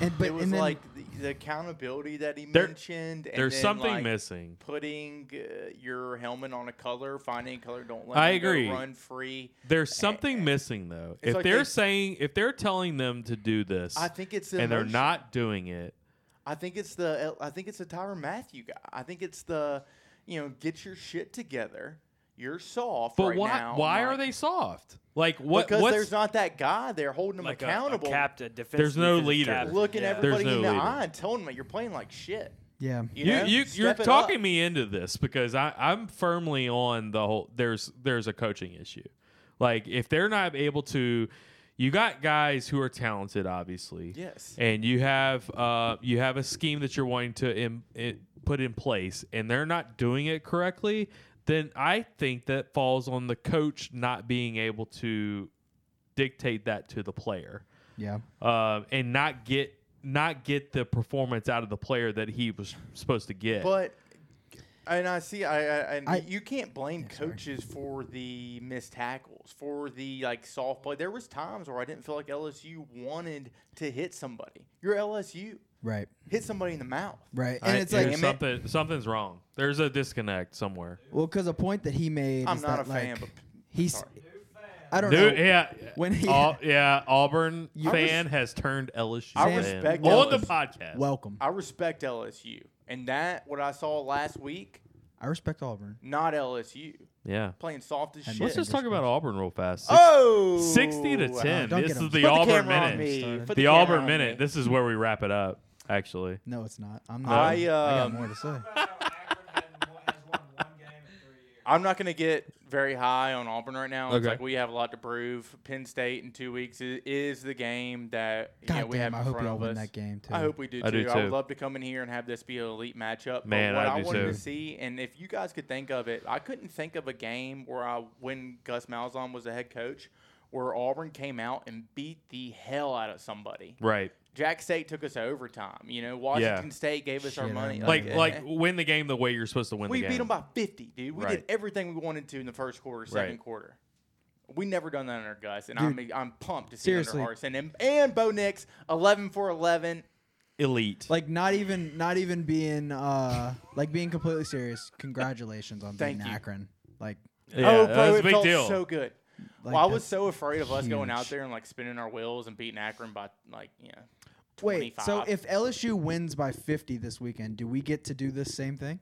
And but
it was
and then,
like the, the accountability that he
There-
mentioned. And
There's
then,
something
like,
missing.
Putting uh, your helmet on a color, finding a color, don't let
I
him go
agree.
run free.
There's something missing though.
eh, It's
If
like
they're
they-
saying if they're telling them to do this
I think it's the
and they're
emotion.
not doing it,
I think it's the I think it's the Tyron Matthew guy. I think it's the you know get your shit together. You're soft.
but
right
why
now.
why
Like,
are they soft? Like what
Because
what's
there's not that guy there holding them
Like a-
accountable,
A, captain, defensive
There's no
defensive
leader.
captain.
looking
Yeah.
There's
everybody
no
in the
leader.
eye and telling them that you're playing like shit.
yeah,
You,
you,
know?
you you're
Step it
talking
up.
me into this because I, I'm firmly on the whole there's there's a coaching issue. Like if they're not able to you got guys who are talented obviously.
Yes.
And you have uh you have a scheme that you're wanting to Im- it, put in place and they're not doing it correctly, then I think that falls on the coach not being able to dictate that to the player
yeah.
uh, and not get not get the performance out of the player that he was supposed to get.
But and I see, I, I, and
I-
you can't blame coaches for the missed tackles, for the like soft play. There was times where I didn't feel like LSU wanted to hit somebody. You're LSU,
Right,
hit somebody in the mouth.
right.
I-
And it's
there's
like
something something's wrong. There's a disconnect somewhere.
well, because a point that he made.
I'm
is
not
that,
a fan,
like,
but
he's
sorry.
I don't
Dude,
know.
yeah,
When he-
Au- yeah, Auburn
You-
fan has turned LSU
I
fan
respect
on the
LSU.
podcast.
Welcome.
I respect LSU, and that what I saw last week,
I respect Auburn.
not LSU
yeah,
playing soft as
And
shit.
let's just talk about Auburn real fast. Six-
oh,
60 to 10.
don't
this
get
is
'em.
the
Put
Auburn
camera on
minute.
me.
Started.
Put
The
camera
Auburn
on
minute.
me.
This is where we wrap it up. Actually,
No, it's not. I'm not.
I,
got
um,
more to say.
I'm not going to get very high on Auburn right now. It's
Okay.
like we have a lot to prove. Penn State in two weeks is, is the game that you know,
God
we
damn,
have
I
in
hope
front
y'all
of
win
us.
that game too.
I hope we do too.
I
I,
do too.
would love to come in here and have this be an elite matchup. but
Man,
what
I
I,
do
wanted
too.
to see, and if you guys could think of it, I couldn't think of a game where I, when Gus Malzahn was the head coach, where Auburn came out and beat the hell out of somebody.
right.
Jack State took us to overtime. You know, Washington State gave us our
Shit, I
money.
remember.
Like,
eh,
like win the game the way you're supposed to win the
we
game.
beat them by 50, dude. We
Right.
did everything we wanted to in the first quarter, second
Right.
quarter. We never done that under Gus, and
Dude,
I'm I'm pumped to see it
seriously.
under Harson and and Bo Nix 11 for 11.
Elite.
Like not even not even being uh like being completely serious. Congratulations on
Thank
being
you.
Akron. Like,
yeah,
oh,
that
bro,
was a
it
big
felt
deal.
so good.
like
well, I was
that's-
so afraid of us going out
huge.
there and like spinning our wheels and beating Akron by like you know.
wait. So
25.
if LSU wins by 50 this weekend, do we get to do this same thing?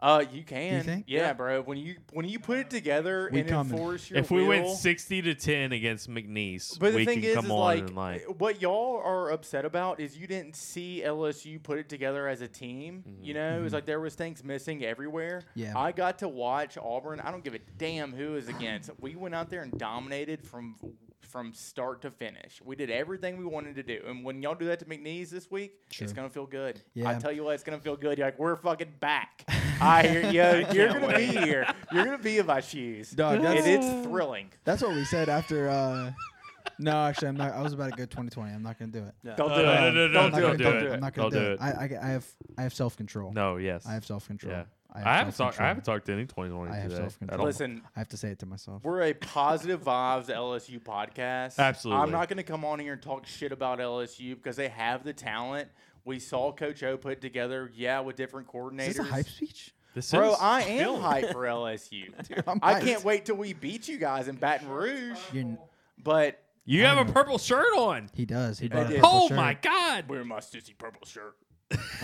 Uh, you can.
think?
Yeah, bro. When you when you put it together
We
and
coming.
enforce your
if we win
will-
60 to 10 against McNeese,
But the
we
thing
can
is,
come
is
on
like, eh,
and like
what y'all are upset about is you didn't see LSU put it together as a team.
Mm-hmm.
You know, it's like there was things missing everywhere.
Mm-hmm. Yeah.
I got to watch Auburn. I don't give a damn who is against. We went out there and dominated from from start to finish. We did everything we wanted to do. And when y'all do that to McNeese this week, it's gonna feel good. I
Yeah.
tell you what, it's gonna feel good. You're like, we're fucking back. I hear you. You're gonna be here. You're gonna be in my shoes.
Dog,
and
that's-
it's thrilling.
That's what we said after. uh No, actually, I'm not. I was about to go 2020. I'm not gonna do it.
Don't
No,
do
no,
it.
no, no,
Don't
no,
do
don't
it.
do
Don't
it.
do it.
I'm not gonna
Don't
do,
do
it.
it.
I, I, I have I have self control.
No, yes.
I have self control.
Yeah. I haven't talked I haven't talked to any
I
2020
have
today.
self-control.
at all.
Listen,
I have to say it to myself.
We're a positive vibes LSU podcast.
Absolutely.
I'm not going to come on here and talk shit about LSU because they have the talent. We saw Coach O put together, yeah, with different coordinators.
Is this a hype speech?
This
Bro,
is
I am
filmed.
hype for LSU.
I'm
I
hyped.
can't wait till we beat you guys in Baton Rouge.
You're-
But
You have a purple shirt on.
He does. He bought a
did.
purple
Oh
shirt.
my god.
wear my sissy purple shirt.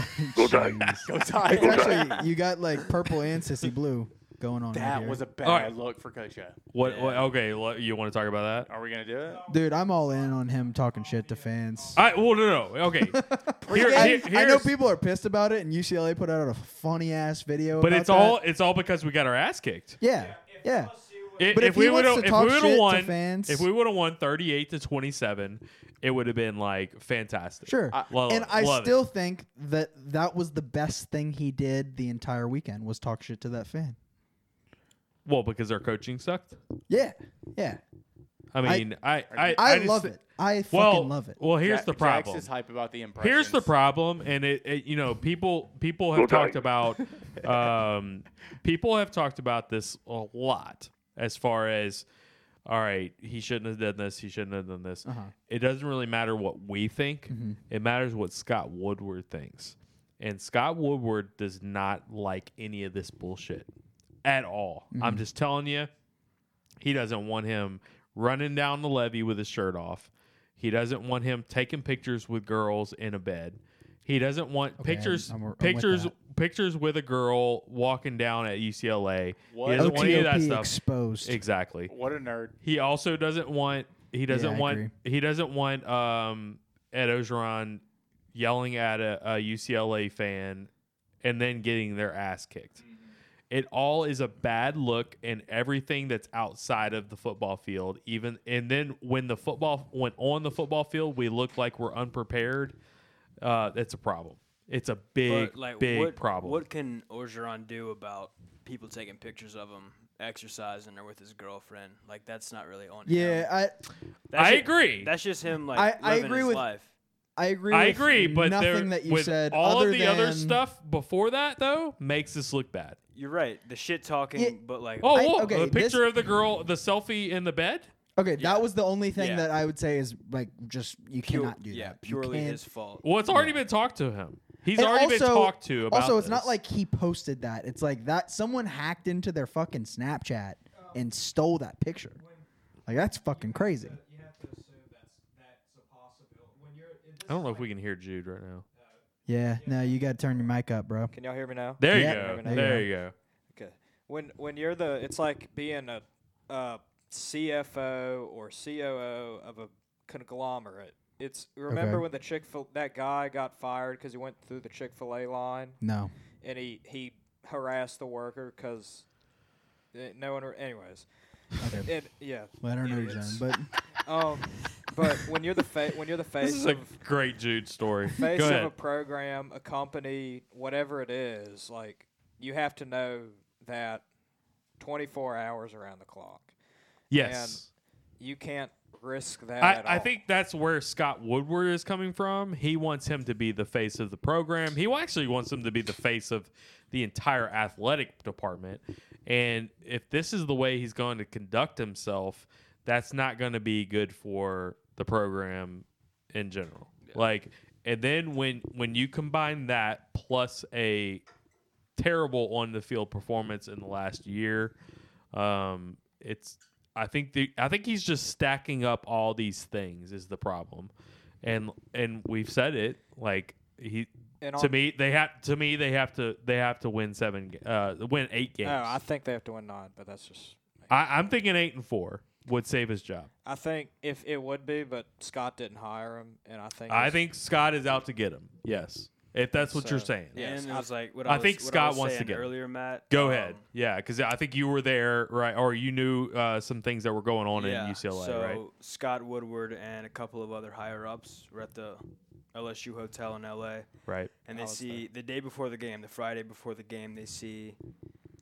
Jeez.
Go Tigers.
It's actually, you got like purple and sissy blue going on. right
that
here.
was a bad
Alright.
look for Coach O.
What, what okay, lo- you want to talk about that?
Are we going to do it?
dude. I'm all in on him talking shit to fans.
I well no no. Okay. Uh, Here-
I,
here-
I know
here's-
people are pissed about it, and UCLA put out a funny ass video.
But
about
it's all
that.
it's all because we got our ass kicked.
yeah, yeah.
I-
But if he
we
wants
would've-
to
if
talk
we would've
shit to
won,
fans-
if we would have won 38 to 27, it would have been like fantastic.
Sure.
Love
and
it,
I
love it.
still think that that was the best thing he did the entire weekend was talk shit to that fan.
well because our coaching sucked.
Yeah, yeah.
I mean, I I,
I,
just-
love it. I
Well,
fucking love it.
Well, here's
Jack-
the problem.
Jax is hype about the impressions.
Here's the problem, and it, it you know people people have talked about um, people have talked about this a lot as far as all right he shouldn't have done this he shouldn't have done this.
Uh-huh.
It doesn't really matter what we think;
Mm-hmm.
it matters what Scott Woodward thinks, and Scott Woodward does not like any of this bullshit at all. I'm
Mm-hmm.
just telling you he doesn't want him running down the levee with his shirt off. He doesn't want him taking pictures with girls in a bed. He doesn't want pictures
I'm- I'm with
pictures
that.
pictures with a girl walking down at UCLA.
What?
He doesn't want any of that
OTOP
stuff.
exposed.
exactly.
What a nerd.
He also doesn't want he doesn't
Yeah, I
want
agree.
he doesn't want um Ed Ogeron yelling at a, a UCLA fan and then getting their ass
Mm-hmm.
kicked. It all is a bad look and everything that's outside of the football field. Even and then when the football when on the football field, we look like we're unprepared. Uh, that's a problem. It's a big,
But, like,
big
what,
problem.
What can Orgeron do about people taking pictures of him exercising or with his girlfriend? Like that's not really on.
yeah,
him.
I
That's
I
ju-
agree.
That's just him. Like
I- I
living
agree
his
with-
life.
I agree.
I
with
agree, but
nothing
there,
that you
with
said.
all
other
of the other
than-
stuff before that though makes this look bad.
You're right. The shit talking,
Yeah.
but like
Oh,
I-
whoa,
okay,
the picture
this-
of the girl, the selfie in the bed.
Okay, that was the only thing
Yeah.
that I would say is like just you
pu-
cannot do
yeah,
that. You
purely
can't-
his fault.
Well, it's already been talked to him. He's
And
already been
also-
talked to about.
Also, it's not
this.
like he posted that. It's like that someone hacked into their fucking Snapchat and stole that picture. Like that's fucking crazy.
I don't know if we can hear Jude right now.
Yeah, no, you got to turn your mic up, bro.
Can y'all hear me now?
There
Yeah,
you go.
there you
There you go.
Okay. When when you're the, it's like being a, uh CFO or COO of a conglomerate. It's remember
Okay.
when the Chick fil that guy got fired because he went through the Chick fil A line
No.
and he he harassed the worker because no one. re- Anyways,
Okay.
and yeah.
Well, I don't know, John,
idiots.
but
Um, but when you're the fa- when you're the face
This is a
of
great Jude story. Go
face of a
ahead.
program, a company, whatever it is, like you have to know that 24 hours around the clock.
Yes.
You can't risk that.
I,
at
I
all.
think that's where Scott Woodward is coming from. He wants him to be the face of the program. He actually wants him to be the face of the entire athletic department. And if this is the way he's going to conduct himself, that's not going to be good for the program in general. Like, and then when when you combine that plus a terrible on the field performance in the last year. Um, it's I think the I think he's just stacking up all these things is the problem, and and we've said it like he
And
to
on-
me they have to me they have to they have to win seven ga- uh win eight games.
No, I think they have to win nine, but that's just.
I, I'm thinking eight and four would save his job.
I think if it would be, but Scott didn't hire him, and I think
I
it's-
think Scott is out to get him. Yes, if that's what you're
So,
saying.
yeah. Yes,
and it
I-
was like what
I
I, was-
think
what I
Scott
was
wants to
saying
get him.
earlier, Matt.
Go
um,
ahead. Yeah, because I think you were there, right? Or you knew uh, some things that were going on in UCLA,
so
right?
Scott Woodward and a couple of other higher ups were at the LSU hotel Oh, in LA,
Right.
and they
was
see the day before the game, the Friday before the game, they see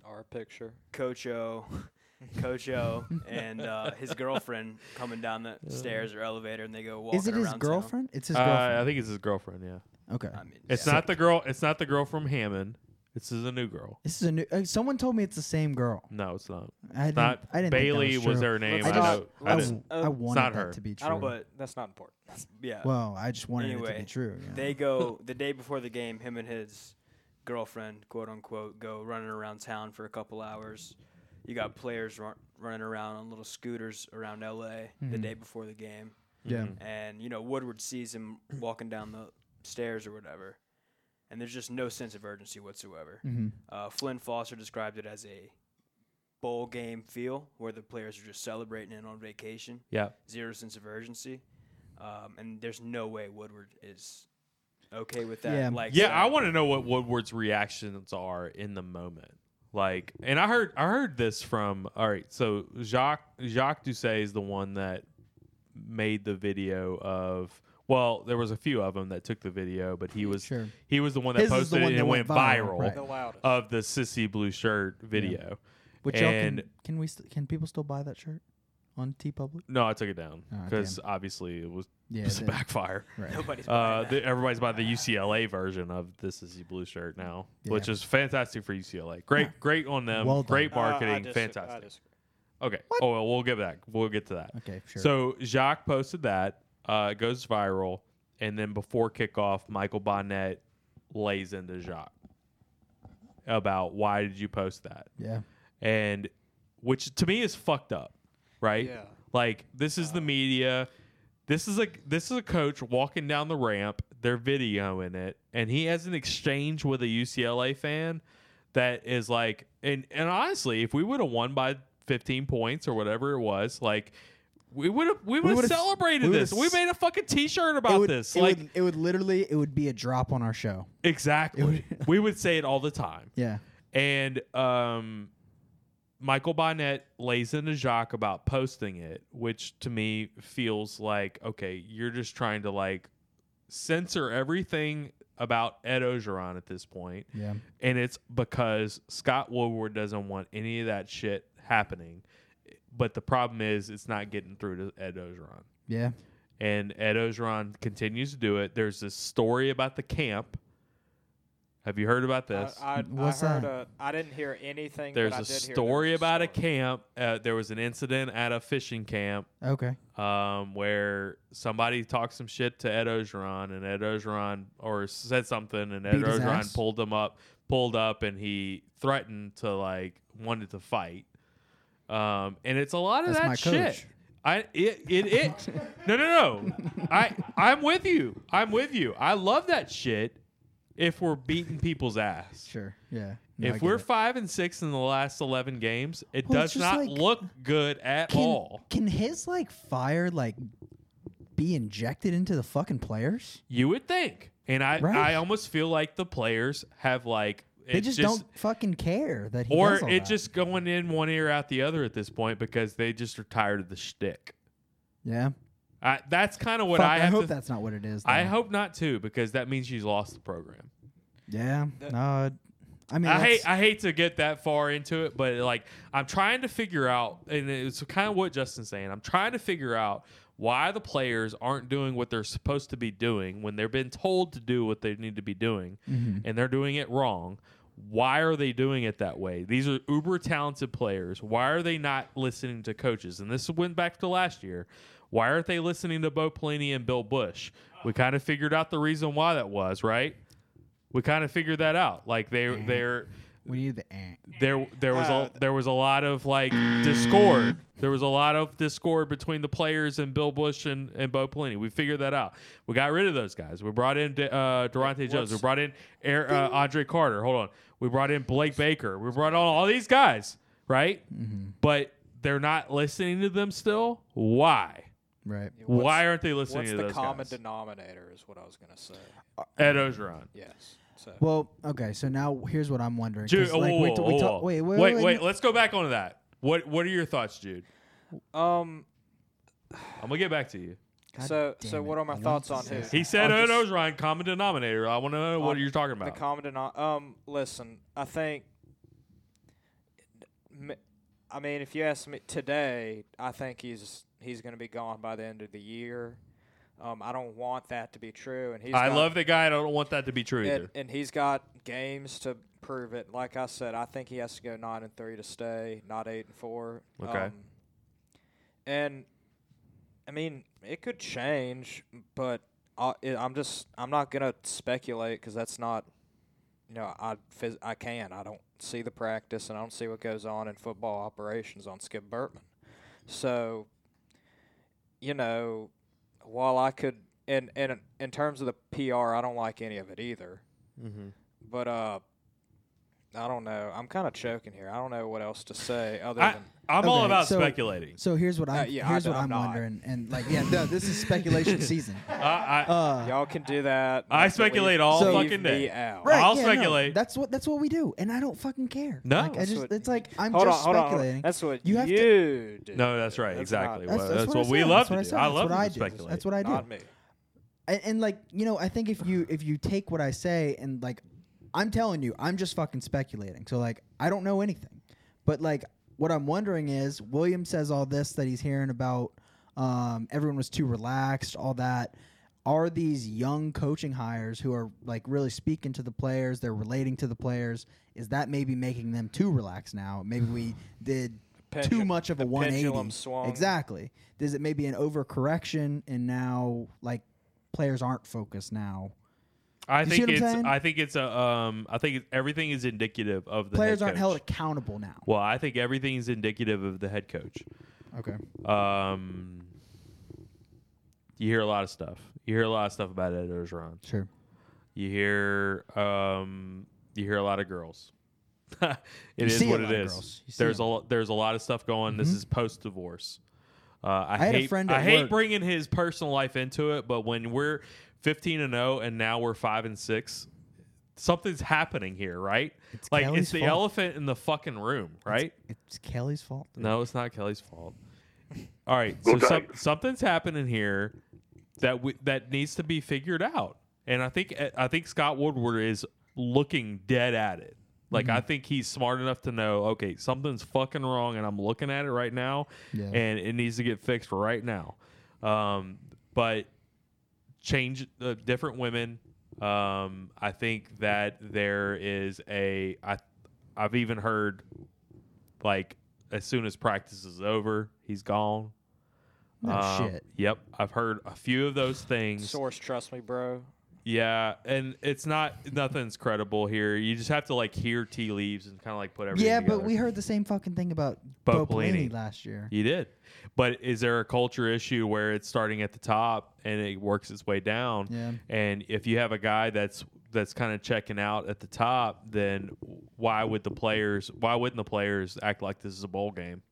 our picture.
Coach O, Coach O, and uh, his girlfriend coming down the stairs or elevator, and they go walking
is it his
around town.
girlfriend? It's his
Uh, I
girlfriend.
think it's his girlfriend. Yeah.
okay.
I mean,
It's
yeah.
not the girl. It's not the girl from Hammond. This is a new girl.
This is a new. Uh, someone told me it's the same girl.
No, it's not.
I didn't.
Not
I didn't.
Bailey
think that was, true. Oh.
her name.
Let's
I
not-
know. I
I,
let's-
didn't-
I wanted
not
that
her.
to be true.
I don't, but that's not important.
yeah.
well, I just wanted it to
Anyway,
be true. yeah.
they go the day before the game. Him and his girlfriend, quote unquote, go running around town for a couple hours. You got players run, running around on little scooters around LA the day before the game,
yeah.
and you know Woodward sees him walking down the stairs or whatever, and there's just no sense of urgency whatsoever.
Mhm.
Uh, Flynn Foster described it as a bowl game feel where the players are just celebrating and on vacation
Yeah.
zero sense of urgency, um, and there's no way Woodward is okay with that.
Yeah.
like
Yeah.
that.
I want to know what Woodward's reactions are in the moment. Like, and I heard I heard this from. All right. So Jacques Jacques Doucet is the one that made the video of. Well, there was a few of them that took the video, but he was
Sure.
he was the one that
His is the
posted
one
it and
that
it went
went
viral,
viral, right.
The loudest.
of the sissy blue shirt video.
Which y'all can,
and-
can we st- can people still buy that shirt on T Public?
No, I took it down
Oh,
because obviously it was
Yeah,
it's a
it is.
backfire.
Right.
nobody's
Uh,
buying that.
the, everybody's by the UCLA version of this is the blue shirt now, which
Yeah.
is fantastic for UCLA. Great, great on them.
Well done.
great
Uh, I
marketing.
disagree- I
fantastic.
disagree.
Okay. Oh, well, we'll get back. We'll get to that.
Okay, sure.
So Jacques posted that. Uh, it goes viral, and then before kickoff, Michael Bonnet lays into Jacques about why did you post that?
yeah.
and which to me is fucked up, right?
Yeah.
Like this is the
Uh-huh.
media. This is a this is a coach walking down the ramp. They're videoing it, and he has an exchange with a UCLA fan that is like, and and honestly, if we would have won by 15 points or whatever it was, like. We would have we would have
would've-
celebrated
we would've
this. We
s-
made a fucking T-shirt about
it would,
this.
It
Like
would, it would literally it would be a drop on our show.
exactly, we would say it all the time.
Yeah.
And um, Michael Bonnet lays into Jacques about posting it, which to me feels like, okay, you're just trying to like censor everything about Ed Ogeron at this point.
Yeah.
And it's because Scott Woodward doesn't want any of that shit happening. But the problem is, it's not getting through to Ed Ogeron
Yeah.
and Ed Ogeron continues to do it. There's this story about the camp. Have you heard about
I-
this?
I, I,
What's
heard
that?
A, I didn't hear anything. but
There's
I
a
did hear there
story
was
about a
story.
camp. Uh, there was an incident at a fishing camp
Okay.
um, where somebody talked some shit to Ed Ogeron, and Ed Ogeron or said something, and Ed
Beat his
Ogeron
ass?
pulled him up, pulled up, and he threatened to like wanted to fight. Um, and it's a lot of
That's
that
my
shit.
coach.
I it it it. No, no, no. I I'm with you. I'm with you. I love that shit. If we're beating people's ass,
Sure. Yeah. No, I
if
get
we're
it.
five and six in the last eleven games, it
Well, it's
does
just
not
like-
look good at
can,
all.
can his like fire like be injected into the fucking players?
You would think, and I
Right.
I almost feel like the players have like
They
it's
just, don't fucking care that he
or
does all
it
that.
just going in one ear out the other at this point because they just are tired of the shtick.
yeah.
I, that's kind of what
Fuck,
I
I,
have.
hope
to,
that's not what it is.
I
though.
hope not too, because that means she's lost the program.
Yeah.
That-
no. I- I mean,
I
that's-
hate I hate to get that far into it, but like I'm trying to figure out, and it's kind of what Justin's saying. I'm trying to figure out why the players aren't doing what they're supposed to be doing when they've been told to do what they need to be doing, and they're doing it wrong. Why are they doing it that way? These are uber talented players. Why are they not listening to coaches? And this went back to last year. Why aren't they listening to Bo Pelini and Bill Bush? We kind of figured out the reason why that was, right? We kind of figured that out. Like they they're
we need the ant.
there there was
Uh,
a there was a lot of like discord. There was a lot of discord between the players and Bill Bush and, and Bo Pelini. We figured that out. We got rid of those guys. We brought in uh, Durante Jones. We brought in Air, uh, Andre Carter. Hold on. We brought in Blake Baker. We brought on all these guys, right?
Mm-hmm.
But they're not listening to them still. Why?
Right.
Why aren't they listening
What's
to
the
those
common
guys?
denominator is what I was gonna say.
Ed Ogeron.
Yes. So
Well, okay. So now here's what I'm wondering.
Jude,
'cause, like,
whoa,
we,
whoa,
we
whoa,
talk-
whoa.
wait,
oh, wait,
wait, wait, no.
Let's go back onto that. What What are your thoughts, Jude?
um
I'm gonna get back to you.
God
so
damn
so
it.
what are my
I
thoughts on
want to
who?
He said
I'm
Ed
just-
Ogeron, common denominator. I want to know what
On
you're talking about.
The common denom. Um, listen, I think. m- I mean, if you ask me today, I think he's he's going to be gone by the end of the year. Um, I don't want that to be true, and he's.
I
got-
love the guy. and I don't want that to be true
and,
either.
and he's got games to prove it. Like I said, I think he has to go nine and three to stay, not eight and four. Um,
Okay.
um,
and I mean, it could change, but I, I- I'm just I'm not gonna speculate because that's not, you know, I phys- I can I don't see the practice and I don't see what goes on in football operations on Skip Burtman, so, you know, while I could and and in terms of the PR, I don't like any of it either. But uh, I don't know. I'm kind of choking here. I don't know what else to say other
I,
than
I'm all
Okay,
about
so-
speculating.
So here's what I'm.
Uh, yeah, I
here's
d-
what
I'm
I'm,
not.
wondering, and like, yeah, no, this is speculation season.
I, I,
Uh,
y'all can do that.
I
Leave-
speculate all
leave
fucking day.
me out.
right,
I'll
yeah, no,
speculate.
that's what that's what we do, and I don't fucking care.
No.
like, I
That's
just
what-
it's like I'm
Hold
just
on, hold on, hold
speculating.
on. That's what
You
you,
have to-
do.
no, that's right. exactly.
That's,
well,
that's
what,
I
we
said,
love
that's what
to
I
do.
said,
I
that's
love
what
to
I do.
speculate.
That's what I
Not,
do.
not me.
and, and like you know i think if you if you take what i say and like i'm telling you i'm just fucking speculating so like i don't know anything but like what i'm wondering is william says all this that he's hearing about um, everyone was too relaxed all that are these young coaching hires who are like really speaking to the players they're relating to the players is that maybe making them too relaxed now maybe we did too
Pendu-
much of
the
a 180
pendulum swung.
exactly is it maybe an overcorrection and now like players aren't focused now.
I
You see
think
what I'm
it's.
saying?
I think it's a. Um. I think it's, everything is indicative of the
Players
head
aren't held
coach.
accountable now.
Well, I think everything is indicative of the head coach.
Okay.
Um. You hear a lot of stuff. You hear a lot of stuff about Ed Ogeron.
Sure.
You hear um, you hear a lot of girls. It
You
is
see a
what
lot
it
of
is.
girls. You see
There's a
'em.
lo- there's a lot of stuff going. This is post divorce. Uh, I,
had a
hate
friend
I
at
hate
work-
bringing his personal life into it, but when we're 15 and 0 and now we're 5 and 6, something's happening here, right?
It's
like it's
Kelly's
the
fault.
elephant Uh, in the fucking room, right?
It's Kelly's fault.
No, it's not Kelly's fault. All right, so some, something's happening here that we, that needs to be figured out, and I think I think Scott Woodward is looking dead at it. Like I think he's smart enough to know, okay, something's fucking wrong, and I'm looking at it right now,
Yeah.
and it needs to get fixed right now. Um, but change uh, different women. Um, I think that there is a I I've even heard like as soon as practice is over, he's gone.
No
Um,
shit.
Yep, I've heard a few of those things.
Source, trust me, bro.
Yeah, and it's not nothing's credible here. You just have to like hear tea leaves and kind of like put everything.
Yeah, but
together.
we heard the same fucking thing about
Bo
Bo,
Pelini.
Pelini last year.
You did. But is there a culture issue where it's starting at the top and it works its way down?
Yeah.
And if you have a guy that's that's kind of checking out at the top, then why would the players why wouldn't the players act like this is a bowl game?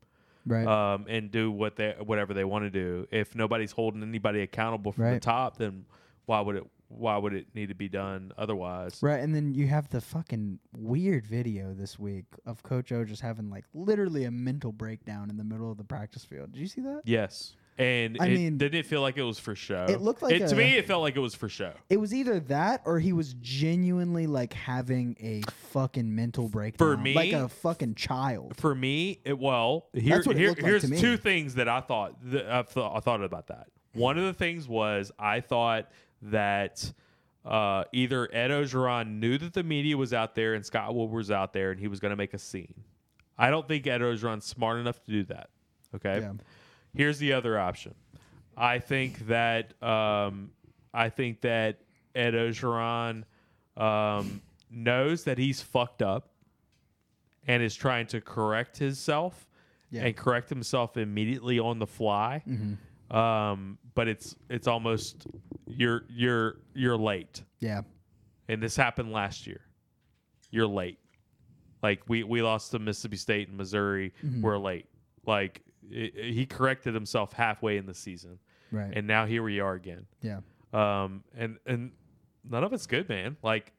Right.
Um, and do what they whatever they want to do. If nobody's holding anybody accountable from the
Right.
top, then why would it why would it need to be done otherwise?
Right, and then you have the fucking weird video this week of Coach O just having like literally a mental breakdown in the middle of the practice field. Did you see that?
Yes. And
I
it,
mean-
didn't it feel like it was for show?
It looked like
it, to
a-
me. It felt like it was for show.
It was either that or he was genuinely like having a fucking mental
For
breakdown.
me-
like a fucking child.
For me, it well, here,
That's what it
here
looked like
here's
to me.
two things that I thought that I thought, I thought about that. One of the things was I thought that uh, either Ed Ogeron knew that the media was out there and Scott Woodward was out there and he was going to make a scene. I don't think Ed Ogeron's smart enough to do that. Okay.
Yeah.
Here's the other option. I think that um, I think that Ed Ogeron um, knows that he's fucked up and is trying to correct himself
Yeah.
and correct himself immediately on the fly. Um, but it's it's almost you're you're you're late,
Yeah.
and this happened last year. You're late. Like we we lost to Mississippi State and Missouri.
Mm-hmm.
We're late. Like i i- he corrected himself halfway in the season,
Right.
and now here we are again.
yeah.
Um, and and none of it's good, man. Like,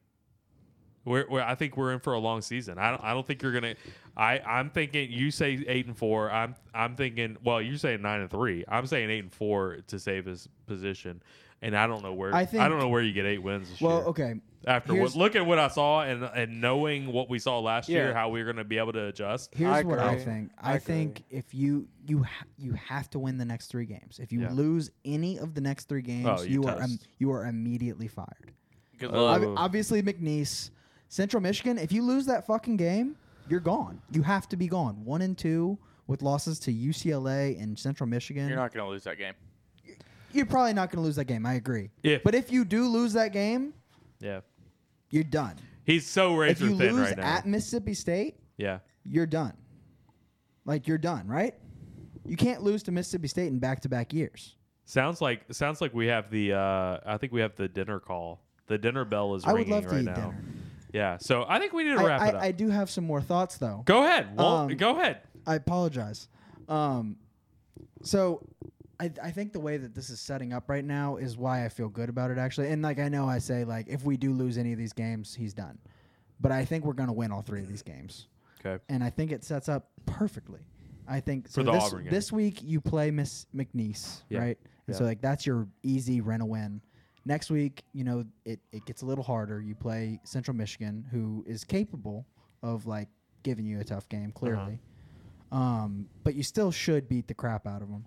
we're, we're I think we're in for a long season. I don't, I don't think you're gonna. I I'm thinking you say eight and four. I'm I'm thinking well you say nine and three. I'm saying eight and four to save his position. And I don't know where I,
I think-
don't know where you get eight wins. This
Well,
year.
okay.
After what,
here's-
look at what I saw and and knowing what we saw last year,
Yeah.
how we are going to be able to adjust.
Here's
I
what I
agree.
think.
I
I, think if you you ha- you have to win the next 3 games. If you
Yeah.
lose any of the next 3 games,
Oh,
you
you're
are um,
toast.
you are immediately fired.
Good
Uh,
Ob-
luck.
obviously McNeese, Central Michigan. If you lose that fucking game, you're gone. You have to be gone. One and two with losses to UCLA and Central Michigan.
You're not going to lose that game.
You're probably not going to lose that game. I agree.
If-
But if you do lose that game,
Yeah,
you're done.
he's so
If
razor
you
thin
lose
right now.
at Mississippi State,
yeah,
you're done. Like you're done, right? You can't lose to Mississippi State in back-to-back years.
sounds like sounds like we have the. Uh, I think we have the dinner call. The dinner bell is
I would
ringing
love to
right
eat
now.
dinner.
Yeah, so I think we need to
I,
wrap it
I-
up.
I do have some more thoughts though.
go ahead. Walt,
Um,
go ahead.
I apologize. Um, so I, I think the way that this is setting up right now is why I feel good about it actually. And like I know I say like if we do lose any of these games, he's done. But I think we're gonna win all three of these games.
Okay.
And I think it sets up perfectly. I think so
the
this,
Auburn game.
this week you play Miss McNeese,
Yeah.
right? And so
Yeah.
like that's your easy rent a win. Next week, you know, it, it gets a little harder. You play Central Michigan, who is capable of like giving you a tough
Uh-huh.
game, clearly um, but you still should beat the crap out of them.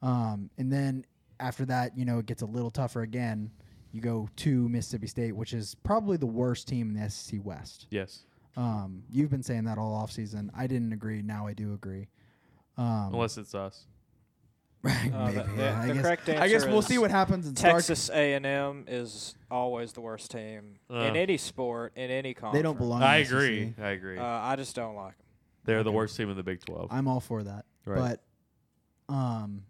Um, and then after that, you know, it gets a little tougher again. You go to Mississippi State, which is probably the worst team in the SEC West.
Yes.
Um, you've been saying that all offseason. I didn't agree. Now I do agree. Um,
Unless it's us.
right,
Uh, the-
maybe,
the-
yeah, I,
the
guess,
correct
I guess
answer
we'll
is
see what happens in Stark-
Texas A&M is always the worst team
Uh.
in any sport in any conference.
They don't belong. in E
I
the SEC.
agree. I agree.
Uh, I just don't like them.
They're the worst team in the Big 12.
I'm all for that.
Right.
But um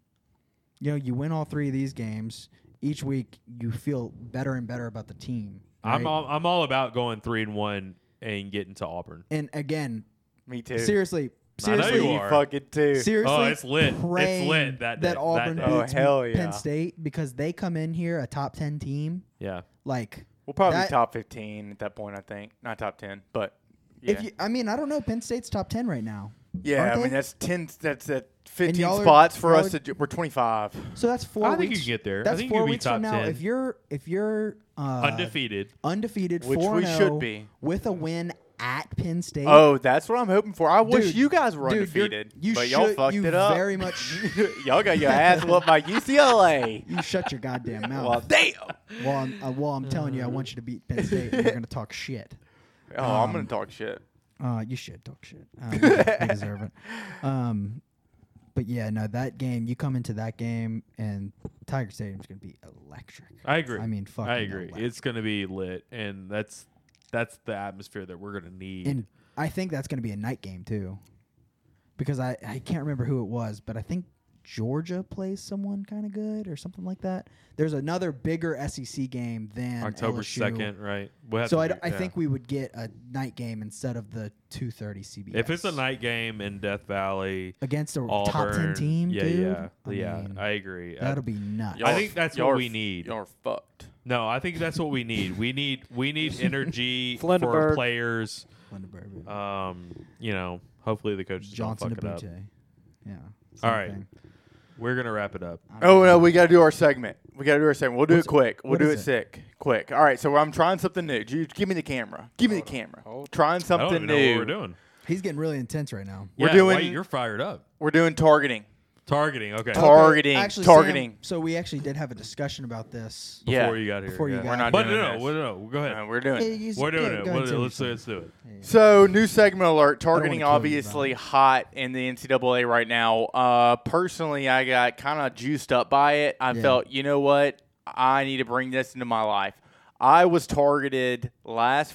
you know, you win all three of these games. Each week you feel better and better about the team.
I'm
right?
all, I'm all about going 3 and 1 and getting to Auburn.
and again,
Me too.
seriously,
I know
seriously,
you
Me
are.
fucking too.
seriously.
Oh, it's lit. It's
praying
lit that day- that
Auburn
day.
Oh,
beats
hell yeah.
Penn State because they come in here a top 10 team
Yeah.
like
We'll probably
That-
be top 15 at that point, I think. Not top 10, but yeah.
if you, I mean, I don't know Penn State's top 10 right now.
yeah,
aren't
I mean
they?
that's 10 that's that 15
y'all are-
spots for
y'all
us
are-
to do. We're 25.
So that's four
I think
weeks.
you can get there. I
That's
think you
four
could be
weeks
top
from now.
10.
if you're if you're uh,
Undefeated.
undefeated,
Which we
4-0
should be.
with a win at Penn State.
Oh, that's what I'm hoping for. I wish
Dude,
you guys were
dude, you're-
undefeated,
you
but y'all
should-
fucked
you
it up.
very much-
y'all got your ass whooped by UCLA.
You shut your goddamn mouth.
Well, damn. Oh,
while I'm, uh, while I'm telling you, I want you to beat Penn State, and you're gonna talk shit.
Oh,
Um,
I'm gonna talk shit.
Uh, you should talk shit. Uh, we, we deserve it. Um, But yeah, no, that game, you come into that game and Tiger Stadium's going to be electric.
I agree.
I mean, fucking
I agree.
electric.
It's going to be lit, and that's that's the atmosphere that we're going to need.
And I think that's going to be a night game too, because I I can't remember who it was, but I think Georgia plays someone kind of good or something like that. There's another bigger SEC game than
October
LSU.
second, right? We'll have
So
to
I,
do-
d- I
yeah.
think we would get a night game instead of the two thirty CBS.
if it's a night game in Death Valley,
against a
Auburn,
top ten team,
yeah,
dude,
yeah,
I
yeah,
mean,
I agree. Uh, I-
that'll be nuts.
I think that's
Y'all
what
are-
we need.
Y'all are fucked.
No, I think that's what we need. We need we need energy for
Vandenberg.
players.
Lindbergh,
Um, you know, hopefully the coaches
Johnson
don't fuck it up.
Abuche. Yeah.
All
same
right. uh,
thing.
We're gonna wrap it up.
Oh no, we got to do our segment. We got to do our segment. We'll do
What's-
it quick. We'll
what
do it
is it?
sick, quick. All right, so I'm trying something new. You- Give me the camera. Give me the camera. Trying
I don't
something
even know
new.
what we're doing.
He's getting really intense right now.
We're
doing-
You're fired up.
We're doing targeting.
Targeting. Okay.
Tar- Targeting,
Sam,
targeting.
so we actually did have a discussion about this.
before
yeah.
you got here.
Before you
yeah.
got
We're not
But
doing
no,
this.
no, no, go ahead.
Uh, we're doing. it.
We're doing it. We're- Let's do it. Let's do it.
So, new segment alert.
wanna
Targeting
kill you,
obviously hot in the NCAA right now. Uh, personally, I got kind of juiced up by it. I
Yeah.
felt, you know what? I need to bring this into my life. I was targeted last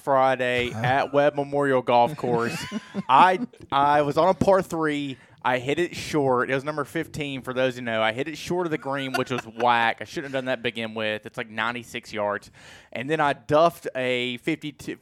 Friday at Webb Memorial Golf Course. I I was on a par three. I hit it short. It was number 15 for those who know. I hit it short of the green, which was whack. I shouldn't have done that to begin with. It's like 96 yards. And then I duffed a 52,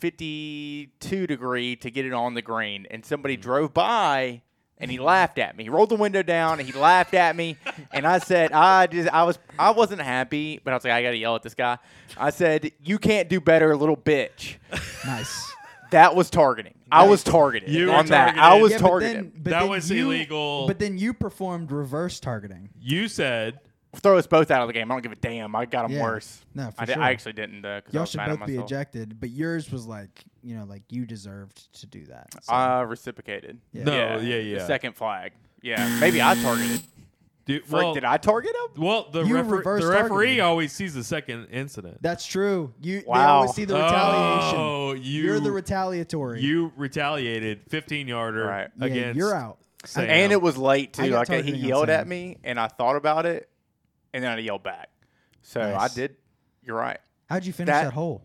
52 degree to get it on the green. And somebody
Hmm.
drove by and he laughed at me. He rolled the window down and he laughed at me. And I said, I just, I was, I wasn't happy, but I was like, I gotta yell at this guy. I said, you can't do better, little bitch.
Nice.
That was targeting. I was targeted
You were
on that. I
targeted.
was
Yeah,
targeted.
That was illegal.
But then you performed reverse targeting.
You said
Throw us both out of the game. I don't give a damn. I got him
Yeah.
worse.
No, for
I, did,
sure.
I actually didn't though. 'cause I
Y'all
was
should
mad at
both be
myself.
ejected, but yours was like, you know, like you deserved to do that. So.
I Uh, reciprocated.
Yeah.
No, yeah,
the
yeah.
second flag. Yeah, maybe I targeted.
dude,
Frick,
well,
did I target him?
well, the,
You
refer-
reverse
the referee
targeted.
always sees the second incident.
That's true. You they
Wow.
always see the retaliation.
Oh, you
are the retaliatory.
You retaliated 15 yarder
Right.
yeah,
against.
you're out.
Sam.
And it was late too.
I got
Like he
targeting on
yelled at
Sam.
me, and I thought about it, and then I yelled back. So
Nice.
I did. You're right.
How'd you finish
that-
that, hole?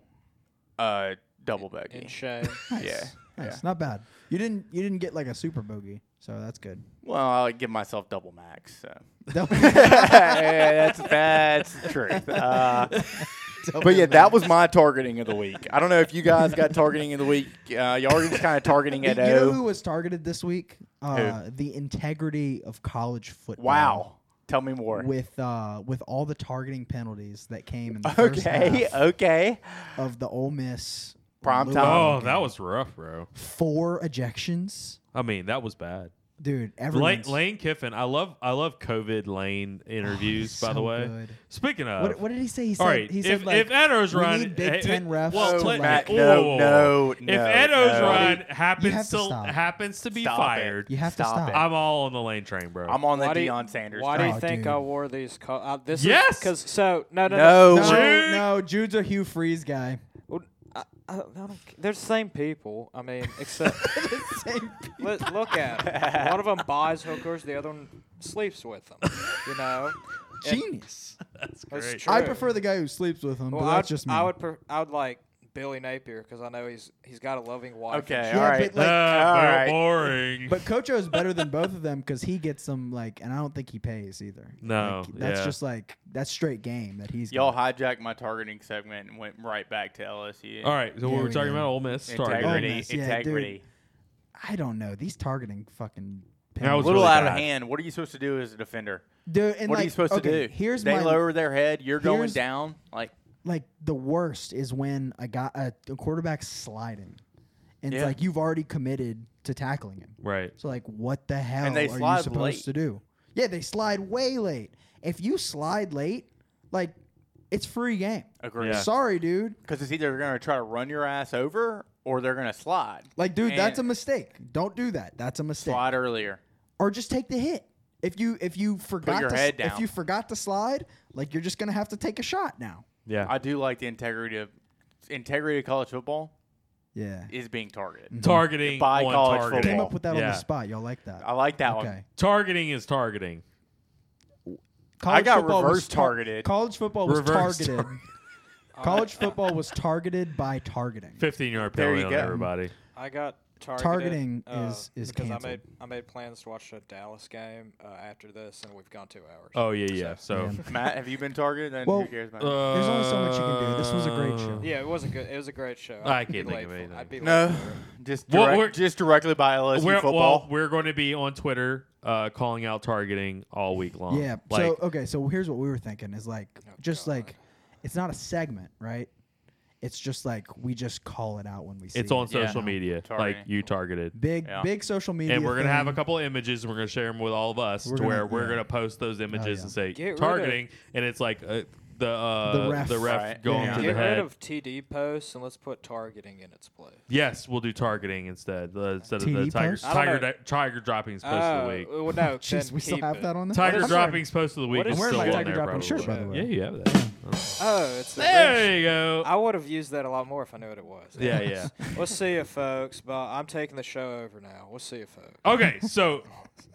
Uh, double bogey.
In shame.
Nice.
Yeah,
Nice.
yeah.
Not bad. You didn't you didn't get like a super bogey, so that's good.
Well, I'll give myself double max. So.
That-
Yeah, that's that's the truth. Uh, but yeah, that was my targeting of the week. I don't know if you guys got targeting of the week. Uh, y'all were just kind of targeting
you
at
know who
O.
was targeted this week? Uh, the integrity of college football.
Wow. Tell me more.
With uh, with all the targeting penalties that came in the first
Okay.
half
Okay.
of the Ole Miss
Prime
Louisville
time.
Oh,
game.
that was rough, bro.
four ejections,
I mean, that was bad.
dude.
Lane,
Everyone,
Lane Kiffin, I love I love COVID Lane interviews. by the
Oh, so
way,
good.
speaking of,
What, what did he say? He said,
all right,
he
if,
said
if
like,
Ed
we
Ogeron,
need Big
eh,
Ten
eh,
refs
well,
to,
let-
like-
Mac, no,
whoa.
no,
if
no,
Ed
no.
Ogeron
have
happens
to
to
stop.
happens to be
Stop it.
fired,
you have to
Stop
stop.
it.
I'm all on the Lane train, bro.
I'm on the
Why do you-
Deion Sanders.
Why do you
Oh,
think
dude.
I wore these colors? Uh, this
Yes!
Because so no no
No.
no,
Jude-
no, Jude's a Hugh Freeze guy.
Well, I, I, don't- I don't, ca- they're the same people. I mean, except Let, look at 'em. one of them buys hookers, the other one sleeps with them. You know, And
Genius.
that's
Great.
true.
I prefer the guy who sleeps with him,
Well,
but that's
I'd-
just me.
I would pre- I would like Billy Napier because I know he's he's got a loving wife. and
Okay.
shit.
Yeah,
all right. Uh,
but, like-
Ah,
all
bo-
right.
boring.
But Kocho is better than both of them because he gets them like, and I don't think he pays either.
No,
Like, that's
yeah.
just like that's straight game that he's.
Y'all
got.
hijacked my targeting segment and went right back to LSU.
all right, so
Yeah,
we were
we
talking
know.
about Ole Miss. Sorry.
Integrity.
Oh, nice. Yeah, dude.
integrity.
I don't know these targeting fucking.
That was
a little
really
out
bad.
of hand. What are you supposed to do as a defender?
Dude, and
what
like,
are you supposed
okay,
to do?
Here's
they
my
lower their head. You're going
here's-
down. Like
like the worst is when a guy a, a quarterback sliding, and it's
Yeah.
like you've already committed to tackling him.
Right.
So like, what the hell
they
are
slide
you supposed
late.
to do? Yeah, they slide way late. If you slide late, like it's free game.
agree.
Yeah.
Sorry, dude.
Because it's either going to try to run your ass over or they're going to slide.
Like, dude,
And-
that's a mistake. Don't do that. That's a mistake.
slide earlier.
Or just take the hit. If you if you forgot
your
to,
head
if
down.
you forgot to slide, like you're just gonna have to take a shot now.
Yeah.
I do like the integrity of integrity of college football.
Yeah.
is being targeted.
Mm.
Targeting
By
on
college
I
targeting.
came
football.
up with that on
Yeah.
the spot. Y'all like that?
I like that one.
okay.
Targeting is targeting.
College
got
football was
reverse
tar-
targeted.
College football was
Reverse
targeted. College football was targeted by targeting.
Fifteen yard
There
penalty
you
on
go.
everybody.
I got targeted.
Targeting
uh,
is- is
because
canceled.
I made I made plans to watch a Dallas game uh, after this, and we've gone two hours.
Oh yeah, yeah. So
Matt, have you been targeted? Then
Well,
who cares about
uh,
you?
There's only so much you can do. This was a great show.
Yeah, it was a good. It was a great show.
I
I'd be
can't think
late
of
for-
anything.
I'd be late
No,
for it.
just
Well,
direct,
we're-
just directly by LSU
we're,
football.
well, we're going to be on Twitter uh, calling out targeting all week long.
Yeah.
Like,
so okay, so here's what we were thinking is like just like it's not a segment, right? It's just like we just call it out when we see
it's on
it.
social
Yeah.
media.
Targeting.
Like you targeted.
big
Yeah.
big social media.
And we're gonna have a
thing.
couple images, and we're gonna share them with all of us,
We're
to
gonna-
where we're
yeah.
gonna post those images
yeah.
and say
Get rid of-
targeting, and it's like uh, the uh,
The ref.
Right.
going
Yeah.
to
Get
the
rid
head.
of TD posts and let's put targeting in its place.
yes, we'll do targeting instead uh, instead of the
TD
tiger
post?
I don't
tiger
know.
di- tiger droppings post of the week.
well, no,
Jeez,
then
we still
keep
have
it.
that on there.
Tiger
What is-
droppings post of the week
what
is
is-
still
Where's my
on
Tiger
there.
dropping
probably.
shirt, by the way?
Yeah, you have that.
Oh, it's the big-
There you go.
I would have used that a lot more if I knew what it was.
Yeah, yeah.
we'll see you, folks. But Uh, I'm taking the show over now. We'll see you, folks.
Okay, so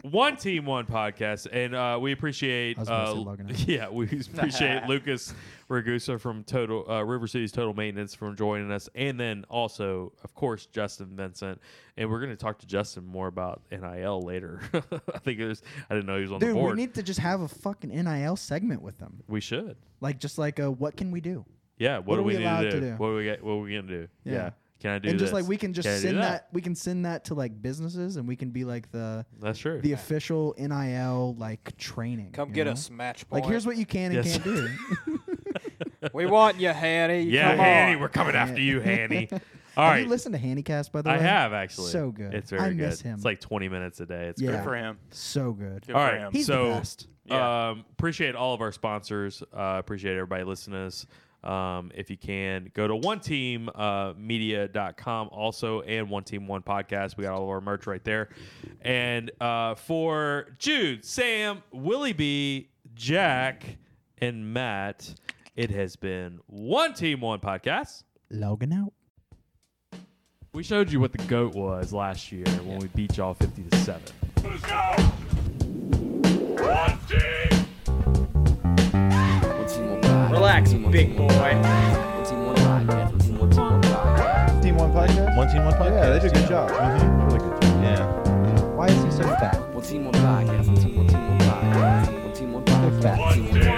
one team, one podcast, and uh, we appreciate.
I was gonna
uh,
say logging out.
yeah, we appreciate Lucas Ragusa from Total uh, River City's Total Maintenance from joining us, and then also, of course, Justin Vincent. And we're going to talk to Justin more about NIL later. I think there's. I didn't know he was on the
Dude, we
board.
need to just have a fucking NIL segment with them.
We should.
Like just like a what can we do?
Yeah. What,
What
do
are
we,
we
need
allowed
to do?
to do?
What do we get? What are we going to do?
Yeah.
Can I do
and just
this?
like we can just
Can I do
send that?
that.
we can send that to like businesses and we can be like the
That's true.
the official NIL like training.
Come
you
get
know?
us, match point.
Like here's what you can and
Yes.
can't do.
we want you, Hanny.
yeah,
Come
Hanny,
on.
we're coming after you, Hanny. All
have
right.
you listened to Handycast by the
I
way?
have actually.
So good.
It's very
I
good.
miss him.
It's like 20 minutes a day. It's
Yeah.
great.
Good for him.
so good.
Good
All
for
right.
him.
He's the
so,
best.
Yeah.
um, appreciate all of our sponsors. Uh, appreciate everybody listening to us. Um, if you can, go to one team uh, media.com also and one team one podcast. We got all of our merch right there. And uh, for Jude, Sam, Willie B, Jack, and Matt, it has been one team one podcast.
Logan out.
We showed you what the GOAT was last year when we beat y'all 50 to 7.
Relax, big boy.
Team One Podcast? One Team One Podcast. Yeah, they do a good job. Really good job. Yeah.
Why is he so fat?
One team, one podcast. One team, one team, one podcast. One team, one podcast. One team, one